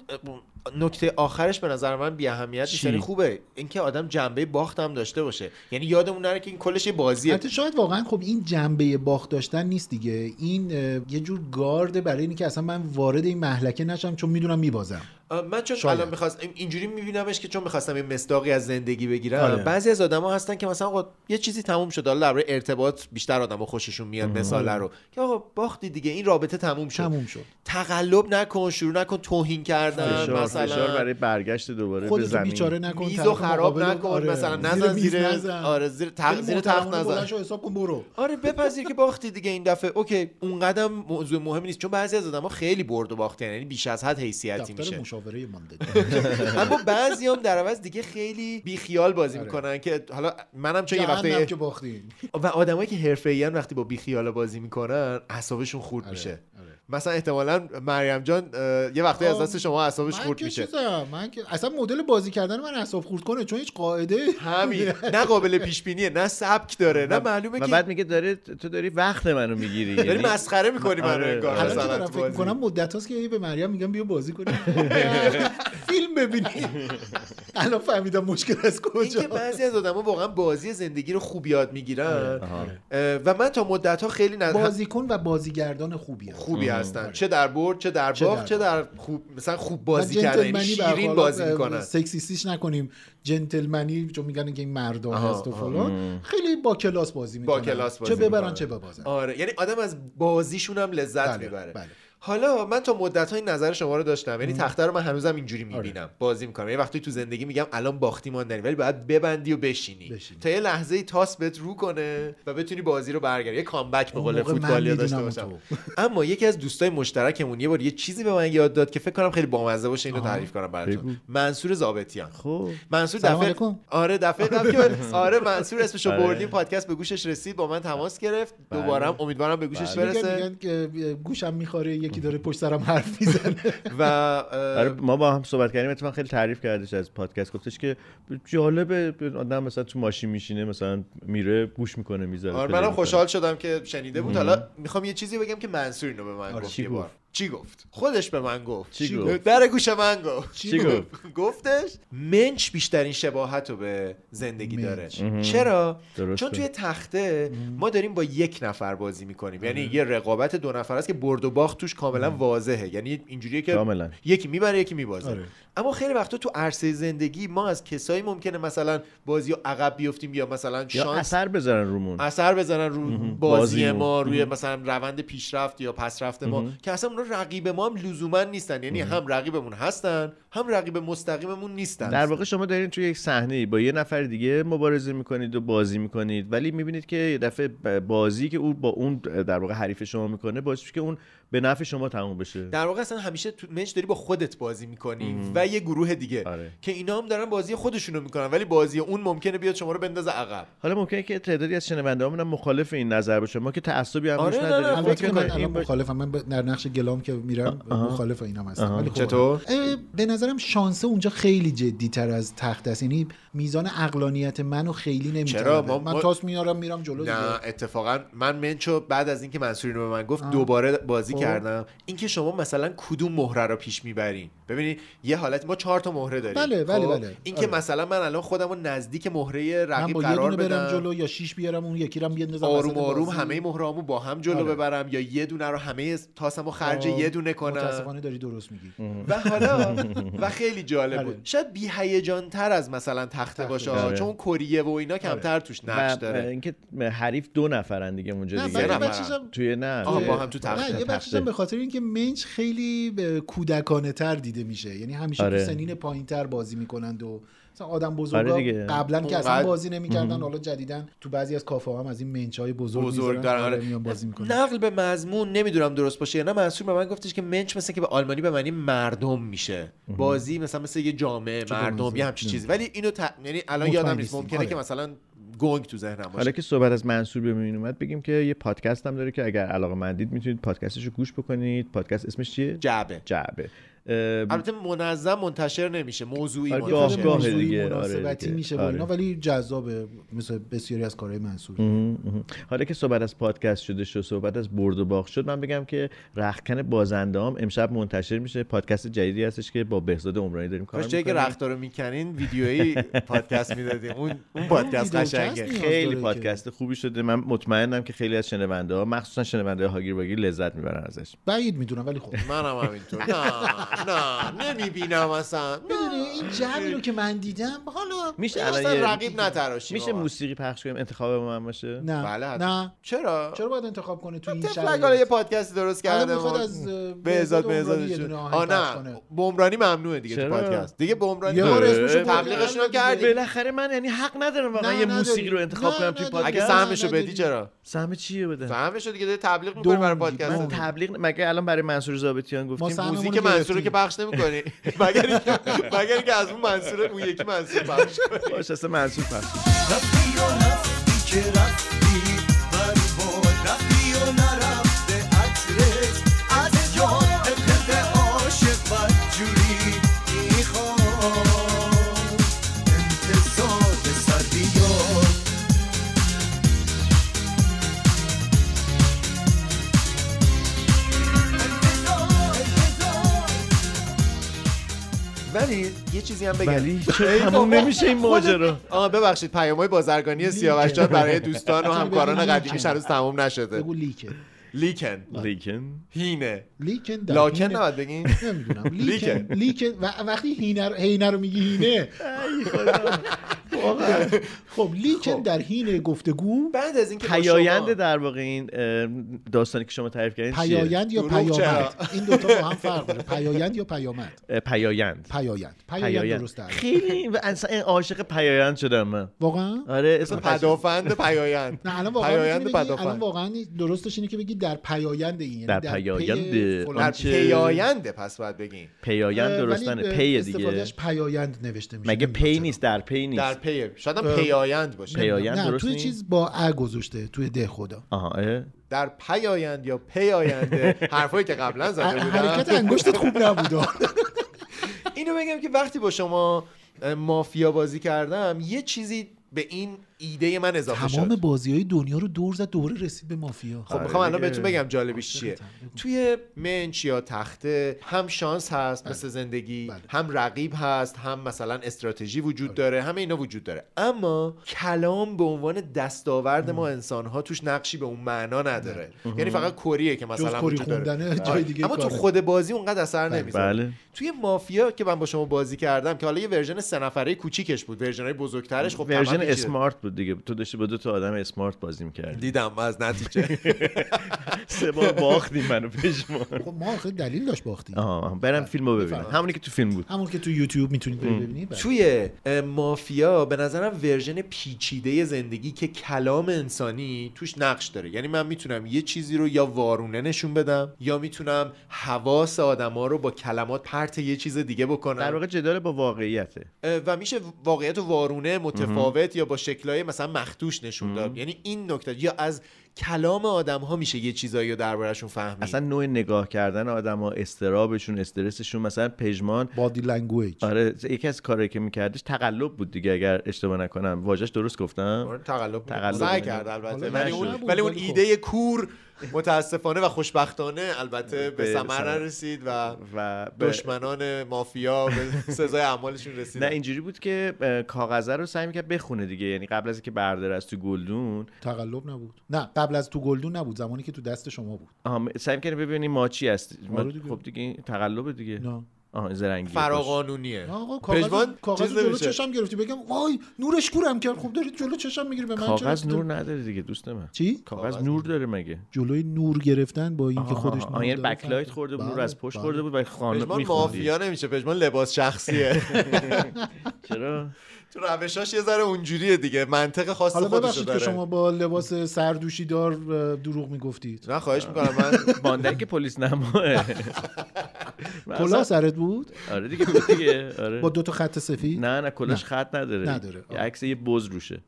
Speaker 4: نکته آخرش به نظر من بی اهمیت نیست
Speaker 3: چی؟
Speaker 4: یعنی خوبه اینکه آدم جنبه باخت هم داشته باشه یعنی یادمون نره که این کلش یه بازیه
Speaker 2: البته شاید واقعا خب این جنبه باخت داشتن نیست دیگه این اه، یه جور گارد برای اینکه اصلا من وارد این محلکه نشم چون میدونم میبازم
Speaker 4: آه، من چون
Speaker 2: شاید.
Speaker 4: الان میخواست اینجوری میبینمش که چون میخواستم یه مصداقی از زندگی بگیرم
Speaker 3: آره.
Speaker 4: بعضی از آدما هستن که مثلا آقا یه چیزی تموم شد حالا درباره ارتباط بیشتر آدما خوششون میاد مثاله رو که آقا باختی دیگه این رابطه تموم شد
Speaker 2: تموم شد
Speaker 4: تقلب نکن شروع نکن توهین کردن
Speaker 3: فشار,
Speaker 4: مثلا
Speaker 3: فشار برای برگشت دوباره به
Speaker 2: خودتو
Speaker 3: زمین
Speaker 2: بیچاره نکن
Speaker 4: میز
Speaker 2: طرف
Speaker 4: رو خراب
Speaker 2: مقابل رو-
Speaker 4: نکن
Speaker 2: آره،
Speaker 4: مثلا نزن
Speaker 2: میز
Speaker 4: زیر
Speaker 2: نزن.
Speaker 4: آره زیر تخت
Speaker 2: خیلی
Speaker 4: زیر تخت
Speaker 2: محترمانه بلند
Speaker 4: نزن
Speaker 2: شو، حساب کن برو
Speaker 4: آره بپذیر که باختی دیگه این دفعه اوکی اونقدر موضوع مهمی نیست چون بعضی از آدما خیلی برد و باختی یعنی بیش از حد حیثیتی
Speaker 2: دفتر
Speaker 4: میشه
Speaker 2: مشاوره من
Speaker 4: اما بعضی هم در عوض دیگه خیلی بیخیال بازی میکنن که حالا منم چون یه
Speaker 2: جهنم
Speaker 4: وقتی
Speaker 2: که باختیم
Speaker 4: و آدمایی که حرفه‌این وقتی با بیخیالا بازی میکنن اعصابشون
Speaker 2: آره.
Speaker 4: خورد میشه مثلا احتمالا مریم جان اه، یه وقتی از
Speaker 2: آه،
Speaker 4: دست شما اعصابش
Speaker 2: من
Speaker 4: خورد
Speaker 2: که
Speaker 4: میشه
Speaker 2: چیزم من که اصلا مدل بازی کردن من اعصاب خورد کنه چون هیچ قاعده
Speaker 4: همین نه قابل پیش بینیه نه سبک داره نه معلومه
Speaker 3: و
Speaker 4: که
Speaker 3: بعد میگه داره تو داری وقت منو میگیری یعنی
Speaker 4: داری مسخره میکنی منو
Speaker 3: آره،
Speaker 4: انگار
Speaker 3: آره.
Speaker 2: الان
Speaker 4: مثلا
Speaker 2: که دارم
Speaker 4: تو
Speaker 2: فکر
Speaker 4: بازی.
Speaker 2: میکنم مدت هاست که هی به مریم میگم بیا بازی کنیم فیلم ببینیم الان فهمیدم مشکل از
Speaker 4: اینکه
Speaker 2: کجا
Speaker 4: بعضی از آدما واقعا بازی زندگی رو خوب یاد میگیرن و من تا مدت ها خیلی نظر
Speaker 2: بازیکن و بازیگردان خوبی هست
Speaker 4: خوبی هستن چه در برد چه در
Speaker 2: چه
Speaker 4: باخت
Speaker 2: در
Speaker 4: چه در خوب مثلا خوب
Speaker 2: و
Speaker 4: بازی کردن یعنی
Speaker 2: جنتلمنی برخلاف،
Speaker 4: شیرین بازی
Speaker 2: اه،
Speaker 4: میکنن
Speaker 2: سکسیستیش نکنیم جنتلمنی چون میگن که این مردان
Speaker 4: آها،
Speaker 2: هست و فلان خیلی با کلاس بازی میکنن
Speaker 4: با کلاس بازی
Speaker 2: چه ببرن
Speaker 4: می‌کنن.
Speaker 2: چه ببازن
Speaker 4: آره یعنی آدم از بازیشون هم لذت
Speaker 2: بله،
Speaker 4: میبره
Speaker 2: بله.
Speaker 4: حالا من تا مدت های نظر شما رو داشتم یعنی تخته رو من هنوزم اینجوری
Speaker 2: آره.
Speaker 4: میبینم بازی میکنم یه وقتی تو زندگی میگم الان باختی ماندنی ولی باید ببندی و بشینی,
Speaker 2: بشینی.
Speaker 4: تا یه لحظه ای تاس بهت رو کنه و بتونی بازی رو برگردی یه کامبک به
Speaker 2: اون
Speaker 4: قول
Speaker 2: موقع من
Speaker 4: فوتبالی داشته
Speaker 2: می‌دونم
Speaker 4: باشم اما یکی از دوستای مشترکمون یه بار یه چیزی به من یاد داد که فکر کنم خیلی بامزه باشه اینو تعریف کنم براتون منصور زابطیان
Speaker 3: خب
Speaker 4: منصور
Speaker 2: سلام
Speaker 4: دفعه
Speaker 2: علیکم.
Speaker 4: آره دفعه قبل که آره منصور اسمشو
Speaker 3: آره.
Speaker 4: بردیم پادکست به گوشش رسید با من تماس گرفت
Speaker 3: بله.
Speaker 4: دوباره هم امیدوارم به گوشش
Speaker 3: بله.
Speaker 2: میگن
Speaker 4: برسه
Speaker 2: میگن که گوشم میخوره یکی داره پشت سرم حرف میزنه
Speaker 4: و اه،
Speaker 3: آره ما با هم صحبت کردیم اتفاقا خیلی تعریف کردش از پادکست گفتش که جالبه آدم مثلا تو ماشین میشینه مثلا میره گوش میکنه میذاره
Speaker 4: آره
Speaker 3: پلی
Speaker 4: منم
Speaker 3: می‌کنه.
Speaker 4: خوشحال شدم که شنیده بود حالا میخوام یه چیزی بگم که منصور اینو به من
Speaker 3: آره،
Speaker 4: گفت
Speaker 3: چی
Speaker 4: یه بار
Speaker 3: گفت؟
Speaker 4: چی گفت خودش به من گفت
Speaker 3: چی گفت؟
Speaker 4: در گوش من گفت
Speaker 3: چی گفت؟
Speaker 4: گفتش منچ بیشترین شباهت رو به زندگی داره
Speaker 3: مهم.
Speaker 4: چرا
Speaker 3: درسته.
Speaker 4: چون توی تخته ما داریم با یک نفر بازی میکنیم یعنی یه رقابت دو نفر است که برد و باخت توش کاملا واضحه یعنی اینجوریه که
Speaker 3: کاملا.
Speaker 4: یکی میبره یکی میبازه
Speaker 2: آره.
Speaker 4: اما خیلی وقتا تو عرصه زندگی ما از کسایی ممکنه مثلا بازی رو عقب بیفتیم یا مثلا
Speaker 3: یا
Speaker 4: شانس
Speaker 3: اثر بذارن رومون
Speaker 4: اثر بزنن رو
Speaker 3: مهم.
Speaker 4: بازی
Speaker 3: بازیمون.
Speaker 4: ما روی مثلا روند پیشرفت یا پسرفت ما که اصلا اونا رقیب ما هم لزوما نیستن یعنی هم رقیبمون هستن هم رقیب مستقیممون نیستن
Speaker 3: در واقع شما دارین توی یک صحنه با یه نفر دیگه مبارزه میکنید و بازی میکنید ولی میبینید که یه دفعه ب- بازی که او با اون در واقع حریف شما میکنه باعث میشه که اون به نفع شما تموم بشه
Speaker 4: در واقع اصلا همیشه تو منچ داری با خودت بازی میکنی و یه گروه دیگه
Speaker 3: آره.
Speaker 4: که اینا هم دارن بازی خودشونو میکنن ولی بازی اون ممکنه بیاد شما رو بندازه عقب
Speaker 3: حالا ممکنه که تعدادی از شنوندهامون هم مخالف این نظر باشه ما که تعصبی هم
Speaker 4: آره،
Speaker 3: روش
Speaker 4: نه،
Speaker 3: نداریم
Speaker 4: نه،
Speaker 3: فکر
Speaker 2: البته که
Speaker 3: کنیم
Speaker 2: من
Speaker 3: این
Speaker 2: الان
Speaker 3: با-
Speaker 2: مخالفم من ب- در نقش گلام که میرم مخالف اینم هستم
Speaker 3: آها.
Speaker 2: ولی خب
Speaker 4: چطور؟
Speaker 2: اه، به نظرم شانس اونجا خیلی جدی تر از تخت است یعنی میزان اقلانیت منو خیلی نمیتونه
Speaker 4: چرا؟ ما- ما-
Speaker 2: من تاس میارم میرم جلو دیگه.
Speaker 4: نه اتفاقا من منچو بعد از اینکه منصوری رو به من گفت دوباره بازی
Speaker 2: خب.
Speaker 4: کردم اینکه شما مثلا کدوم مهره رو پیش میبرین ببینید یه حالت ما چهار تا مهره داریم
Speaker 2: بله، بله،
Speaker 4: خب؟
Speaker 2: بله.
Speaker 4: اینکه
Speaker 2: آره.
Speaker 4: مثلا من الان خودم رو نزدیک مهره
Speaker 2: من
Speaker 4: رقیب
Speaker 2: با یه
Speaker 4: قرار
Speaker 2: دونه برم
Speaker 4: بدم
Speaker 2: جلو یا شیش بیارم اون یکی رو هم بیندازم
Speaker 4: آروم
Speaker 2: وسط
Speaker 4: آروم
Speaker 2: بازی.
Speaker 4: همه مهرهامو با هم جلو
Speaker 2: آره.
Speaker 4: ببرم یا یه دونه رو همه تاسمو خرج
Speaker 2: آه،
Speaker 4: یه دونه کنم
Speaker 2: متاسفانه داری درست میگی
Speaker 4: و حالا و خیلی جالب
Speaker 2: آره.
Speaker 4: بود شاید بی هیجان تر از مثلا تخته باشه
Speaker 3: آره.
Speaker 4: چون کریه و اینا
Speaker 2: بله.
Speaker 4: کمتر توش نقش
Speaker 3: و- و
Speaker 4: داره
Speaker 3: اینکه حریف دو نفرن دیگه اونجا
Speaker 2: نه
Speaker 3: دیگه
Speaker 2: ولی
Speaker 4: نفرن.
Speaker 2: من چیزم
Speaker 3: توی نه
Speaker 4: آه،
Speaker 3: توی-
Speaker 4: با هم تو تخته.
Speaker 2: نه یه بخشش
Speaker 3: تخته.
Speaker 2: هم به خاطر اینکه منچ خیلی به کودکانه تر دیده میشه یعنی همیشه
Speaker 3: آره.
Speaker 2: تو سنین پایین تر بازی میکنند و مثلا آدم بزرگا
Speaker 3: آره دیگه.
Speaker 2: قبلا که اصلا
Speaker 4: اونقدر-
Speaker 2: بازی نمیکردن حالا جدیدن تو بعضی از کافه هم از این منچ های بزرگ
Speaker 4: بزرگ
Speaker 2: میذارن،
Speaker 4: دارن
Speaker 2: آره،
Speaker 4: آره.
Speaker 2: میان بازی میکنن
Speaker 4: نقل به مضمون نمیدونم درست باشه یا نه منصور به من گفتش که منچ مثل که به آلمانی به معنی مردم میشه بازی مثلا مثل یه جامعه مردم
Speaker 2: منظور؟
Speaker 4: یه همچین چیزی ولی اینو ت... یعنی الان
Speaker 2: مطمئن
Speaker 4: یادم نیست
Speaker 2: نیستیم.
Speaker 4: ممکنه
Speaker 2: آره.
Speaker 4: که مثلا گنگ تو ذهنم
Speaker 3: حالا
Speaker 4: باشه
Speaker 3: که صحبت از منصور به میون اومد بگیم که یه پادکست هم داره که اگر علاقه مندید میتونید پادکستش رو گوش بکنید پادکست اسمش چیه
Speaker 4: جعبه
Speaker 3: جعبه اه،
Speaker 4: البته منظم منتشر نمیشه موضوعی
Speaker 3: آره،
Speaker 4: منتشر
Speaker 3: گاه
Speaker 4: میشه.
Speaker 3: گاه.
Speaker 2: موضوعی
Speaker 3: دیگه، آره
Speaker 2: مناسبتی
Speaker 3: دیگه.
Speaker 2: میشه با اینا
Speaker 3: آره.
Speaker 2: ولی جذابه مثل بسیاری از کارهای منصور
Speaker 3: مهم، مهم. حالا که صحبت از پادکست شده شد صحبت از برد و باخت شد من بگم که رخکن بازنده هم امشب منتشر میشه پادکست جدیدی هستش که با بهزاد عمرانی داریم کار
Speaker 4: کاش جایی که
Speaker 3: می‌کنیم.
Speaker 4: رختا رو میکنین ویدیویی پادکست میدادیم اون اون پادکست
Speaker 2: ویدیوکست
Speaker 4: قشنگه
Speaker 2: نیاز
Speaker 3: خیلی
Speaker 2: داره که-
Speaker 3: پادکست خوبی شده من مطمئنم که خیلی از شنونده ها مخصوصا شنونده هاگیر واگیر لذت میبرن ازش
Speaker 2: بعید میدونم ولی خب
Speaker 4: منم همینطور نه نه نمیبینم اصلا
Speaker 2: میدونی این جمعی رو که من دیدم حالا
Speaker 3: میشه الان یه-
Speaker 4: اصلا رقیب نتراشی
Speaker 3: میشه موسیقی پخش کنیم انتخاب من باشه
Speaker 2: نه
Speaker 4: بله، حتما.
Speaker 2: نه
Speaker 4: چرا
Speaker 2: چرا باید انتخاب کنه تو این
Speaker 4: تفلک حالا یه
Speaker 2: شرایط
Speaker 4: پادکست درست
Speaker 2: الان
Speaker 4: کرده
Speaker 2: میخواد
Speaker 4: ما.
Speaker 2: از اه،
Speaker 4: بهزاد
Speaker 2: بهزاد عمرانی یه
Speaker 4: بهزادشون
Speaker 2: دونه
Speaker 4: آ
Speaker 2: آهنگ پخش
Speaker 4: نه
Speaker 2: کنه.
Speaker 4: بمرانی ممنوعه دیگه تو
Speaker 3: چرا؟
Speaker 4: پادکست دیگه بمرانی
Speaker 2: یه بار
Speaker 4: اه.
Speaker 2: اسمشو بردی.
Speaker 4: تبلیغش رو کردی
Speaker 3: بله. بالاخره من یعنی حق ندارم واقعا
Speaker 2: نه،
Speaker 3: یه
Speaker 2: نداری.
Speaker 3: موسیقی رو انتخاب
Speaker 2: نه،
Speaker 3: کنم توی
Speaker 2: نداری.
Speaker 4: اگه
Speaker 3: پادکست
Speaker 2: سم-
Speaker 4: سهمشو بدی
Speaker 2: نداری.
Speaker 4: چرا
Speaker 3: سهم چیه بده
Speaker 4: سهمشو دیگه داری تبلیغ میکنی برای
Speaker 2: دونگی.
Speaker 3: من
Speaker 4: پادکست
Speaker 2: دونگی.
Speaker 3: تبلیغ مگه الان برای منصور زابطیان
Speaker 2: ما
Speaker 3: گفتیم
Speaker 2: سهممون
Speaker 3: موزیک
Speaker 4: موزیک
Speaker 2: رو
Speaker 4: منصور رو
Speaker 2: گرفتیم.
Speaker 4: که پخش نمیکنی مگر اینکه مگر اینکه از اون منصور اون یکی منصور پخش کنی.
Speaker 3: باشه اصلا منصور پخش
Speaker 7: رفتی و رفتی که رفتی بر باد رفتی و نرفته عطرت از یاد دل عاشق بدجوری میخواد انتظار سردی
Speaker 4: ولی یه چیزی هم بگم
Speaker 3: ولی چه
Speaker 2: خب،
Speaker 3: تموم خب، نمیشه این ماجرا
Speaker 4: آه ببخشید پیامای بازرگانی سیاوش جان برای دوستان و همکاران
Speaker 2: بگو لیکن.
Speaker 4: قدیمیش هنوز تموم نشده
Speaker 2: بگو لیکه
Speaker 4: لیکن
Speaker 3: لیکن
Speaker 4: هینه
Speaker 2: لیکن در
Speaker 4: لاکن
Speaker 2: حین-
Speaker 4: نباید بگین
Speaker 2: نمیدونم
Speaker 4: لیکن.
Speaker 2: لیکن لیکن و- وقتی هینه رو, هینه رو میگی هینه واقعا. خب لیکن در حین گفتگو
Speaker 4: بعد از
Speaker 2: خب،
Speaker 4: اینکه با
Speaker 3: پیایند
Speaker 4: شما-
Speaker 3: در واقع این اه، داستانی که شما تعریف کردین چیه؟
Speaker 2: پیایند یا
Speaker 4: دروغ چرا؟
Speaker 2: پیامد این دوتا با هم فرق داره پیایند یا پیامد
Speaker 3: اه، پیایند
Speaker 2: پیایند پیایند
Speaker 3: پیایند
Speaker 2: درست است
Speaker 3: خیلی و اصلا عاشق پیایند شدم من
Speaker 2: واقعا
Speaker 3: آره اسم پداف
Speaker 4: پدافند پیایند
Speaker 2: نه الان واقعا
Speaker 4: پیایند
Speaker 2: میتونی بگی- الان
Speaker 4: پدافند
Speaker 2: واقعا درستش اینه که بگی در پیایند این یعنی
Speaker 3: در
Speaker 2: پی
Speaker 3: پیایند
Speaker 2: فلان
Speaker 4: در
Speaker 3: آنچه-
Speaker 4: پیاینده پس باید بگیم
Speaker 3: پیایند
Speaker 2: ولی
Speaker 3: درستنه
Speaker 2: به
Speaker 3: پی دیگه
Speaker 2: استفادهش پیایند نوشته میشه
Speaker 3: مگه
Speaker 2: نمیدونم
Speaker 3: پی
Speaker 2: چرا.
Speaker 3: نیست در پی نیست
Speaker 4: در پی شاید هم
Speaker 2: اه،
Speaker 4: پیایند باشه
Speaker 3: پی- پیایند
Speaker 2: نه
Speaker 3: درست
Speaker 2: توی
Speaker 3: نیست؟
Speaker 2: چیز با ا گذاشته توی ده خدا
Speaker 3: آها اه.
Speaker 4: در پیایند یا پیاینده حرفایی که قبلا زده
Speaker 2: حرکت
Speaker 4: بودم
Speaker 2: انگشتت خوب نبود
Speaker 4: اینو بگم که وقتی با شما اه، مافیا بازی کردم یه چیزی به این ایده من اضافه
Speaker 2: تمام
Speaker 4: شد
Speaker 2: بازی های دنیا رو دور زد دوباره رسید به مافیا
Speaker 4: خب میخوام الان
Speaker 3: دیگه.
Speaker 4: بهتون بگم جالبیش چیه
Speaker 2: بگو.
Speaker 4: توی منچ یا تخته هم شانس هست مثل زندگی
Speaker 2: بله. آره.
Speaker 4: هم رقیب هست هم مثلا استراتژی وجود داره همه اینا وجود داره اما کلام به عنوان دستاورد ما انسان ها توش نقشی به اون معنا نداره یعنی فقط کریه که
Speaker 2: بله. جز
Speaker 4: مثلا
Speaker 2: کوری
Speaker 4: وجود داره
Speaker 2: خوندنه
Speaker 4: آره.
Speaker 2: جای دیگه
Speaker 4: اما تو
Speaker 2: کار نه.
Speaker 4: خود بازی اونقدر اثر نمیذاره
Speaker 3: بله.
Speaker 4: توی مافیا که من با شما بازی کردم که حالا یه ورژن سه نفره کوچیکش بود ورژن های بزرگترش خب
Speaker 3: ورژن
Speaker 4: تمام چیزه.
Speaker 3: اسمارت بود دیگه تو داشتی با دو تا آدم اسمارت بازی می‌کردی
Speaker 4: دیدم از نتیجه
Speaker 3: سه بار باختیم منو پشمان
Speaker 2: خب ما آخه دلیل داشت باختی
Speaker 3: آها
Speaker 2: بله.
Speaker 3: برم فیلمو ببینم همونی که تو فیلم بود
Speaker 2: همون که تو یوتیوب میتونید بری ببینید بله.
Speaker 4: توی اه، مافیا به نظرم ورژن پیچیده زندگی که کلام انسانی توش نقش داره یعنی من میتونم یه چیزی رو یا وارونه نشون بدم یا میتونم حواس آدما رو با کلمات پرت یه چیز دیگه
Speaker 3: در
Speaker 4: بکنم
Speaker 3: واقع جدال با واقعیته
Speaker 4: اه، و میشه واقعیت رو وارونه متفاوت یا با شکلهای مثلا مخدوش نشون داد یعنی این نکته یا از کلام آدم ها میشه یه چیزایی رو دربارهشون فهمید
Speaker 3: اصلا نوع نگاه کردن آدما استرابشون استرسشون مثلا پژمان
Speaker 2: بادی لنگویج
Speaker 3: آره یکی از کارهایی که میکردش تقلب بود دیگه اگر اشتباه نکنم واژش درست گفتم
Speaker 4: آره،
Speaker 3: تقلب
Speaker 4: تقلب تقلب سعی
Speaker 3: بود.
Speaker 4: کرد البته
Speaker 2: حالا
Speaker 4: ولی
Speaker 3: نشد.
Speaker 4: اون
Speaker 2: نبود،
Speaker 4: ولی اون
Speaker 2: ولی خب.
Speaker 4: ایده کور متاسفانه و خوشبختانه البته به
Speaker 3: به
Speaker 4: ثمر
Speaker 3: ثمر.
Speaker 4: نرسید و
Speaker 3: و به-
Speaker 4: دشمنان مافیا به سزای اعمالشون
Speaker 3: نه
Speaker 4: رسید
Speaker 3: اینجوری بود که اه، کاغذه رو سعی میکرد بخونه دیگه یعنی قبل از اینکه برداره از تو گلدون
Speaker 2: تقلب نبود نه قبل از تو گلدون نبود زمانی که تو دست شما بود
Speaker 3: آها، م- سعی میکرد ببینیم ما چی هست ما-
Speaker 2: آره دیگه.
Speaker 3: خب دیگه این تقلب دیگه
Speaker 2: نه
Speaker 3: آها این زرنگی
Speaker 4: فراقانونیه
Speaker 2: آقا
Speaker 4: پژمان
Speaker 2: کاغذ
Speaker 4: چیز
Speaker 2: کاغذ رو جلو
Speaker 4: نمیشه.
Speaker 2: چشم گرفتی بگم وای نورش کورم کرد خب داری جلو چشم میگیری به من چرا
Speaker 3: کاغذ
Speaker 2: تو-
Speaker 3: نور نداره دیگه دوست من
Speaker 2: چی
Speaker 3: کاغذ نور داره مگه
Speaker 2: جلوی نور گرفتن با اینکه
Speaker 3: آها،
Speaker 2: خودش
Speaker 3: آها،
Speaker 2: نور
Speaker 3: یعنی
Speaker 2: داره
Speaker 3: بکلایت
Speaker 2: فرق
Speaker 3: خورده بود
Speaker 2: داره.
Speaker 3: نور از پشت
Speaker 2: بله،
Speaker 3: خورده
Speaker 2: بله.
Speaker 3: بود و خانم
Speaker 4: پژمان
Speaker 3: میخوندی
Speaker 4: مافیا نمیشه پژمان لباس شخصیه
Speaker 3: چرا
Speaker 4: تو روشاش یه ذره اونجوریه دیگه منطق خاص
Speaker 2: حالا
Speaker 4: خودشو
Speaker 2: ببخشید که شما
Speaker 4: داره
Speaker 2: با لباس سردوشی دار اه، دروغ میگفتید
Speaker 4: نه خواهش میکنم من
Speaker 3: باندن که پلیس نماه من
Speaker 2: کلا
Speaker 3: اصلا-
Speaker 2: سرت بود
Speaker 3: آره دیگه بود دیگه آره
Speaker 2: با دو تا خط سفید
Speaker 3: نه نه کلاش خط نداره
Speaker 2: نداره.
Speaker 3: یه عکس یه بز روشه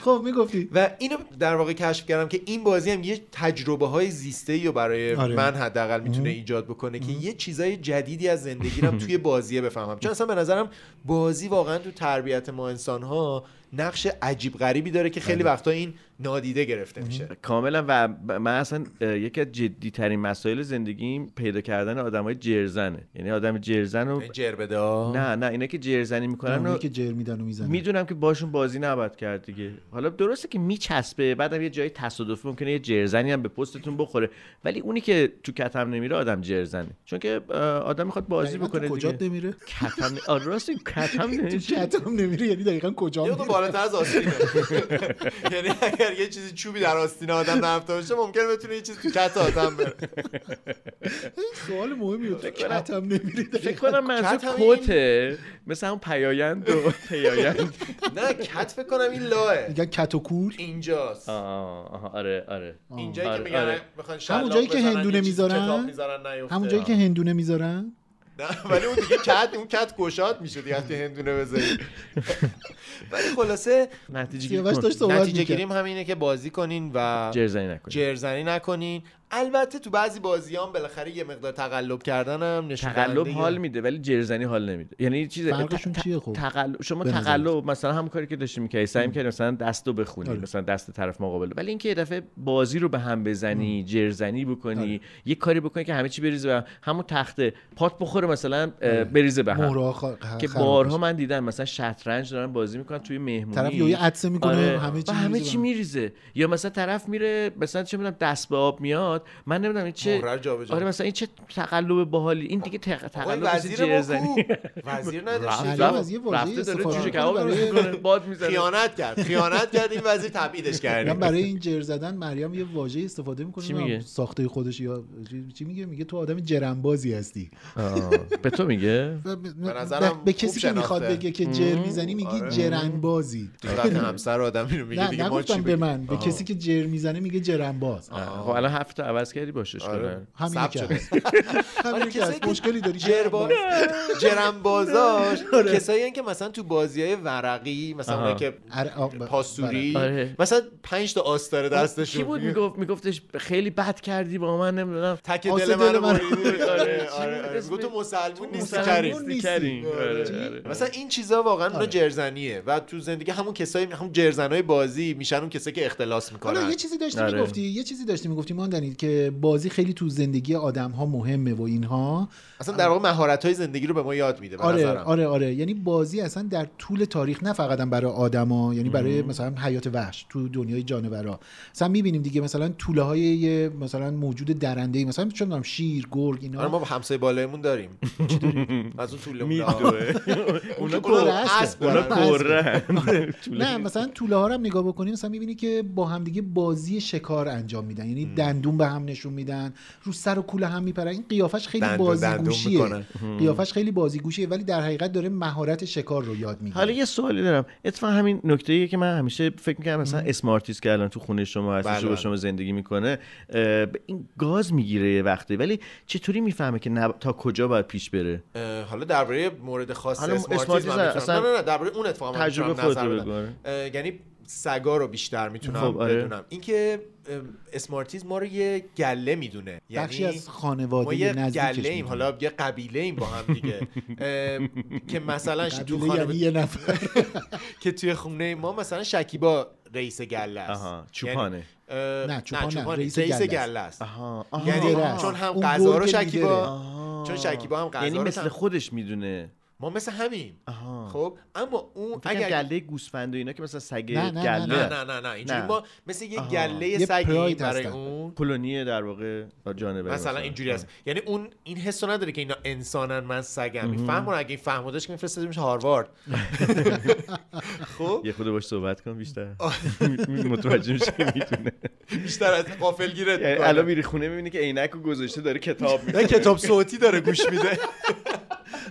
Speaker 2: خب میگفتی
Speaker 4: و اینو در واقع کشف کردم که این بازی هم یه تجربه های زیسته رو برای
Speaker 2: آره.
Speaker 4: من حداقل میتونه ایجاد بکنه که یه چیزای جدیدی از زندگی رو هم توی بازیه بفهمم چون اصلا به نظرم بازی واقعا تو تربیت ما انسان ها نقش عجیب غریبی داره که خیلی وقتا این نادیده گرفته میشه
Speaker 3: کاملا و ب- من اصلا اه، یکی از جدی ترین مسائل زندگیم پیدا کردن آدمای جرزنه یعنی آدم جرزن رو
Speaker 4: جربدا
Speaker 3: نه نه اینا که جرزنی میکنن
Speaker 2: اونایی
Speaker 3: رو
Speaker 2: که جر میدن و میزنن
Speaker 3: میدونم که باشون بازی نباید کرد دیگه حالا درسته که میچسبه بعدم یه جایی تصادفی ممکنه یه جرزنی هم به پستتون بخوره ولی اونی که تو کتم نمیره آدم جرزنه چون که اه، آدم میخواد بازی
Speaker 2: دقیقاً تو
Speaker 3: بکنه
Speaker 2: کجا
Speaker 3: دیگه
Speaker 2: نمیره
Speaker 3: کتم آره، راستی کتم نمیشه
Speaker 2: چتم نمیره یعنی دقیقا کجا
Speaker 4: یه خود
Speaker 2: میره
Speaker 4: بالاتر از آستینه یعنی اگر یه چیزی چوبی در آستین آدم نرفته باشه ممکنه بتونه یه چیز تو کت آدم بره
Speaker 2: سوال مهمی بود کتم نمیره
Speaker 3: فکر
Speaker 2: دقیقاً.
Speaker 3: کنم منظور
Speaker 4: کتم این-
Speaker 3: کته مثل همون پیایند و پیایند
Speaker 4: نه کت فکر کنم این لاه
Speaker 2: میگن کت و کور
Speaker 4: اینجاست
Speaker 3: آه، آه، آره آره
Speaker 4: اینجایی
Speaker 3: آره،
Speaker 4: که میگن
Speaker 3: آره.
Speaker 4: میخوان
Speaker 2: همون جایی که هندونه میذارن؟ همون جایی که هندونه میذارن
Speaker 4: ولی اون دیگه کت اون کت گشاد میشه دیگه وقتی هندونه بذاری ولی خلاصه
Speaker 3: نتیجه گیری
Speaker 2: سیاوش
Speaker 3: کن.
Speaker 2: داشت صحبت
Speaker 4: نتیجه
Speaker 2: میکرد
Speaker 4: گیریم همینه که بازی کنین و
Speaker 3: جرزنی نکنید
Speaker 4: جرزنی نکنین البته تو بعضی بازی هم بالاخره یه مقدار تقلب کردن هم نشون
Speaker 3: تقلب
Speaker 4: دهنده
Speaker 3: حال میده ولی جرزنی حال نمیده یعنی یه چیز
Speaker 2: فرقشون
Speaker 3: ت- ت-
Speaker 2: چیه خب؟
Speaker 3: تقلب شما
Speaker 2: به نظرت.
Speaker 3: تقلب مثلا هم کاری که داشتی میکردی سعی میکردی مثلا دست رو بخونی
Speaker 2: آره.
Speaker 3: مثلا دست طرف مقابل رو. ولی اینکه یه دفعه بازی رو به هم بزنی جرزنی بکنی
Speaker 2: آره.
Speaker 3: یه کاری بکنی که همه چی بریزه به هم. همون تخته پات بخوره مثلا اه، بریزه به هم
Speaker 2: مهرها خ- خ-
Speaker 3: که
Speaker 2: خراب
Speaker 3: بارها
Speaker 2: میشه.
Speaker 3: من دیدم مثلا شطرنج دارن بازی میکنن توی مهمونی
Speaker 2: طرف یه عدسه میکنه
Speaker 3: آره،
Speaker 2: همه چی
Speaker 3: و همه
Speaker 2: میریزه
Speaker 3: چی
Speaker 2: به هم.
Speaker 3: میریزه یا مثلا طرف میره مثلا چه میدونم دست به آب میاد من نمیدونم این چه
Speaker 4: مهره رو جابجا
Speaker 3: آره مثلا این چه تقلب باحالی این دیگه تق...
Speaker 4: آقای
Speaker 3: تقلب مثل
Speaker 4: وزیر ما
Speaker 3: جرزنی
Speaker 4: کو؟ وزیر نداشت
Speaker 2: رفت.
Speaker 3: رفته-
Speaker 2: از یه واژه
Speaker 3: رفته داره
Speaker 2: استفاده
Speaker 3: جوجه
Speaker 2: می‌کنه
Speaker 3: کباب
Speaker 2: برای-
Speaker 3: درست می‌کنه، باد میزنه
Speaker 4: خیانت کرد خیانت کرد این وزیر تبعیدش
Speaker 2: من
Speaker 4: کرد
Speaker 2: برای این جر زدن مریم یه واژه استفاده میکنه
Speaker 3: آره. چی میگه؟
Speaker 2: ساخته خودش یا چی- چی میگه میگه تو آدم جرنبازی هستی
Speaker 3: به تو میگه
Speaker 2: و ب- به,
Speaker 4: نظرم
Speaker 2: به
Speaker 4: خوب
Speaker 2: کسی که میخواد
Speaker 4: شناخته.
Speaker 2: بگه که جر میزنی میگی جرنبازی
Speaker 4: وقتی همسر آدم اینو میگه
Speaker 2: نه
Speaker 4: دیگه ما چی
Speaker 2: نگفتم به
Speaker 4: بگیم
Speaker 2: من به کسی که جر میزنه میگه جرنباز
Speaker 3: خب الان هفت تا عوض کردی باشش
Speaker 4: آره.
Speaker 3: کنن
Speaker 2: همین
Speaker 4: ثبت
Speaker 2: که
Speaker 4: شده.
Speaker 2: هست.
Speaker 3: آره،
Speaker 2: همین که
Speaker 4: کسایی
Speaker 2: هست.
Speaker 4: که
Speaker 2: مشکلی داری
Speaker 4: جربا... جرمبازاش
Speaker 2: آره.
Speaker 4: کسایی هن که مثلا تو بازی های ورقی مثلا
Speaker 3: آها.
Speaker 4: اونایی که
Speaker 2: ار- آ- آره، ب- بله.
Speaker 4: پاسوری
Speaker 3: آره.
Speaker 4: مثلا پنج تا آستاره
Speaker 3: کی بود
Speaker 4: دستشون
Speaker 3: میگفت میگفتش خیلی بد کردی با من نمیدونم
Speaker 4: تک
Speaker 2: آسه
Speaker 4: دل من
Speaker 2: دل
Speaker 4: رو
Speaker 2: من.
Speaker 4: بریدی.
Speaker 3: آره.
Speaker 4: آره آره آره. میگفت تو مسلمون نیستی
Speaker 2: مسلمون
Speaker 4: کریم
Speaker 2: نیستی.
Speaker 3: کریم. آره، آره.
Speaker 4: مثلا این چیزا واقعا اونا
Speaker 2: آره.
Speaker 4: جرزنیه و تو زندگی همون کسایی همون جرزنای بازی میشن اون کسایی که اختلاس
Speaker 2: حالا
Speaker 4: میکنن
Speaker 2: یه چیزی داشتی
Speaker 3: آره.
Speaker 2: میگفتی یه چیزی داشتی میگفتی ماندنی که بازی خیلی تو زندگی آدم ها مهمه و اینها
Speaker 4: اصلا در واقع مهارت های زندگی رو به ما یاد میده به
Speaker 2: آره
Speaker 4: نظرم.
Speaker 2: آره آره یعنی بازی اصلا در طول تاریخ نه فقط هم برای آدما یعنی برای مثلا حیات وحش تو دنیای جانورا مثلا میبینیم دیگه مثلا توله های یه مثلا موجود درنده ای مثلا چون دارم شیر گرگ
Speaker 4: آره
Speaker 2: اینا
Speaker 4: ما با همسایه بالایمون داریم از اون طول
Speaker 3: میدوه اونا
Speaker 2: آره،
Speaker 4: اونا
Speaker 3: کور-
Speaker 4: اسب
Speaker 2: اونا
Speaker 3: اونا
Speaker 4: دارن.
Speaker 2: اسب.
Speaker 3: کره
Speaker 2: نه مثلا توله ها رو هم نگاه بکنیم مثلا میبینی که با همدیگه بازی شکار انجام میدن یعنی دندون به هم نشون میدن رو سر و کوله هم میپرن این قیافش خیلی
Speaker 4: دندون دندون
Speaker 2: بازیگوشیه
Speaker 4: می‌کنن.
Speaker 2: قیافش خیلی بازیگوشیه ولی در حقیقت داره مهارت شکار رو یاد میگیره
Speaker 3: حالا یه سوالی دارم اتفاقا همین نکته ایه که من همیشه فکر میکنم مثلا اسمارتیس که الان تو خونه شما هستش
Speaker 4: بله،
Speaker 3: و با
Speaker 4: بله.
Speaker 3: شما زندگی میکنه این گاز میگیره یه وقتی ولی چطوری میفهمه که نب- تا کجا باید پیش بره
Speaker 4: اه، حالا درباره مورد خاص
Speaker 3: حالا
Speaker 4: اسمارتیز
Speaker 3: اسمارتیز
Speaker 4: من
Speaker 3: اصلا
Speaker 4: میتونم نه نه, نه درباره اون اتفاق من
Speaker 3: تجربه
Speaker 4: میتونم نظر
Speaker 3: خودت رو
Speaker 4: بدم.
Speaker 3: بگو.
Speaker 4: اه، یعنی سگا رو بیشتر میتونم
Speaker 3: خب، آره.
Speaker 4: بدونم اینکه اه، اسمارتیز ما رو یه گله میدونه
Speaker 2: بخشی
Speaker 4: یعنی ما
Speaker 2: از
Speaker 4: یه
Speaker 2: خانواده نزدیکش
Speaker 4: گله ایم
Speaker 2: می‌دونیم.
Speaker 4: حالا یه قبیله ایم با هم دیگه اه، که مثلا تو
Speaker 2: قبیله یعنی
Speaker 4: خانواده
Speaker 2: یه نفر
Speaker 4: که توی خونه ما مثلا شکیبا رئیس گله
Speaker 3: آها،
Speaker 4: است
Speaker 3: چوپانه.
Speaker 4: یعنی- اه،
Speaker 2: نه، چوپان نه، رئیس
Speaker 4: رئیس
Speaker 2: گله است.
Speaker 4: گله است
Speaker 3: آها
Speaker 4: یعنی
Speaker 2: آها.
Speaker 4: چون هم
Speaker 2: اون
Speaker 4: غذا رو
Speaker 2: گرگ لیدره.
Speaker 4: شکیبا چون شکیبا هم غذا
Speaker 3: یعنی
Speaker 4: رو
Speaker 3: مثل
Speaker 4: تم-
Speaker 3: خودش میدونه
Speaker 4: ما مثل همین
Speaker 3: آها.
Speaker 4: خب اما اون
Speaker 3: اگر
Speaker 4: اگر
Speaker 3: گله گوسفند و اینا که مثلا سگ
Speaker 2: نه، نه،
Speaker 3: گله
Speaker 4: نه نه نه نه اینجوری
Speaker 3: نه.
Speaker 4: ما مثل یه
Speaker 3: آها.
Speaker 4: گله
Speaker 2: یه
Speaker 4: سگی
Speaker 2: پراید
Speaker 4: برای
Speaker 2: هستن.
Speaker 4: اون
Speaker 3: کلونی در واقع جانبه
Speaker 4: مثلا اینجوری هست یعنی اون این حسو نداره که اینا انسانن من سگم این فهم رو اگه این فهم رو داشت که میفرستیدیمش هاروارد خب
Speaker 3: یه خود باش صحبت کن بیشتر متوجه میشه که میتونه
Speaker 4: بیشتر از قافل گیرت
Speaker 3: یعنی
Speaker 4: می‌کنه.
Speaker 3: الان میری خونه میبینی که عینک رو گذاشته داره کتاب میخونه
Speaker 4: نه کتاب صوتی داره گوش میده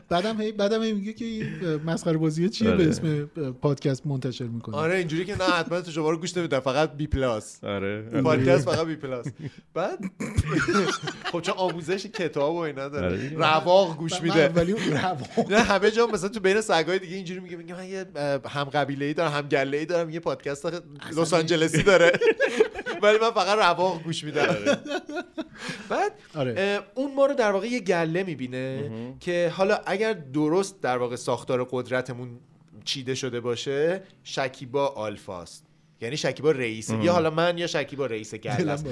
Speaker 2: بعدم هی بعدم هی میگه که این اه، مسخره بازی چیه
Speaker 3: آره.
Speaker 2: به اسم اه، پادکست منتشر میکنه
Speaker 4: آره اینجوری که نه حتما تو شما رو گوش نمیدن فقط بی پلاس
Speaker 3: آره
Speaker 4: پادکست فقط بی پلاس بعد خب چون آموزش کتاب و اینا
Speaker 3: آره.
Speaker 4: داره رواق گوش میده
Speaker 2: ولی
Speaker 4: نه همه جا مثلا تو بین سگای دیگه اینجوری میگه میگه من یه اه، هم قبیله ای دارم هم گله ای دارم یه پادکست آخه لس آنجلسی داره ولی من فقط رواق گوش میدم بعد
Speaker 2: آره.
Speaker 4: اه، اون ما رو در واقع یه گله میبینه که حالا اگر درست در واقع ساختار قدرتمون چیده شده باشه شکیبا آلفاست یعنی شکیبا رئیسه یا حالا من یا شکیبا رئیس گله است.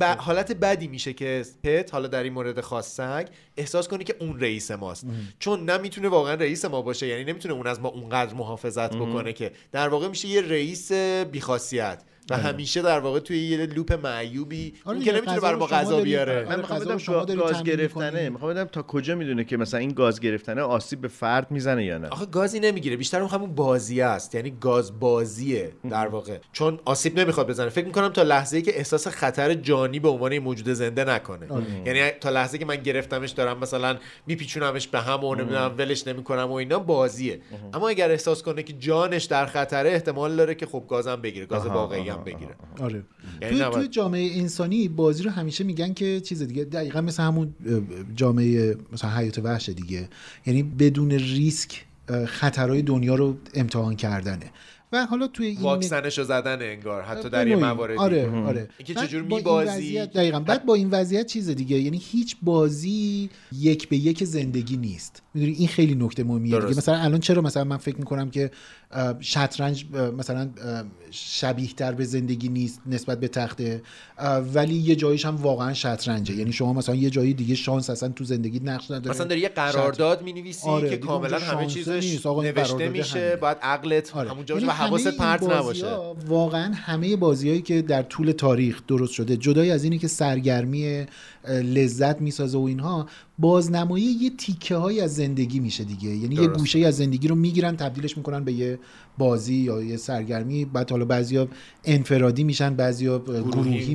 Speaker 4: ب... حالت بدی میشه که پت حالا در این مورد خاص سگ احساس کنه که اون رئیس ماست چون نه میتونه واقعا رئیس ما باشه یعنی نمیتونه اون از ما اونقدر محافظت بکنه که در واقع میشه یه رئیس بیخاصیت و همیشه در واقع توی یه لوپ معیوبی
Speaker 2: بله. آره
Speaker 4: اون که
Speaker 2: دیگه،
Speaker 4: نمیتونه
Speaker 2: غذا
Speaker 4: بر
Speaker 2: رو
Speaker 4: ما
Speaker 2: شما
Speaker 4: غذا
Speaker 2: داری-
Speaker 4: بیاره
Speaker 2: آره.
Speaker 3: من میخوام
Speaker 2: غذا
Speaker 3: خب بدم
Speaker 2: شما
Speaker 3: تا
Speaker 2: داری
Speaker 3: گاز
Speaker 2: تمرین
Speaker 3: گرفتنه
Speaker 2: می‌کنی.
Speaker 3: میخوام بدم تا کجا میدونه که مثلا این گاز گرفتنه آسیب به فرد میزنه یا نه
Speaker 4: آخه گازی نمیگیره بیشتر اون همون بازی است یعنی گاز بازیه در واقع چون آسیب نمیخواد بزنه فکر میکنم تا لحظه ای که احساس خطر جانی به عنوان یه موجود زنده نکنه یعنی تا لحظه که من گرفتمش دارم مثلا میپیچونمش به هم و نمیدونم ولش نمیکنم و اینا بازیه اما اگر احساس کنه که جانش در خطره احتمال داره که خب گازم بگیره گاز واقعی هم بگیره
Speaker 2: آره
Speaker 4: یعنی
Speaker 2: توی,
Speaker 4: نباید-
Speaker 2: توی جامعه انسانی بازی رو همیشه میگن که چیز دیگه دقیقا مثل همون اه، جامعه مثلا حیات وحش دیگه یعنی بدون ریسک اه، خطرهای دنیا رو امتحان کردنه و حالا توی این
Speaker 4: واکسنش رو زدن انگار حتی
Speaker 2: به
Speaker 4: در یه
Speaker 2: نوعی.
Speaker 4: مواردی
Speaker 2: آره آره
Speaker 4: اینکه
Speaker 2: بعد
Speaker 4: چجور
Speaker 2: با این
Speaker 4: می‌بازی.
Speaker 2: وضعیت- دقیقا بعد با این وضعیت چیز دیگه یعنی هیچ بازی یک به یک زندگی نیست میدونی این خیلی نکته مهمیه
Speaker 4: درست.
Speaker 2: دیگه مثلا الان چرا مثلا من فکر میکنم که اه، شطرنج اه، مثلا شبیه تر به زندگی نیست نسبت به تخته اه، ولی یه جایش هم واقعا شطرنجه یعنی شما مثلا یه جایی دیگه شانس اصلا تو زندگی نقش نداره
Speaker 4: مثلا داری یه قرارداد می نویسی
Speaker 2: آره،
Speaker 4: که
Speaker 2: دیگه
Speaker 4: کاملا
Speaker 2: اونجا
Speaker 4: همه
Speaker 2: شانسه
Speaker 4: چیزش
Speaker 2: نیست. آقا این
Speaker 4: نوشته
Speaker 2: قرارداد
Speaker 4: میشه
Speaker 2: همینه.
Speaker 4: باید عقلت همونجا باشه و
Speaker 2: یعنی همه
Speaker 4: حواست
Speaker 2: این
Speaker 4: پرت
Speaker 2: بازی‌ها
Speaker 4: نباشه
Speaker 2: واقعا همه بازیهایی که در طول تاریخ درست شده جدای از اینه که سرگرمی اه، لذت میسازه و اینها بازنمایی یه تیکه های از زندگی میشه دیگه یعنی یه گوشه از زندگی رو میگیرن تبدیلش میکنن به یه بازی یا یه سرگرمی بعد حالا بعضیا انفرادی میشن بعضیا گروهی, گروهی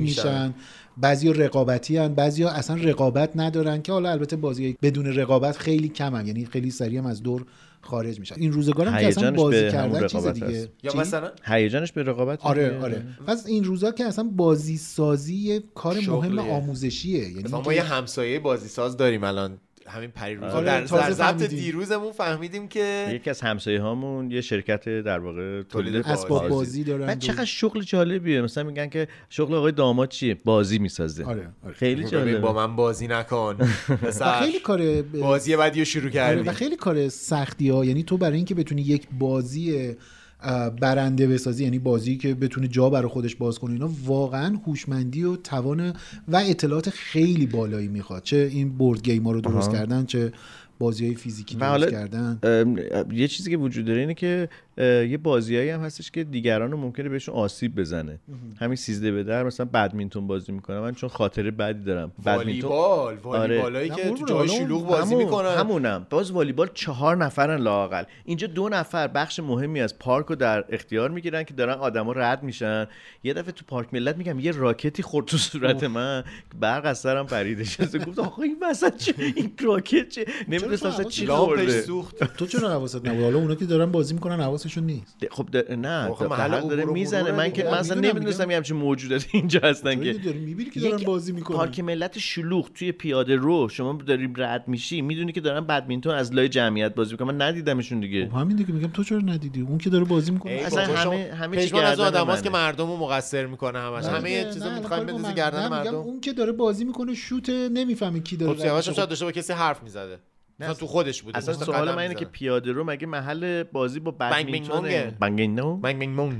Speaker 4: میشن.
Speaker 2: میشن بعضیا رقابتی هن بعضیا اصلا رقابت ندارن که حالا البته بازی بدون رقابت خیلی کم هن. یعنی خیلی سریع هم از دور خارج میشن این روزگارم که اصلا
Speaker 3: هیجانش
Speaker 2: بازی
Speaker 3: به همون
Speaker 2: کردن چیز
Speaker 3: رقابت
Speaker 2: دیگه
Speaker 3: هست.
Speaker 4: یا
Speaker 2: چی؟
Speaker 4: مثلا
Speaker 3: هیجانش به رقابت
Speaker 2: آره
Speaker 3: دیگه.
Speaker 2: آره پس این روزا که اصلا بازی سازی یه کار مهم
Speaker 4: شغله.
Speaker 2: آموزشیه یعنی
Speaker 4: مثلا ما یه همسایه بازیساز داریم الان همین پریروز
Speaker 2: آره،
Speaker 4: در
Speaker 2: تازه
Speaker 4: در ضبط
Speaker 2: فهمیدیم.
Speaker 4: دیروزمون فهمیدیم که
Speaker 3: یکی از همسایه هامون یه شرکت در واقع تولید
Speaker 4: تولید
Speaker 2: اسباب
Speaker 4: بازی.
Speaker 2: بازی دارن
Speaker 3: بعد
Speaker 2: و-
Speaker 3: چقدر شغل جالبیه مثلا میگن که شغل آقای داماد چیه بازی میسازه
Speaker 2: آره، آره.
Speaker 3: خیلی
Speaker 4: ببین با
Speaker 3: جالبه
Speaker 4: من بازی نکن
Speaker 2: و
Speaker 4: پسر،
Speaker 2: خیلی کار ب-
Speaker 4: بازی بعدی رو شروع
Speaker 2: آره،
Speaker 4: کردی
Speaker 2: و خیلی کار سختی ها یعنی تو برای اینکه بتونی یک بازی اه، برنده بسازی یعنی بازی که بتونه جا برای خودش باز کنه اینا واقعا هوشمندی و توان و اطلاعات خیلی بالایی میخواد چه این بورد گیم ها رو درست
Speaker 3: آها.
Speaker 2: کردن چه بازی های فیزیکی
Speaker 3: و
Speaker 2: درست
Speaker 3: حالا-
Speaker 2: کردن
Speaker 3: ام، یه چیزی که وجود داره اینه که اه، یه بازیایی هم هستش که دیگران رو ممکنه بهشون آسیب بزنه همین سیزده به در مثلا بدمینتون بازی میکنم من چون خاطره بدی دارم بدمینتون
Speaker 4: والیبال والیبالایی
Speaker 2: آره.
Speaker 4: که
Speaker 2: نه،
Speaker 4: تو
Speaker 2: قربونه،
Speaker 4: جای
Speaker 2: حالا اون-
Speaker 4: شلوغ بازی
Speaker 3: همون-
Speaker 4: میکنن
Speaker 3: همونم باز والیبال چهار نفرن لاقل اینجا دو نفر بخش مهمی از پارک رو در اختیار میگیرن که دارن آدما رد میشن یه دفعه تو پارک ملت میگم یه راکتی خورد تو صورت من برق از سرم پریده شد گفت آخه این وسط چه این راکت چه نمیدونستم اصلا چی
Speaker 4: لامپش
Speaker 3: خورده
Speaker 4: سوخت
Speaker 2: تو چرا حواست نبود حالا اونا که دارن بازی میکنن حواسشون نیست
Speaker 3: ده- خب ده- نه
Speaker 4: آخه
Speaker 3: ده-
Speaker 4: محل
Speaker 3: دهن داره
Speaker 4: عبور و
Speaker 3: میزنه
Speaker 4: مرور
Speaker 3: من که
Speaker 4: دیگه.
Speaker 3: من اصلا
Speaker 2: می‌دونم،
Speaker 3: نمیدونستم
Speaker 2: می‌دونم.
Speaker 3: یه همچین موجوداتی اینجا هستن که
Speaker 2: داری میبینی که دارن
Speaker 3: یک
Speaker 2: بازی میکنن
Speaker 3: پارک ملت شلوغ توی پیاده رو شما داریم رد میشی میدونی که دارن بدمینتون از لای جمعیت بازی میکنن من ندیدمشون دیگه
Speaker 2: خب همین دیگه میگم تو چرا ندیدی اون که داره بازی میکنه
Speaker 4: ای
Speaker 3: اصلا
Speaker 4: بابا، شما
Speaker 3: همه- همه چی
Speaker 4: پشمان از
Speaker 3: گردن
Speaker 4: آدم
Speaker 3: منه.
Speaker 4: که مردم رو مقصر میکنه همش همه
Speaker 2: نه،
Speaker 4: چیز
Speaker 2: نه،
Speaker 4: میخوایم
Speaker 2: کاری با
Speaker 4: بندازی
Speaker 2: من-
Speaker 4: گردن
Speaker 2: نه، میگم
Speaker 4: مردم
Speaker 2: اون که داره بازی میکنه شوت نمیفهمه کی داره
Speaker 4: خب سیاوش هم
Speaker 2: رد میشه.
Speaker 4: شاید داشته با کسی حرف میزده مثلا تو خودش بوده
Speaker 3: اصلا
Speaker 4: داشته
Speaker 3: سوال
Speaker 4: قدم
Speaker 3: من اینه که
Speaker 4: می‌زده.
Speaker 3: پیاده رو مگه محل بازی با
Speaker 4: بنگ بینگ
Speaker 3: بدمینتونه
Speaker 4: مونگه.
Speaker 3: بنگ نو
Speaker 4: منگ منگ مونگ.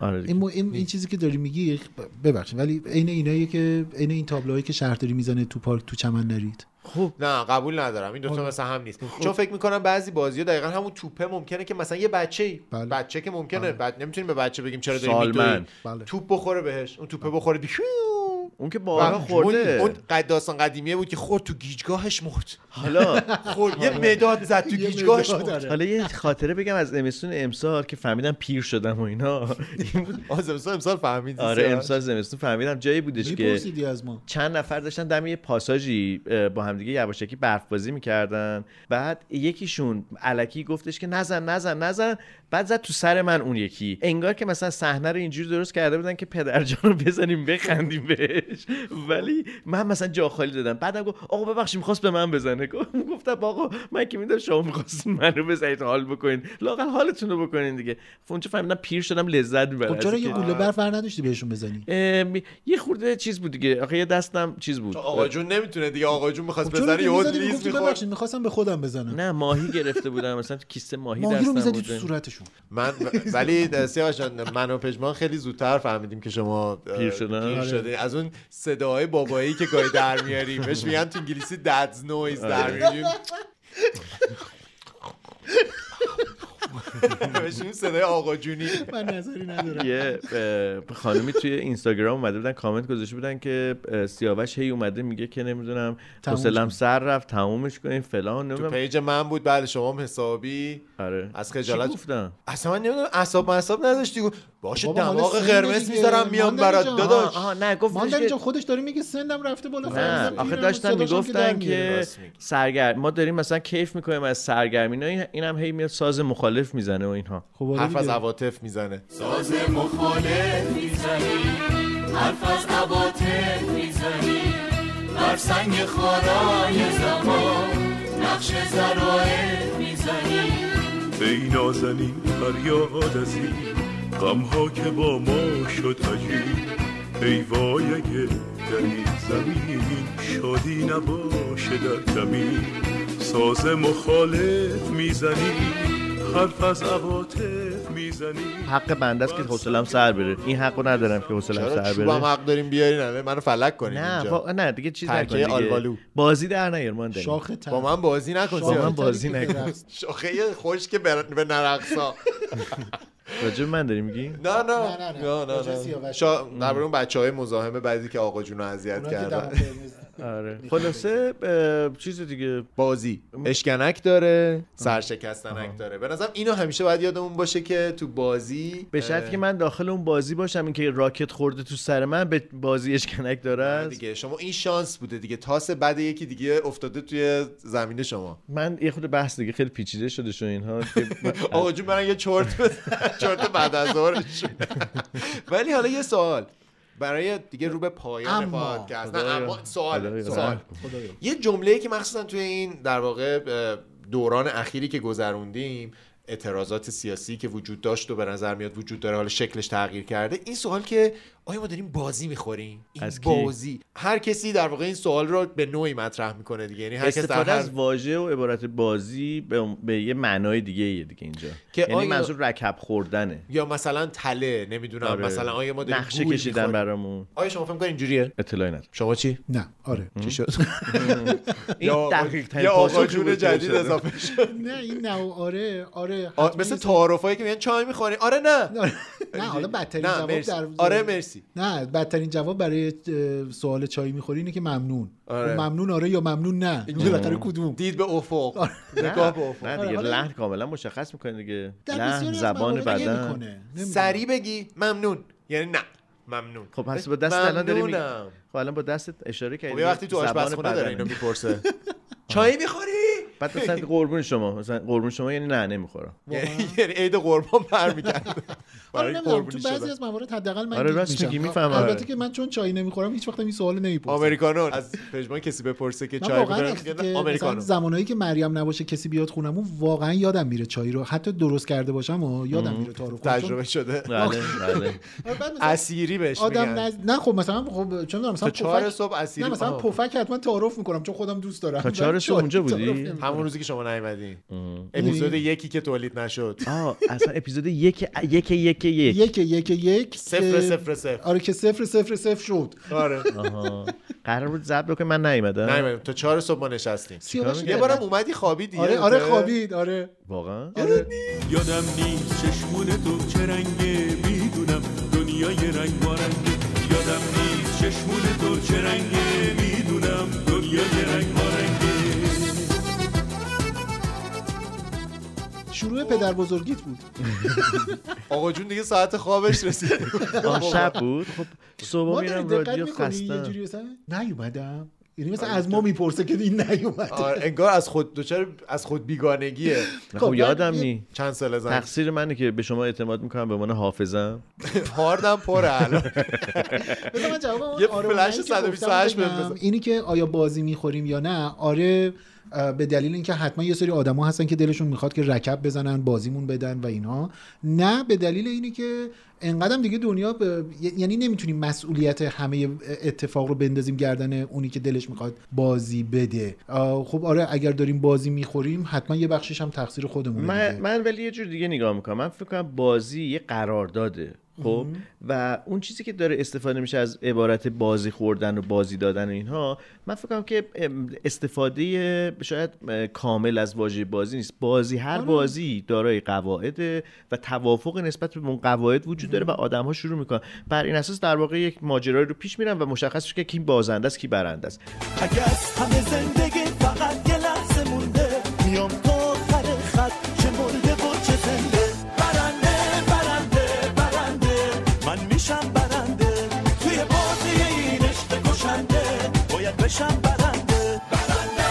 Speaker 3: آره دیگه.
Speaker 2: این, مو- این, این چیزی که داری میگی ببخشید ولی عین اینایی که عین این تابلوهایی که شهرداری میزنه تو پارک تو چمن نرید
Speaker 4: نه قبول ندارم این دوتا مثلا هم نیست چون فکر میکنم بعضی بازی ها دقیقا همون توپه ممکنه که مثلا یه بچه
Speaker 2: بله.
Speaker 4: بچه که ممکنه بعد نمیتونیم به بچه بگیم چرا داری
Speaker 3: سالمن
Speaker 4: میدوی
Speaker 2: بله
Speaker 4: توپ بخوره بهش اون توپه بخوره دیگه بله.
Speaker 3: اون که بارها آره، خورده
Speaker 4: اون قد داستان قدیمیه بود که خورد تو گیجگاهش مرد
Speaker 3: حالا
Speaker 4: خورد یه مداد زد تو
Speaker 2: یه
Speaker 4: گیجگاهش
Speaker 2: مداد،
Speaker 4: مرد
Speaker 2: آره.
Speaker 3: حالا یه خاطره بگم از زمستون امسال که فهمیدم پیر شدم و اینا این بود-
Speaker 4: آز امسال امسال فهمیدی
Speaker 3: آره
Speaker 4: سیاوش.
Speaker 3: امسال زمستون فهمیدم جایی بودش که
Speaker 2: میپرسیدی از ما
Speaker 3: چند نفر داشتن دم یه پاساژی اه، با همدیگه یواشکی برف بازی میکردن بعد یکیشون علکی گفتش که نزن نزن نزن بعد زد تو سر من اون یکی انگار که مثلا صحنه رو اینجوری درست کرده بودن که پدرجان رو بزنیم بخندیم بهش ولی من مثلا جا خالی دادم بعدم گفت آقا ببخشید میخواست به من بزنه گفت- گفتم آقا من که میدونم شما میخواستین من رو بزنید حال بکنین لاقل حالتون رو بکنین دیگه اونجا فهمیدم پیر شدم لذت میبرم
Speaker 2: خب چرا یه گوله برف ور نداشتی بهشون بزنی
Speaker 3: ام، یه خورده چیز بود دیگه آخه یه دستم چیز بود
Speaker 4: آقا جون نمیتونه دیگه آقا جون میخواست
Speaker 2: خب چرا
Speaker 4: بزنه
Speaker 2: که
Speaker 4: یهو
Speaker 2: میزدی
Speaker 4: لیز
Speaker 2: میگفتی
Speaker 4: میخورد
Speaker 2: ببخشید میخواستم به خودم بزنم
Speaker 3: نه ماهی گرفته بودم مثلا تو کیسه ماهی,
Speaker 2: ماهی رو
Speaker 3: دستم
Speaker 2: میزدی
Speaker 3: بود
Speaker 2: تو صورتشون
Speaker 4: من ولی سیاوش جان، من و پژمان خیلی زودتر فهمیدیم که شما اه،
Speaker 3: پیر شدن.
Speaker 4: پیر
Speaker 3: آره.
Speaker 4: شدین. از اون صداهای بابایی که گاهی در میاریم بهش میگن تو انگلیسی ددز نویز در
Speaker 3: آره.
Speaker 4: میاریم بهش میگیم صدای آقا جونی
Speaker 2: من نظری ندارم
Speaker 3: یه اه، خانومی توی اینستاگرام اومده بودن کامنت گذاشته بودن که اه، سیاوش هی اومده میگه که نمیدونم
Speaker 2: تمومش
Speaker 3: حوصلم
Speaker 2: کن.
Speaker 3: سر رفت تمومش کنین فلان
Speaker 4: تو
Speaker 3: نمیدونم
Speaker 4: پیج من بود بعد شما هم حسابی
Speaker 3: آره
Speaker 4: از
Speaker 3: چی
Speaker 4: خجالت
Speaker 3: گفتم
Speaker 4: اصلا من نمیدونم اعصاب معصاب نداشتی گفت باشه
Speaker 2: بابا، حالا
Speaker 4: دماغ
Speaker 2: سنده
Speaker 4: قرمز
Speaker 2: دیگه.
Speaker 4: میذارم میام
Speaker 2: ماندنی
Speaker 4: برات
Speaker 2: جان.
Speaker 4: داداش
Speaker 3: آه, آه، نه گفتش
Speaker 2: ماندن
Speaker 3: که
Speaker 2: اینجا خودش داره میگه سنم رفته بالا
Speaker 3: نه
Speaker 2: فرزم
Speaker 3: آخه
Speaker 2: پیرم،
Speaker 3: داشتن
Speaker 2: صداشم که در
Speaker 3: میگفتن
Speaker 2: میاره.
Speaker 3: که
Speaker 4: راست میگی.
Speaker 3: سرگر ما داریم مثلا کیف میکنیم از سرگرمی اینا اینم هی میاد ساز مخالف میزنه و اینها
Speaker 2: خب آره
Speaker 4: حرف از
Speaker 2: دیگه.
Speaker 4: عواطف میزنه
Speaker 10: ای نازنین فریاد از این غمها که با ما شد عجیب ای وای اگه در این زمین شادی نباشه در کمین ساز مخالف میزنی حرف از عواطف میزنی
Speaker 3: حق بنده است که حوصلم سر بره این حقو ندارم که حوصلم
Speaker 4: چرا
Speaker 3: سر
Speaker 4: چوبم
Speaker 3: بره
Speaker 4: حق داریم بیارین الان منو فلک کنین
Speaker 3: نه
Speaker 4: اینجا
Speaker 3: واقعا نه دیگه چیز
Speaker 4: ترکه
Speaker 3: نکن دیگه.
Speaker 4: آلبالو.
Speaker 3: بازی در نیار ماندنی
Speaker 2: شاخ تر
Speaker 4: با من بازی نکن
Speaker 2: شاخ
Speaker 3: با من
Speaker 4: زیاد
Speaker 2: تری
Speaker 3: بازی
Speaker 2: که
Speaker 3: نکن.
Speaker 2: درخت.
Speaker 4: شاخه خوش که بر- به نرقصا
Speaker 3: راجع به من داری میگی
Speaker 4: نه نه
Speaker 2: نه، نه.
Speaker 4: نه نه
Speaker 2: راجع
Speaker 4: نه
Speaker 2: سیاوش.
Speaker 4: شا- در برای اون بچه های مزاحم بعضی که آقا جون رو اذیت
Speaker 2: اونا که
Speaker 4: کردن
Speaker 2: دماغ قرمز
Speaker 3: آره خلاصه اه، چیز دیگه
Speaker 4: بازی اشکنک داره سرشکستنک داره به نظرم اینو همیشه باید یادمون باشه که تو بازی
Speaker 3: به شرطی که من داخل اون بازی باشم اینکه راکت خورده تو سر من به بازی اشکنک داره
Speaker 4: آره
Speaker 3: است.
Speaker 4: دیگه شما این شانس بوده دیگه تاس بعد یکی دیگه افتاده توی زمین شما
Speaker 3: من یه خود بحث دیگه خیلی پیچیده شده شو اینها که من-
Speaker 4: آقا جون برن یه چرت بزن. چرت بعد از ظهرش ولی حالا یه سوال برای دیگه رو به پایان
Speaker 2: اما.
Speaker 4: پادکست نه
Speaker 3: خدایا.
Speaker 4: اما سوال
Speaker 3: خدایا.
Speaker 4: سوال یه جمله که مخصوصا توی این در واقع اه، دوران اخیری که گذروندیم اعتراضات سیاسی که وجود داشت و به نظر میاد وجود داره حالا شکلش تغییر کرده این سوال که آیا ما داریم بازی میخوریم این
Speaker 3: از کی؟
Speaker 4: بازی هر کسی در واقع این سوال رو به نوعی مطرح میکنه دیگه یعنی هر کس در
Speaker 3: استفاده
Speaker 4: هر
Speaker 3: از واژه و عبارت بازی به, به یه معنای دیگه یه دیگه اینجا
Speaker 4: که
Speaker 3: یعنی
Speaker 4: آیا-
Speaker 3: منظور رکب خوردنه
Speaker 4: یا مثلا تله نمیدونم
Speaker 3: آره.
Speaker 4: مثلا آیا ما داریم
Speaker 3: نقشه
Speaker 4: گول
Speaker 3: کشیدن
Speaker 4: می‌خوریم؟
Speaker 3: برامون
Speaker 4: آیا شما فکر می‌کنین اینجوریه
Speaker 3: اطلاعی ندارم
Speaker 4: شما چی
Speaker 2: نه آره
Speaker 4: چی شد
Speaker 3: این دقیق ترین
Speaker 4: یا آقا
Speaker 3: پاسخی
Speaker 4: جون
Speaker 3: بود که
Speaker 4: جدید
Speaker 3: شده.
Speaker 4: اضافه شد
Speaker 2: نه این نه و آره آره
Speaker 4: آ،
Speaker 2: حتما
Speaker 4: مثل
Speaker 2: یه سری-
Speaker 4: تعارفایی که میگن چای میخوری آره نه
Speaker 2: نه حالا بدترین
Speaker 4: نه
Speaker 2: جواب
Speaker 4: مرسی
Speaker 2: در
Speaker 4: آره مرسی
Speaker 2: نه بدترین جواب برای اه، سوال چای میخوری اینه که ممنون
Speaker 4: آره.
Speaker 2: ممنون آره یا ممنون نه اینجا بالاخره کدوم
Speaker 4: دید به افق نگاه
Speaker 3: آره.
Speaker 4: به
Speaker 3: نه,
Speaker 4: افق
Speaker 3: نه دیگه
Speaker 2: آره، حالا-
Speaker 3: لحن کاملا مشخص میکنه دیگه
Speaker 2: در
Speaker 3: لحن
Speaker 2: بسیاری
Speaker 3: زبان
Speaker 2: از مواقع
Speaker 3: بدن
Speaker 2: نمی‌کنه. نمی‌دونم.
Speaker 4: سریع بگی ممنون یعنی نه ممنون
Speaker 3: خب پس با دست الان داری میگی
Speaker 4: ممنونم.
Speaker 3: خب الان با دستت اشاره کردی
Speaker 4: خب یه وقتی تو
Speaker 3: زبان
Speaker 4: آشپزخونه داره
Speaker 3: بدنه.
Speaker 4: اینو میپرسه چای میخوری
Speaker 3: بعد مثلا قربون شما مثلا قربون شما یعنی نه نمیخورم
Speaker 4: یعنی یعنی عید قربان برمیگرده برای
Speaker 2: آره نمیدونم تو
Speaker 4: قربونی
Speaker 2: بعضی
Speaker 4: شدن
Speaker 2: از موارد حداقل من
Speaker 3: آره،
Speaker 2: گیج
Speaker 3: راست
Speaker 2: میشم.
Speaker 3: میگی، میفهمم.
Speaker 2: البته
Speaker 3: آره.
Speaker 2: که من چون چای نمیخورم هیچ وقت این سوالو نمیپرسم
Speaker 4: آمریکانو از پژمان کسی بپرسه که
Speaker 2: من
Speaker 4: چای
Speaker 2: واقعا
Speaker 4: میخوری
Speaker 2: وقتی
Speaker 4: میگه
Speaker 2: که
Speaker 4: نه،
Speaker 2: مثلا
Speaker 4: آمریکانو
Speaker 2: زمانایی که مریم نباشه کسی بیاد خونمون واقعا یادم میره چای رو حتی درست کرده باشم و یادم میره تعارف کنم. چون-
Speaker 4: تجربه شده
Speaker 3: بله بله
Speaker 2: آره، بعد مثلا
Speaker 4: اسیری بهش
Speaker 2: آدم
Speaker 4: میگن
Speaker 2: نز... نه خب مثلا خب چون مثلا
Speaker 4: تا چهار
Speaker 2: پفک
Speaker 4: صبح اسیری
Speaker 2: نه مثلا
Speaker 4: آها.
Speaker 2: پفک حتما تعارف میکنم چون خودم دوست دارم
Speaker 3: تا چهار
Speaker 2: ولی
Speaker 3: صبح اونجا
Speaker 2: تعارف
Speaker 3: بودی؟
Speaker 2: نمی‌کنم.
Speaker 4: همون روزی که شما نیومدین اپیزود
Speaker 2: یعنی-
Speaker 4: یکی که تولید نشد
Speaker 3: آه اصلا اپیزود یک یک یک یک
Speaker 2: یک یک یک
Speaker 4: صفر
Speaker 2: که-
Speaker 4: صفر صفر
Speaker 2: آره که صفر صفر صفر شد
Speaker 4: آره
Speaker 3: آها. قرار بود ضبط کنم من نیومدم
Speaker 4: نیومدیم تا چهار صبح ما نشستیم
Speaker 2: سیاوش
Speaker 4: یه بارم اومدی خوابیدی
Speaker 2: آره
Speaker 4: یادته؟
Speaker 2: آره خوابید آره
Speaker 3: واقعا
Speaker 2: آره
Speaker 10: یادم نیست چشمون تو چه رنگه میدونم دنیای رنگ بارنگه یادم نیست چشمون تو چه رنگه میدونم دنیای رنگ بارنگه
Speaker 2: شروع پدر بزرگیت بود
Speaker 4: آقا جون دیگه ساعت خوابش رسید
Speaker 3: آه، شب بود خب
Speaker 2: ما
Speaker 3: صبح
Speaker 2: داری
Speaker 3: میرم
Speaker 2: دقت
Speaker 3: رادیو
Speaker 2: میکنی یه
Speaker 3: خستم
Speaker 2: جوری مثلا نیومدم یعنی مثلا از ما میپرسه که این نیومد
Speaker 4: آره انگار از خود دوچار از خود بیگانگیه
Speaker 3: نه،
Speaker 2: خب،
Speaker 3: خب
Speaker 2: من
Speaker 3: یادم
Speaker 2: یه-
Speaker 3: نی
Speaker 4: چند سال زن
Speaker 3: تقصیر منه که به شما اعتماد میکنم به من حافظم
Speaker 4: هاردم پره الان
Speaker 2: بذار من جواب اون
Speaker 4: یه
Speaker 2: آره و
Speaker 4: فلش
Speaker 2: نه که
Speaker 4: 128
Speaker 2: گفتم بگم.
Speaker 4: بهم بزن.
Speaker 2: اینی که آیا بازی میخوریم یا نه آره اه، به دلیل اینکه حتما یه سری آدما هستن که دلشون میخواد که رکب بزنن بازیمون بدن و اینها نه به دلیل اینی که انقدرم دیگه دنیا به- یعنی نمیتونیم مسئولیت همه اتفاق رو بندازیم گردن اونی که دلش میخواد بازی بده آه، خب آره اگر داریم بازی میخوریم حتما یه بخشش هم تقصیر خودمونه
Speaker 3: من,
Speaker 2: دیگه.
Speaker 3: من ولی یه جور دیگه نگاه میکنم من فکر کنم بازی یه قرارداده خب و اون چیزی که داره استفاده میشه از عبارت بازی خوردن و بازی دادن و اینها من فکر کنم که ام، استفاده شاید ام، کامل از واژه بازی نیست بازی هر بازی دارای قواعده و توافق نسبت به اون قواعد وجود داره و آدم ها شروع میکنن بر این اساس در واقع یک ماجرایی رو پیش میرن و مشخص میشه که کی بازنده است کی برنده است
Speaker 7: اگه از همه زندگی فقط یه لحظه مونده میام تا آخر خط چه مرده و چه زنده برنده برنده برنده من میشم برنده توی بازی این عشق کشنده باید بشم برنده برنده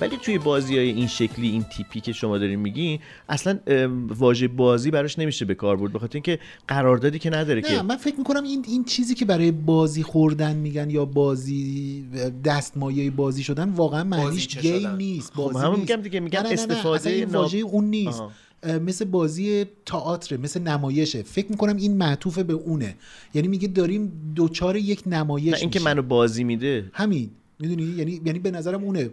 Speaker 3: ولی توی بازی های این شکلی این تیپی که شما دارین میگین اصلا ام، واژه بازی براش نمیشه به کار برد بخاطر اینکه قراردادی که نداره
Speaker 2: نه
Speaker 3: که
Speaker 2: من فکر میکنم این این چیزی که برای بازی خوردن میگن یا بازی دستمایه بازی شدن واقعا معنیش
Speaker 4: چه
Speaker 2: گیم
Speaker 4: شدن؟
Speaker 2: نیست بازی
Speaker 3: خب، همون
Speaker 2: نیست.
Speaker 3: میگم دیگه، میگن
Speaker 2: نه، نه، نه، نه،
Speaker 3: استفاده
Speaker 2: اصلا این
Speaker 3: ناب-
Speaker 2: واژه اون نیست
Speaker 3: آها.
Speaker 2: اه، مثل بازی تئاتر مثل نمایشه فکر میکنم این معطوف به اونه یعنی میگه داریم دوچار یک نمایش
Speaker 3: نه اینکه
Speaker 2: میشیم.
Speaker 3: منو بازی میده
Speaker 2: همین میدونی یعنی یعنی به نظرم اونه ی-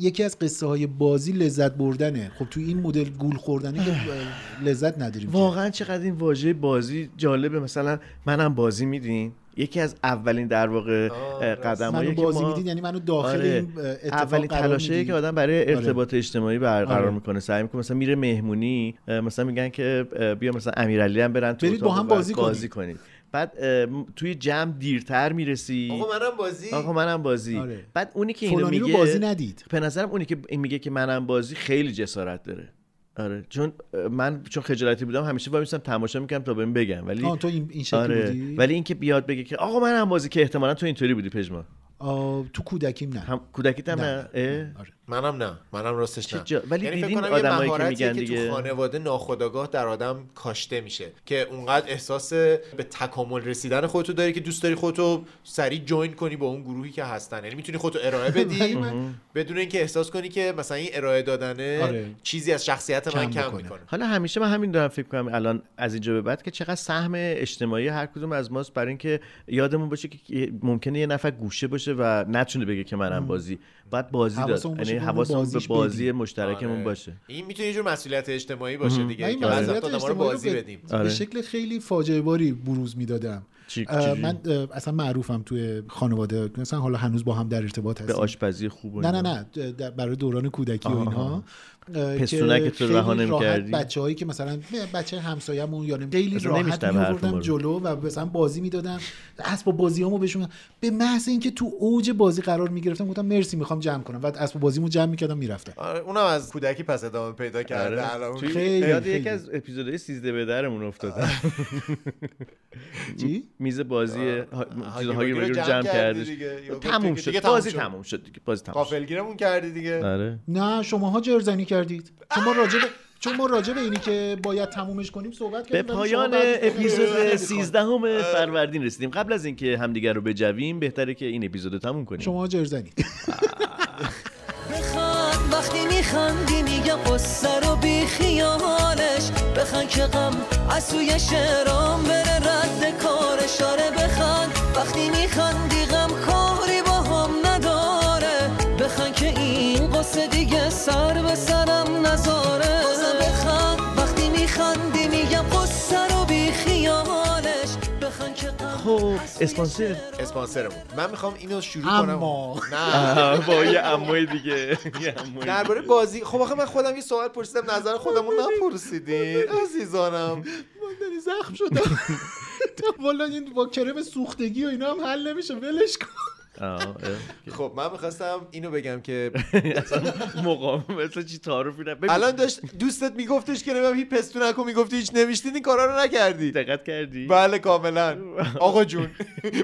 Speaker 2: یکی از قصه های بازی لذت بردنه خب تو این مدل گول خوردنه که اه، لذت نداریم که.
Speaker 3: واقعا چقدر این واژه بازی جالبه مثلا منم بازی میدین یکی از اولین در واقع
Speaker 4: آره.
Speaker 3: قدم
Speaker 2: منو
Speaker 3: که
Speaker 2: بازی
Speaker 3: ما
Speaker 2: میدید یعنی منو داخل
Speaker 3: آره.
Speaker 2: این اتفاق
Speaker 3: اولین
Speaker 2: قرار
Speaker 3: تلاشه
Speaker 2: میدید.
Speaker 3: که آدم برای ارتباط اجتماعی برقرار
Speaker 2: آره.
Speaker 3: میکنه سعی میکنه مثلا میره مهمونی اه، مثلا میگن که اه، بیا مثلا امیرعلی هم برن تو
Speaker 2: برید
Speaker 3: اتاق
Speaker 2: با هم
Speaker 3: و
Speaker 2: بازی
Speaker 3: بازی کنید بعد اه، م- توی جمع دیرتر میرسی
Speaker 4: آقا منم بازی
Speaker 3: آقا منم بازی
Speaker 2: آره.
Speaker 3: بعد اونی که اینو
Speaker 2: فلانی
Speaker 3: میگه
Speaker 2: رو بازی ندید
Speaker 3: به نظرم اونی که این میگه که منم بازی خیلی جسارت داره آره چون اه، من چون خجالتی بودم همیشه وای میستم تماشا میکنم تا بهم بگم ولی
Speaker 2: آه، تو این, این شکلی
Speaker 3: آره
Speaker 2: بودی
Speaker 3: ولی اینکه بیاد بگه که آقا منم بازی که احتمالا تو اینطوری بودی پژمان
Speaker 2: آه، تو کودکیم نه
Speaker 3: هم کودکیت هم نه اه؟
Speaker 2: آره.
Speaker 4: منم نه منم راستش نه
Speaker 3: جا- ولی
Speaker 4: یعنی فکر
Speaker 3: دیدین
Speaker 4: کنم یه
Speaker 3: آدمایی که
Speaker 4: مهارتیه
Speaker 3: میگن دیگه؟
Speaker 4: تو خانواده ناخودآگاه در آدم کاشته میشه که اونقدر احساس به تکامل رسیدن خودتو داری که دوست داری خودتو سریع جوین کنی با اون گروهی که هستن یعنی میتونی خودتو ارائه
Speaker 2: ولی
Speaker 4: بدی
Speaker 2: من-
Speaker 4: بدون اینکه احساس کنی که مثلا این ارائه دادنه
Speaker 2: آره.
Speaker 4: چیزی از شخصیت من
Speaker 2: کم
Speaker 4: کم
Speaker 2: بکنه.
Speaker 4: میکنه
Speaker 3: حالا همیشه من همین دارم فکر کنم الان از اینجا به بعد که چقدر سهم اجتماعی هر کدوم از ماست برای اینکه یادمون باشه که ممکنه یه نفر گوشه باشه و نتونه بگه که منم بازی باید بازی داد
Speaker 2: حواسمون باشه
Speaker 3: یعنی
Speaker 2: که
Speaker 3: حواسمون به
Speaker 2: بازیش
Speaker 3: بازی
Speaker 2: بدیم.
Speaker 3: مشترکمون
Speaker 4: آره.
Speaker 3: باشه
Speaker 4: این میتونه یه جور مسئولیت اجتماعی باشه
Speaker 2: من
Speaker 4: دیگه
Speaker 2: این
Speaker 4: که بعضی
Speaker 2: مسئولیت
Speaker 4: وقتا آدم‌ها رو
Speaker 2: اجتماعی رو
Speaker 4: بازی
Speaker 2: به-
Speaker 4: بدیم
Speaker 3: آره.
Speaker 2: به شکل خیلی فاجعه باری بروز میدادم
Speaker 3: چی-
Speaker 2: اه،
Speaker 3: چجوری؟
Speaker 2: من اه، اصلا معروفم توی خانواده مثلا حالا هنوز با هم در ارتباط
Speaker 3: به
Speaker 2: هستیم
Speaker 3: آشپزی خوب و
Speaker 2: نه نه
Speaker 3: اینا.
Speaker 2: نه در- برای دوران کودکی و اینها اه، که
Speaker 3: پستونک تو
Speaker 2: خیلی
Speaker 3: رها نمی‌کردی؟
Speaker 2: بچه هایی که مثلا بچه همسایه‌مون یا نمی- خیلی
Speaker 3: اصلا
Speaker 2: راحت
Speaker 3: نمی‌شنوه حرف ما
Speaker 2: می‌آوردم
Speaker 3: رو.
Speaker 2: جلو و مثلا بازی میدادم اسب بازیامو بهشون می‌دادم. به محض اینکه تو اوج بازی قرار میگرفتم گفتم مرسی میخوام جمع کنم بعد اسب بازیمو جمع میکردم میرفتم
Speaker 4: آره، اونم از کودکی پس ادامه پیدا کرده
Speaker 3: آره.
Speaker 4: الان
Speaker 3: توی-
Speaker 2: خیلی،
Speaker 3: یاد
Speaker 2: خیلی.
Speaker 3: یکی از اپیزودهای 13 به درمون افتادم
Speaker 2: چی
Speaker 3: میز بازی ها- چیز
Speaker 4: هاگی
Speaker 3: هاگی واگی
Speaker 4: باگی رو
Speaker 3: رو
Speaker 4: جمع
Speaker 3: جمع
Speaker 4: کردی
Speaker 3: کردش
Speaker 4: دیگه. یا گفتی
Speaker 3: تموم
Speaker 4: که دیگه
Speaker 3: شد
Speaker 4: تموم
Speaker 3: بازی
Speaker 4: شد.
Speaker 3: تموم شد دیگه بازی تموم شد
Speaker 4: قافلگیرمون کردی دیگه
Speaker 3: آره
Speaker 2: نه شماها جرزنی کردید شما راجع به چون ما راجع به اینی که باید تمومش کنیم صحبت
Speaker 3: به
Speaker 2: کردیم ولی شما
Speaker 3: پایان
Speaker 2: بعد-
Speaker 3: اپیزود
Speaker 2: جرزنی
Speaker 3: 13 فروردین رسیدیم قبل از اینکه همدیگر رو بجویم بهتره که این اپیزود رو تموم کنیم
Speaker 2: شما جرزنی
Speaker 11: بخند وقتی میخندی میگه قصه رو بی خیالش بخند که غم از سوی شعرام بره رد کارش آره بخند وقتی میخندی غم کاری با هم نداره بخند که این قصه دیگه سر به سرم نذاره بازم بخند وقتی میخندی میگه قصه رو بی خیالش بخند که غم
Speaker 3: خب
Speaker 11: از سوی
Speaker 3: اسپانسر
Speaker 11: شعرام
Speaker 4: اسپانسرمون من میخوام اینو شروع
Speaker 2: اما.
Speaker 4: کنم نه
Speaker 3: آه، با یه عموی دیگه یه عموی
Speaker 4: درباره بازی خب آخه من خودم یه سوال پرسیدم نظر خودمون نپرسیدین عزیزانم
Speaker 2: داری یعنی زخم شدم والا این با کرم سوختگی و اینا هم حل نمیشه ولش کن
Speaker 3: دیگه. آه، آره. اه.
Speaker 4: خب من میخواستم اینو بگم که
Speaker 3: مقام مثل چی تعارفی نه ببین،
Speaker 4: الان داشت دوستت میگفتش که نمیم هیچ پستونکو میگفتی هیچ نوشتین این کارا رو نکردی
Speaker 3: دقت کردی
Speaker 4: بله کاملا آقا جون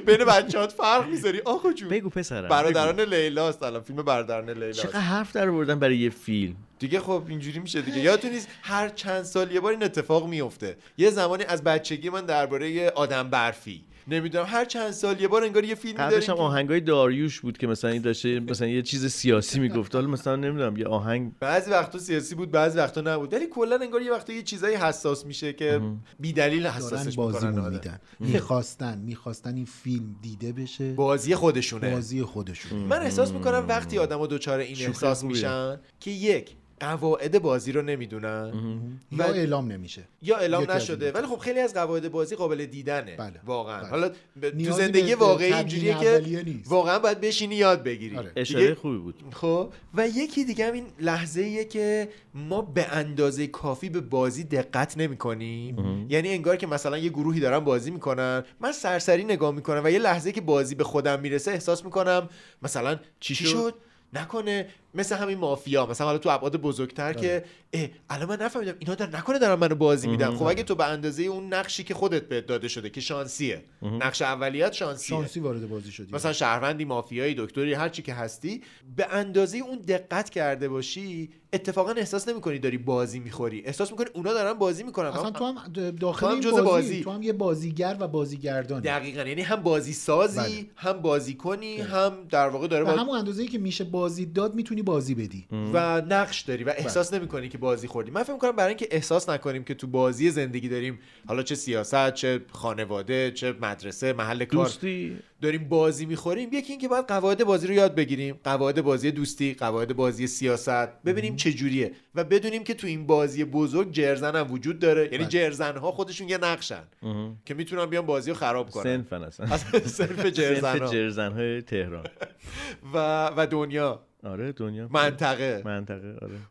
Speaker 4: بین بچهات فرق میذاری آقا جون
Speaker 3: بگو پسرم
Speaker 4: برادران لیلاست الان فیلم برادران
Speaker 3: بگو.
Speaker 4: لیلاست
Speaker 3: چقدر حرف در آوردن برای یه فیلم
Speaker 4: دیگه خب اینجوری میشه دیگه یادتون نیست هر چند سال یه بار این اتفاق میفته یه زمانی از بچگی من درباره یه آدم برفی نمیدونم هر چند سال یه بار انگار یه فیلمی داریم
Speaker 3: قبلش هم
Speaker 4: که-
Speaker 3: آهنگای داریوش بود که مثلا این داشته مثلا یه چیز سیاسی میگفت حالا مثلا نمیدونم یه آهنگ
Speaker 4: بعضی وقتا سیاسی بود بعضی وقتا نبود ولی کلا انگار یه وقتا یه چیزایی حساس میشه که بی دلیل
Speaker 2: دارن
Speaker 4: حساسش میکنن
Speaker 2: بازیمون
Speaker 4: آدم.
Speaker 2: میدن میخواستن میخواستن این فیلم دیده بشه
Speaker 4: بازی خودشونه
Speaker 2: بازی خودشون
Speaker 4: من احساس میکنم وقتی آدما دچار این
Speaker 3: شوخی
Speaker 4: احساس
Speaker 3: خوبیه.
Speaker 4: میشن که یک قواعد بازی رو نمیدونن و
Speaker 2: یا اعلام نمیشه
Speaker 4: یا
Speaker 2: یکی
Speaker 4: اعلام
Speaker 2: از
Speaker 4: نشده
Speaker 2: این دو
Speaker 4: ولی خب خیلی از قواعد بازی قابل دیدنه
Speaker 2: بله.
Speaker 4: واقعا
Speaker 2: بله.
Speaker 4: حالا ب- تو
Speaker 2: نیازی
Speaker 4: زندگی
Speaker 2: به- به
Speaker 4: واقعی
Speaker 2: تمرین
Speaker 4: اینجوریه
Speaker 2: اولیه
Speaker 4: که
Speaker 2: نیست.
Speaker 4: واقعا باید بشینی یاد بگیری
Speaker 2: آره.
Speaker 3: اشاره
Speaker 4: دیگه-
Speaker 3: خوبی بود
Speaker 4: خب و یکی دیگه هم این لحظه که ما به اندازه کافی به بازی دقت نمی کنیم یعنی انگار که مثلا یه گروهی دارن بازی میکنن من سرسری نگاه میکنم و یه لحظه که بازی به خودم میرسه احساس میکنم مثلا چی شد, نکنه مثل همین مافیا مثلا حالا تو ابعاد بزرگتر که اه، الان من نفهمیدم اینا در نکنه دارن منو بازی میدن خب اگه تو به اندازه اون نقشی که خودت بهت داده شده که شانسیه نقش اولیت شانسیه
Speaker 2: شانسی وارد بازی شدی
Speaker 4: مثلا شهروندی مافیایی دکتری هر چی که هستی به اندازه اون دقت کرده باشی اتفاقا احساس نمیکنی داری بازی میخوری احساس میکنی اونا دارن بازی میکنن
Speaker 2: اصلا تو هم د- داخل
Speaker 4: تو هم
Speaker 2: این
Speaker 4: جز
Speaker 2: بازی,
Speaker 4: بازی.
Speaker 2: تو هم یه بازیگر و بازیگردانی
Speaker 4: دقیقا یعنی هم بازی سازی
Speaker 2: بله.
Speaker 4: هم بازی کنی هم در واقع داره
Speaker 2: و
Speaker 4: با...
Speaker 2: همون اندازه‌ای که میشه بازی داد میتونی بازی بدی
Speaker 4: و نقش داری و
Speaker 2: بله.
Speaker 4: احساس نمیکنی که بازی خوردی من فکر میکنم برای اینکه احساس نکنیم که تو بازی زندگی داریم حالا چه سیاست چه خانواده چه مدرسه محل کار
Speaker 3: دوستی
Speaker 4: داریم بازی میخوریم یکی اینکه باید قواعد بازی رو یاد بگیریم قواعد بازی دوستی قواعد بازی سیاست ببینیم چه جوریه و بدونیم که تو این بازی بزرگ جرزن هم وجود داره یعنی جرزن ها خودشون یه نقشن که میتونن بیان بازی رو خراب کنن
Speaker 3: سنفن اصلا
Speaker 4: اصلا صرف جرزن
Speaker 3: سنف
Speaker 4: ها
Speaker 3: جرزن های تهران
Speaker 4: و, و دنیا
Speaker 3: آره دنیا
Speaker 4: منطقه
Speaker 3: منطقه آره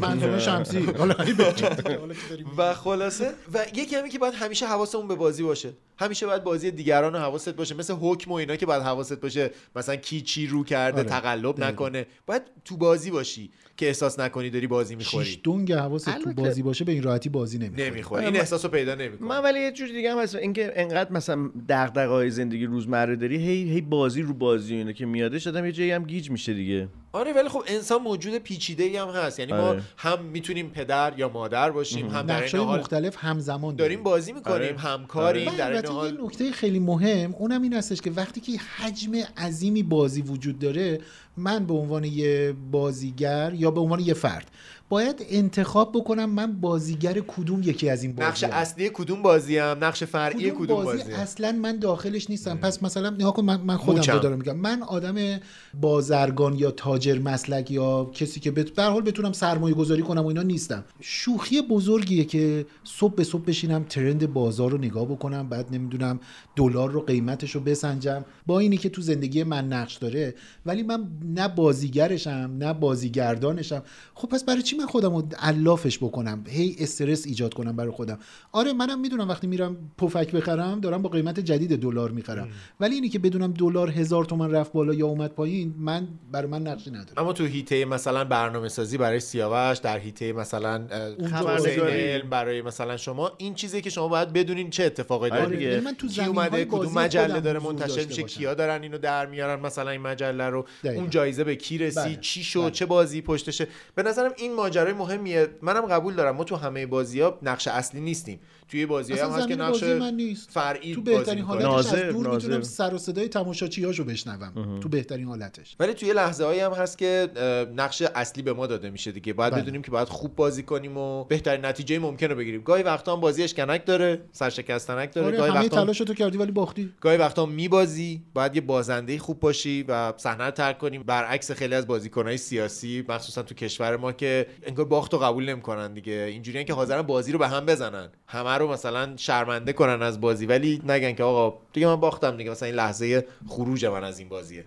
Speaker 2: منظومه شمسی حالا اگه بجد، حالا که داریم.
Speaker 4: و خلاصه و یکی همین که باید همیشه حواسمون به بازی باشه همیشه باید بازی دیگران رو حواست باشه مثل حکم و اینا که باید حواست باشه مثلا کی چی رو کرده
Speaker 2: آره.
Speaker 4: تقلب
Speaker 2: دقیقاً.
Speaker 4: نکنه باید تو بازی باشی که احساس نکنی داری بازی
Speaker 2: شیش
Speaker 4: میخوری
Speaker 2: دونگ حواست تو
Speaker 3: البته.
Speaker 2: بازی باشه به این راحتی بازی نمیخوری
Speaker 4: نمیخوری این احساس رو پیدا نمیکنی
Speaker 3: من ولی یه جور دیگه هم هست اینکه انقدر مثلا دغدغه‌های زندگی روزمره داری هی هی بازی رو بازی و اینا که میادش آدم یه جایی هم گیج میشه دیگه
Speaker 4: آره ولی خب انسان موجود پیچیده هم هست یعنی
Speaker 3: آره.
Speaker 4: ما هم میتونیم پدر یا مادر باشیم هم در این
Speaker 2: نقشای
Speaker 4: حال
Speaker 2: مختلف همزمان
Speaker 4: داریم بازی میکنیم
Speaker 3: آره.
Speaker 4: همکاریم
Speaker 2: بله، و
Speaker 4: در این
Speaker 2: البته
Speaker 4: حال
Speaker 2: یه نکته خیلی مهم اونم این هستش که وقتی که حجم عظیمی بازی وجود داره من به عنوان یه بازیگر یا به عنوان یه فرد باید انتخاب بکنم من بازیگر کدوم یکی از این بازی
Speaker 4: نقش اصلی کدوم بازی هم نقش فرعی
Speaker 2: کدوم,
Speaker 4: کدوم
Speaker 2: بازی,
Speaker 4: بازی
Speaker 2: اصلا من داخلش نیستم پس مثلا نها کن من, من خودم
Speaker 4: موچم.
Speaker 2: رو دارم میگم من آدم بازرگان یا تاجر مسلک یا کسی که بت... به هر حال بتونم سرمایه گذاری کنم و اینا نیستم شوخی بزرگیه که صبح به صبح بشینم ترند بازار رو نگاه بکنم بعد نمیدونم دلار رو قیمتش رو بسنجم با اینی که تو زندگی من نقش داره ولی من نه بازیگرشم نه بازیگردانشم خب پس برای چی من خودم رو علافش بکنم هی استرس ایجاد کنم برای خودم آره منم میدونم وقتی میرم پفک بخرم دارم با قیمت جدید دلار میخرم ولی اینی که بدونم دلار هزار تومن رفت بالا یا اومد پایین من برای من نقشی نداره
Speaker 4: اما تو هیته مثلا برنامه سازی برای سیاوش در هیته مثلا اه،
Speaker 3: خبرنگاری.
Speaker 4: حسین علم برای مثلا شما این چیزی که شما باید بدونین چه اتفاقی
Speaker 3: آره
Speaker 4: داره
Speaker 3: دیگه.
Speaker 2: یعنی من تو
Speaker 4: کی
Speaker 2: زمین
Speaker 4: اومده
Speaker 2: های بازی
Speaker 4: کدوم مجله
Speaker 2: خودم
Speaker 4: داره
Speaker 2: حضور
Speaker 4: منتشر
Speaker 2: داشته
Speaker 4: میشه
Speaker 2: باشم.
Speaker 4: کیا دارن اینو در میارن مثلا این مجله رو
Speaker 2: دقیقاً.
Speaker 4: اون جایزه به کی رسید
Speaker 2: بله.
Speaker 4: چی شد
Speaker 2: بله.
Speaker 4: چه بازی پشتشه به نظرم این ماجرای مهمیه منم قبول دارم ما تو همه بازی ها نقش اصلی نیستیم توی بازی هم
Speaker 2: اصلا
Speaker 4: هست که
Speaker 2: زمین
Speaker 4: نقش
Speaker 2: بازی من نیست
Speaker 4: فرعی
Speaker 2: تو
Speaker 4: بازی
Speaker 2: بهترین
Speaker 4: می‌کنه.
Speaker 2: حالتش
Speaker 3: ناظر،
Speaker 2: از دور
Speaker 3: ناظر.
Speaker 2: میتونم سر و صدای تماشاچیاشو بشنوم تو بهترین حالتش
Speaker 4: ولی توی لحظه هایی هم هست که اه، نقش اصلی به ما داده میشه دیگه باید
Speaker 2: بله.
Speaker 4: بدونیم که باید خوب بازی کنیم و بهترین نتیجه ممکن رو بگیریم گاهی وقتا هم بازی اشکنک داره سرشکستنک داره
Speaker 2: آره
Speaker 4: گاهی
Speaker 2: همه
Speaker 4: وقتا هم-
Speaker 2: تلاش تو کردی ولی باختی
Speaker 4: گاهی وقتا میبازی باید یه بازنده خوب باشی و صحنه رو ترک کنیم برعکس خیلی از بازیکنهای سیاسی مخصوصا تو کشور ما که انگار باخت رو قبول نمیکنن دیگه اینجوریه که حاضرن بازی رو به هم بزنن همه رو مثلا شرمنده کنن از بازی ولی نگن که آقا دیگه من باختم دیگه مثلا این لحظه خروج من از این بازیه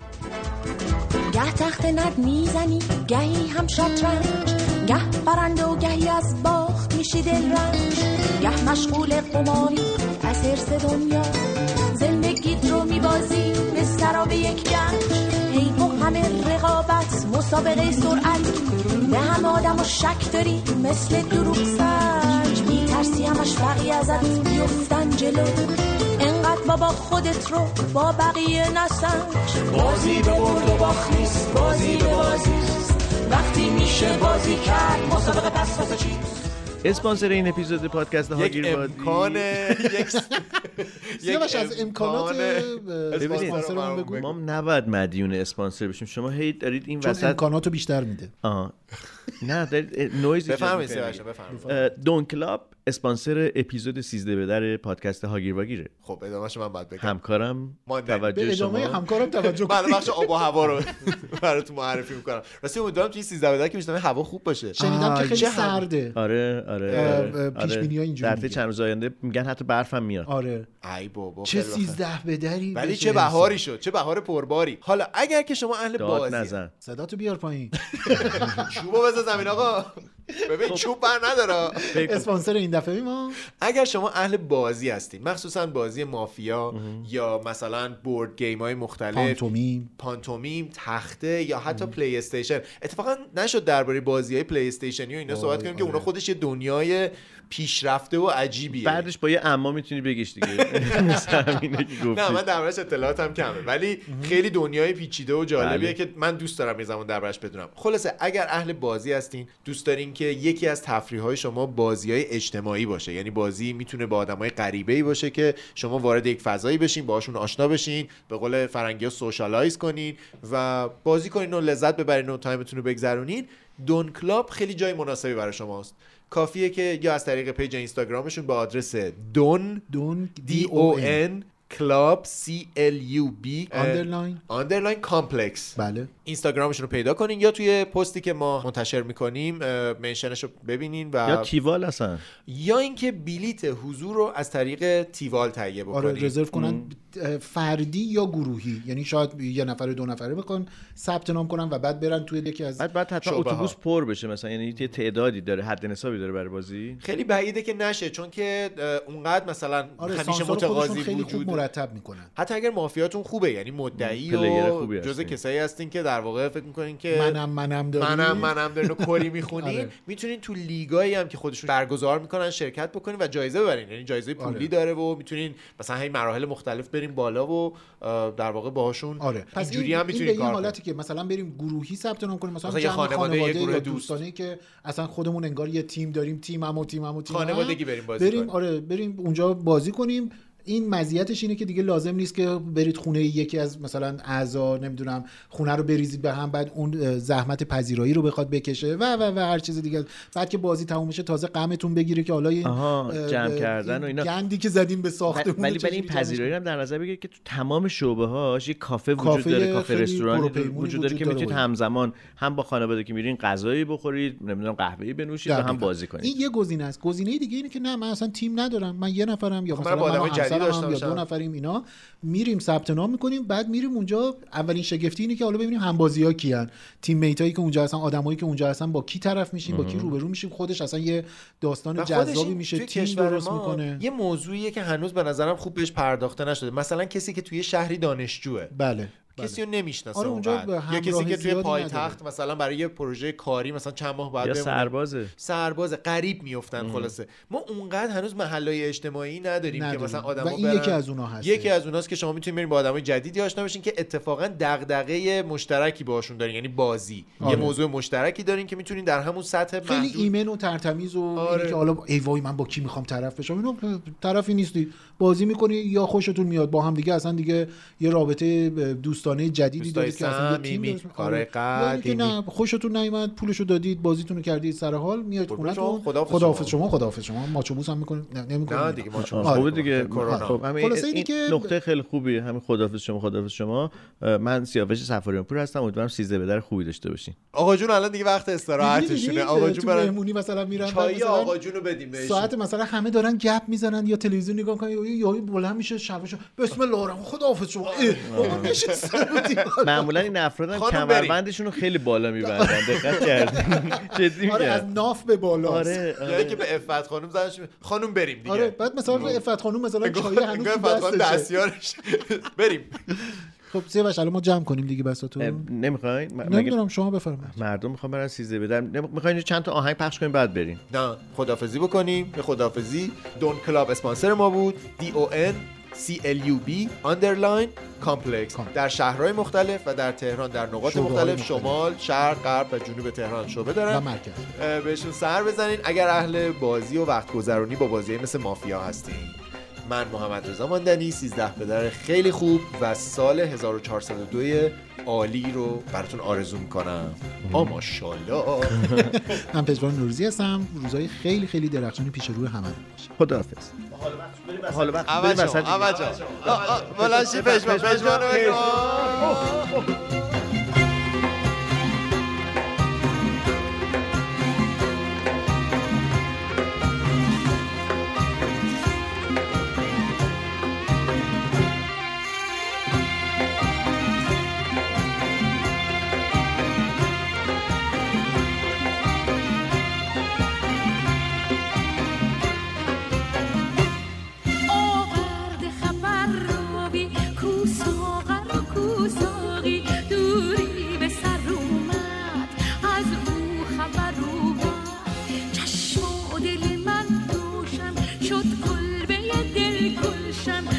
Speaker 9: گه تخت ند میزنی گهی هم شطرنج گه برند و گهی از باخت میشی دل رنج گه مشغول قماری از حرس دنیا زندگیت رو میبازی به سراب یک گنج هی با همه رقابت مسابقه سرعت به هم آدم و شک داری مثل دروغ سنج میترسی همش بقیه ازت بیفتن جلو انقدر بابا خودت رو با بقیه نسنج
Speaker 11: بازی به برد و باخت نیست بازی به بازی وقتی میشه بازی کرد مسابقه پس واسه چی
Speaker 3: اسپانسر این اپیزود پادکست
Speaker 4: یک
Speaker 3: هاگیر بادی
Speaker 4: امکان یک
Speaker 2: سیاوش از امکانات اه،
Speaker 4: ببینید.
Speaker 2: اسپانسرمون بگو
Speaker 3: ما هم نباید مدیون اسپانسر بشیم شما هی دارید این
Speaker 2: چون
Speaker 3: وسط
Speaker 2: امکاناتو بیشتر میده
Speaker 3: آه. نه دارید نویز
Speaker 4: بفرمایید سیاوش بفرمایید
Speaker 3: دون کلاب اسپانسر اپیزود 13 به در پادکست هاگیر واگیره
Speaker 4: خب ادامهش من بعد بگم
Speaker 3: همکارم
Speaker 4: مانده.
Speaker 3: توجه
Speaker 2: به ادامه
Speaker 3: شما
Speaker 2: همکارم توجه کن
Speaker 4: بله بخش آب و هوا رو براتون معرفی میکنم راستی امیدوارم توی 13 بدر که میشنم هوا خوب باشه
Speaker 2: شنیدم که خیلی
Speaker 4: چه هم-
Speaker 2: سرده
Speaker 3: آره آره
Speaker 2: اه،
Speaker 3: آره،
Speaker 2: اه،
Speaker 3: آره.
Speaker 2: پیش‌بینی‌ها اینجوری
Speaker 3: در طی
Speaker 2: میگه.
Speaker 3: چند روز آینده میگن حتی برفم میاد
Speaker 2: آره
Speaker 4: ای بابا
Speaker 2: چه
Speaker 4: خیلی وقت.
Speaker 2: سیزده بدری
Speaker 4: ولی
Speaker 2: بشه
Speaker 4: چه
Speaker 2: انسان.
Speaker 4: بهاری شد چه بهار پرباری حالا اگر که شما اهل
Speaker 3: داد
Speaker 4: بازی
Speaker 3: نزن
Speaker 2: صداتو بیار پایین
Speaker 4: چوبو بزن زمین آقا ببین چوب بر نداره
Speaker 2: اسپانسر این دفعه ما
Speaker 4: اگر شما اهل بازی هستین مخصوصا بازی مافیا یا مثلا بورد گیم های مختلف
Speaker 2: پانتومیم
Speaker 4: پانتومیم تخته یا حتی پلی استیشن اتفاقا نشد درباره بازی های پلی استیشنی و اینا صحبت کنیم که اونا خودش یه دنیای پیشرفته و عجیبیه
Speaker 3: بعدش با یه اما میتونی بگیش دیگه مثل همینه که
Speaker 4: نه من
Speaker 3: گفتی
Speaker 4: دربارش اطلاعاتم کمه ولی خیلی دنیای پیچیده و جالبیه
Speaker 3: بله.
Speaker 4: که من دوست دارم یه زمان دربارش بدونم خلاصه اگر اهل بازی هستین دوست دارین که یکی از تفریح های شما بازی های اجتماعی باشه یعنی بازی میتونه با آدم های غریبه ای باشه که شما وارد یک فضایی بشین باهاشون آشنا بشین به قول فرنگی ها سوشالایز کنین و بازی کنین و لذت ببرین و تایمتون رو بگذرونین دون کلاب خیلی جای مناسبی برای شماست کافیه که یا از طریق پیج اینستاگرامشون به آدرس دون
Speaker 2: دون
Speaker 4: D
Speaker 2: دی
Speaker 4: O
Speaker 2: او ان
Speaker 4: N کلاب C L U B uh,
Speaker 2: Underline.
Speaker 4: آندرلاین کامپلکس
Speaker 2: بله
Speaker 4: اینستاگرامشون رو پیدا کنین یا توی پستی که ما منتشر میکنیم uh, منشنش رو ببینین و
Speaker 3: یا تیوال هستن
Speaker 4: یا اینکه بلیت حضور رو از طریق تیوال تهیه
Speaker 2: آره
Speaker 4: بکنید
Speaker 2: رزرو کنن اه، فردی یا گروهی یعنی شاید یه نفر دو نفره بکن ثبت نام کنن و بعد برن توی یکی از
Speaker 3: بعد بعد حتما
Speaker 4: شعبه‌ها.
Speaker 3: اتوبوس پر بشه مثلا یعنی یه تعدادی داره حد حسابی داره برای بازی
Speaker 4: خیلی بعیده که نشه چون که اه، اونقدر مثلا
Speaker 2: آره
Speaker 4: همیشه
Speaker 2: سانسور خودشون
Speaker 4: متقاضی
Speaker 2: خیلی خوب
Speaker 4: وجود
Speaker 2: مرتب میکنن
Speaker 4: حتی اگر مافیاتون خوبه یعنی مدعی
Speaker 3: مم، پلیر
Speaker 4: و
Speaker 3: خوبی
Speaker 4: جزء
Speaker 3: هستین.
Speaker 4: کسایی هستین که در واقع فکر میکنین که
Speaker 2: منم منم داری
Speaker 4: منم منم دارین و کری میخونین
Speaker 2: آره.
Speaker 4: میتونین تو لیگایی هم که خودشون برگزار میکنن شرکت بکنین و جایزه ببرین یعنی جایزه پولی
Speaker 2: آره.
Speaker 4: داره و میتونین مثلا هی مراحل مختلف بریم بالا و اه، در واقع باهاشون
Speaker 2: آره پس
Speaker 4: اینجوری
Speaker 2: این-
Speaker 4: هم
Speaker 2: این
Speaker 4: میتونین
Speaker 2: به این
Speaker 4: کار کنین.
Speaker 2: حالتی که مثلا بریم گروهی ثبت نام کنیم مثلا,
Speaker 4: مثلا یه
Speaker 2: جمع
Speaker 4: خانواده،
Speaker 2: خانواده,
Speaker 4: یه گروه
Speaker 2: یا
Speaker 4: دوست.
Speaker 2: دوستانه که اصلا خودمون انگار یه تیم داریم تیمم و تیمم و تیمم
Speaker 4: خانوادگی بریم بازی
Speaker 2: بریم
Speaker 4: کنیم.
Speaker 2: آره بریم اونجا بازی کنیم این مزیتش اینه که دیگه لازم نیست که برید خونه یکی از مثلا اعضا نمیدونم خونه رو بریزید به هم بعد اون اه، زحمت پذیرایی رو بخواد بکشه و و و هر چیز دیگه بعد که بازی تموم میشه تازه غمتون بگیره که حالا این
Speaker 3: آها،
Speaker 2: اه،
Speaker 3: جمع
Speaker 2: اه،
Speaker 3: کردن
Speaker 2: این
Speaker 3: و اینا.
Speaker 2: گندی که زدیم به ساختمون رو
Speaker 3: ولی ولی
Speaker 2: چجوری
Speaker 3: این
Speaker 2: جمعش
Speaker 3: پذیرایی رو هم در نظر بگیرید که تو تمام شعبه هاش یه کافه وجود
Speaker 2: کافه
Speaker 3: داره کافه
Speaker 2: خیلی
Speaker 3: رستوران
Speaker 2: پروپیمونی
Speaker 3: وجود داره که
Speaker 2: وجود داره
Speaker 3: میتونید
Speaker 2: و اینا.
Speaker 3: همزمان هم با خانواده که میرین غذایی بخورید نمیدونم قهوه‌ای بنوشید و
Speaker 2: دقیقاً.
Speaker 3: هم بازی کنید
Speaker 2: خب. این یه گزینه است گزینه دیگه اینه که نه من اصلا تیم ندارم من یه نفرم یا
Speaker 4: خب،
Speaker 2: مثلا
Speaker 4: من با
Speaker 2: من و
Speaker 4: آدم جدید
Speaker 2: همسرم
Speaker 4: آشنا
Speaker 2: هم یا
Speaker 4: بشم.
Speaker 2: دو نفریم اینا میریم ثبت نام میکنیم بعد میریم اونجا اولین شگفتی اینه که حالا ببینیم همبازی ها کیان تیم هایی که اونجا هستن آدمایی که اونجا هستن با کی طرف میشیم با کی روبرو میشیم خودش اصلا یه داستان
Speaker 4: و خودش
Speaker 2: جذابی
Speaker 4: این
Speaker 2: میشه
Speaker 4: توی
Speaker 2: تیم
Speaker 4: کشور
Speaker 2: درست
Speaker 4: ما
Speaker 2: میکنه
Speaker 4: یه موضوعیه که هنوز به نظرم خوب بهش پرداخته نشده مثلا کسی که توی شهری دانشجوه
Speaker 2: بله بله.
Speaker 4: کسی رو نمیشناسه
Speaker 2: آره، اونجا
Speaker 4: اونقدر.
Speaker 2: به
Speaker 4: یا
Speaker 2: همراه
Speaker 4: کسی که توی
Speaker 2: زیادی
Speaker 4: پایتخت مثلا برای یه پروژه کاری مثلا چند ماه بعد
Speaker 3: یا سربازه
Speaker 4: سرباز غریب میفتن خلاصه ما اونقدر هنوز محلهای اجتماعی نداریم,
Speaker 2: نداریم.
Speaker 4: که مثلا آدم
Speaker 2: و این یکی از اونا هستش.
Speaker 4: یکی از اوناست که شما میتونید بریم با آدمای جدیدی آشنا بشین که اتفاقا دغدغه مشترکی باشون دارین یعنی بازی
Speaker 2: آره.
Speaker 4: یه موضوع مشترکی دارین که میتونین در همون سطح
Speaker 2: خیلی
Speaker 4: محدود
Speaker 2: ایمن و ترتمیز و
Speaker 4: آره.
Speaker 2: اینه که حالا ای وای من با کی میخوام طرف بشم اینو طرفی نیستی بازی میکنی یا خوشتون میاد با هم دیگه اصلا دیگه یه رابطه دوستانه جدیدی
Speaker 4: دوستای
Speaker 2: دارید آره. که اصلا یه تیم
Speaker 4: صمیمی،
Speaker 2: درست
Speaker 4: کارهای
Speaker 2: می‌کنه. یا اینکه نه
Speaker 4: قدیمی.
Speaker 2: خوشتون نیومد پولشو دادید بازیتون رو کردید سر حال میاد
Speaker 4: قربون
Speaker 2: خونه
Speaker 4: شما، خداحافظ
Speaker 2: خداحافظ شما خداحافظ شما ماچو بوس هم میکنید نه نمی‌کنید.
Speaker 4: نه دیگه ما چون
Speaker 2: آره.
Speaker 3: خوبه دیگه
Speaker 4: کرونا.
Speaker 3: خب همین
Speaker 2: خلاصه اینه
Speaker 3: این
Speaker 2: که-
Speaker 3: نقطه خیلی خوبی همین خدافظ شما خدافظ شما اه، من سیاوش سفاریان پور هستم امیدوارم سیزده به در خوبی داشته باشین
Speaker 4: آقا جون الان دیگه وقت
Speaker 2: دیدی،
Speaker 4: استراحتشونه
Speaker 2: دیدی؟
Speaker 4: آقا
Speaker 2: تو
Speaker 4: جون برن
Speaker 2: مهمونی مثلا میرن
Speaker 4: چای
Speaker 2: مثلا
Speaker 4: آقا جون رو بدیم بهش
Speaker 2: ساعت مثلا همه دارن گپ میزنن یا تلویزیون نگاه میکنن یا یهو بلند میشه شلوارشو بسم الله الرحمن خداحافظ شما اه،
Speaker 4: آره.
Speaker 2: واقعا نشست سر و دیوار.
Speaker 3: معمولا این افراد هم
Speaker 4: خانم
Speaker 3: کمربندشون رو خیلی بالا میبندن دقت کردین جدی
Speaker 2: آره از
Speaker 3: میگم
Speaker 2: ناف به بالا
Speaker 3: آره
Speaker 4: یا اینکه به افت خانم زنش می- خانم بریم دیگه
Speaker 2: آره بعد مثلا افت خانوم مثلا
Speaker 4: انگار-
Speaker 2: چای هنوز
Speaker 4: انگار
Speaker 2: تو
Speaker 4: افت خانم
Speaker 2: دستشه
Speaker 4: دستیارش بریم
Speaker 2: خب سیاوش الان ما جمع کنیم دیگه بساتون
Speaker 3: نمیخواین مگه
Speaker 2: نمیدونم شما بفرمایید
Speaker 3: مردم میخوام برن سیزده بدم میخواین چند تا آهنگ پخش کنیم بعد بریم
Speaker 4: نه خدافزی بکنیم به خدافزی دون کلاب اسپانسر ما بود دی او ان سی ال یو بی آندرلاین کامپلکس
Speaker 2: کامپلکس.
Speaker 4: در شهرهای مختلف و در تهران در نقاط
Speaker 2: شعبه‌های
Speaker 4: مختلف,
Speaker 2: مختلف.
Speaker 4: شمال شرق غرب و جنوب تهران شعبه
Speaker 2: و
Speaker 4: دارن
Speaker 2: مرکز
Speaker 4: اه، بهشون سر بزنین اگر اهل بازی و وقت گذرونی با بازی مثل مافیا هستین من محمد رضا ماندنی 13 پدر خیلی خوب و سال 1402 عالی رو براتون آرزو میکنم آ ماشاءالله
Speaker 2: من پژمان نوروزی هستم روزهای خیلی خیلی درخشانی پیش رو همه باشه
Speaker 3: خداحافظ حالا وقت بریم
Speaker 4: عوض شو
Speaker 3: وسط دیگه.
Speaker 4: عوض شو بلند شی پشمان پشمان رو بکن.
Speaker 8: آورد خبر روی کوساغر و کوساقی دوری به سر اومد از او خبر اومد چشم و دل من روشن شد کلبه دل گلشن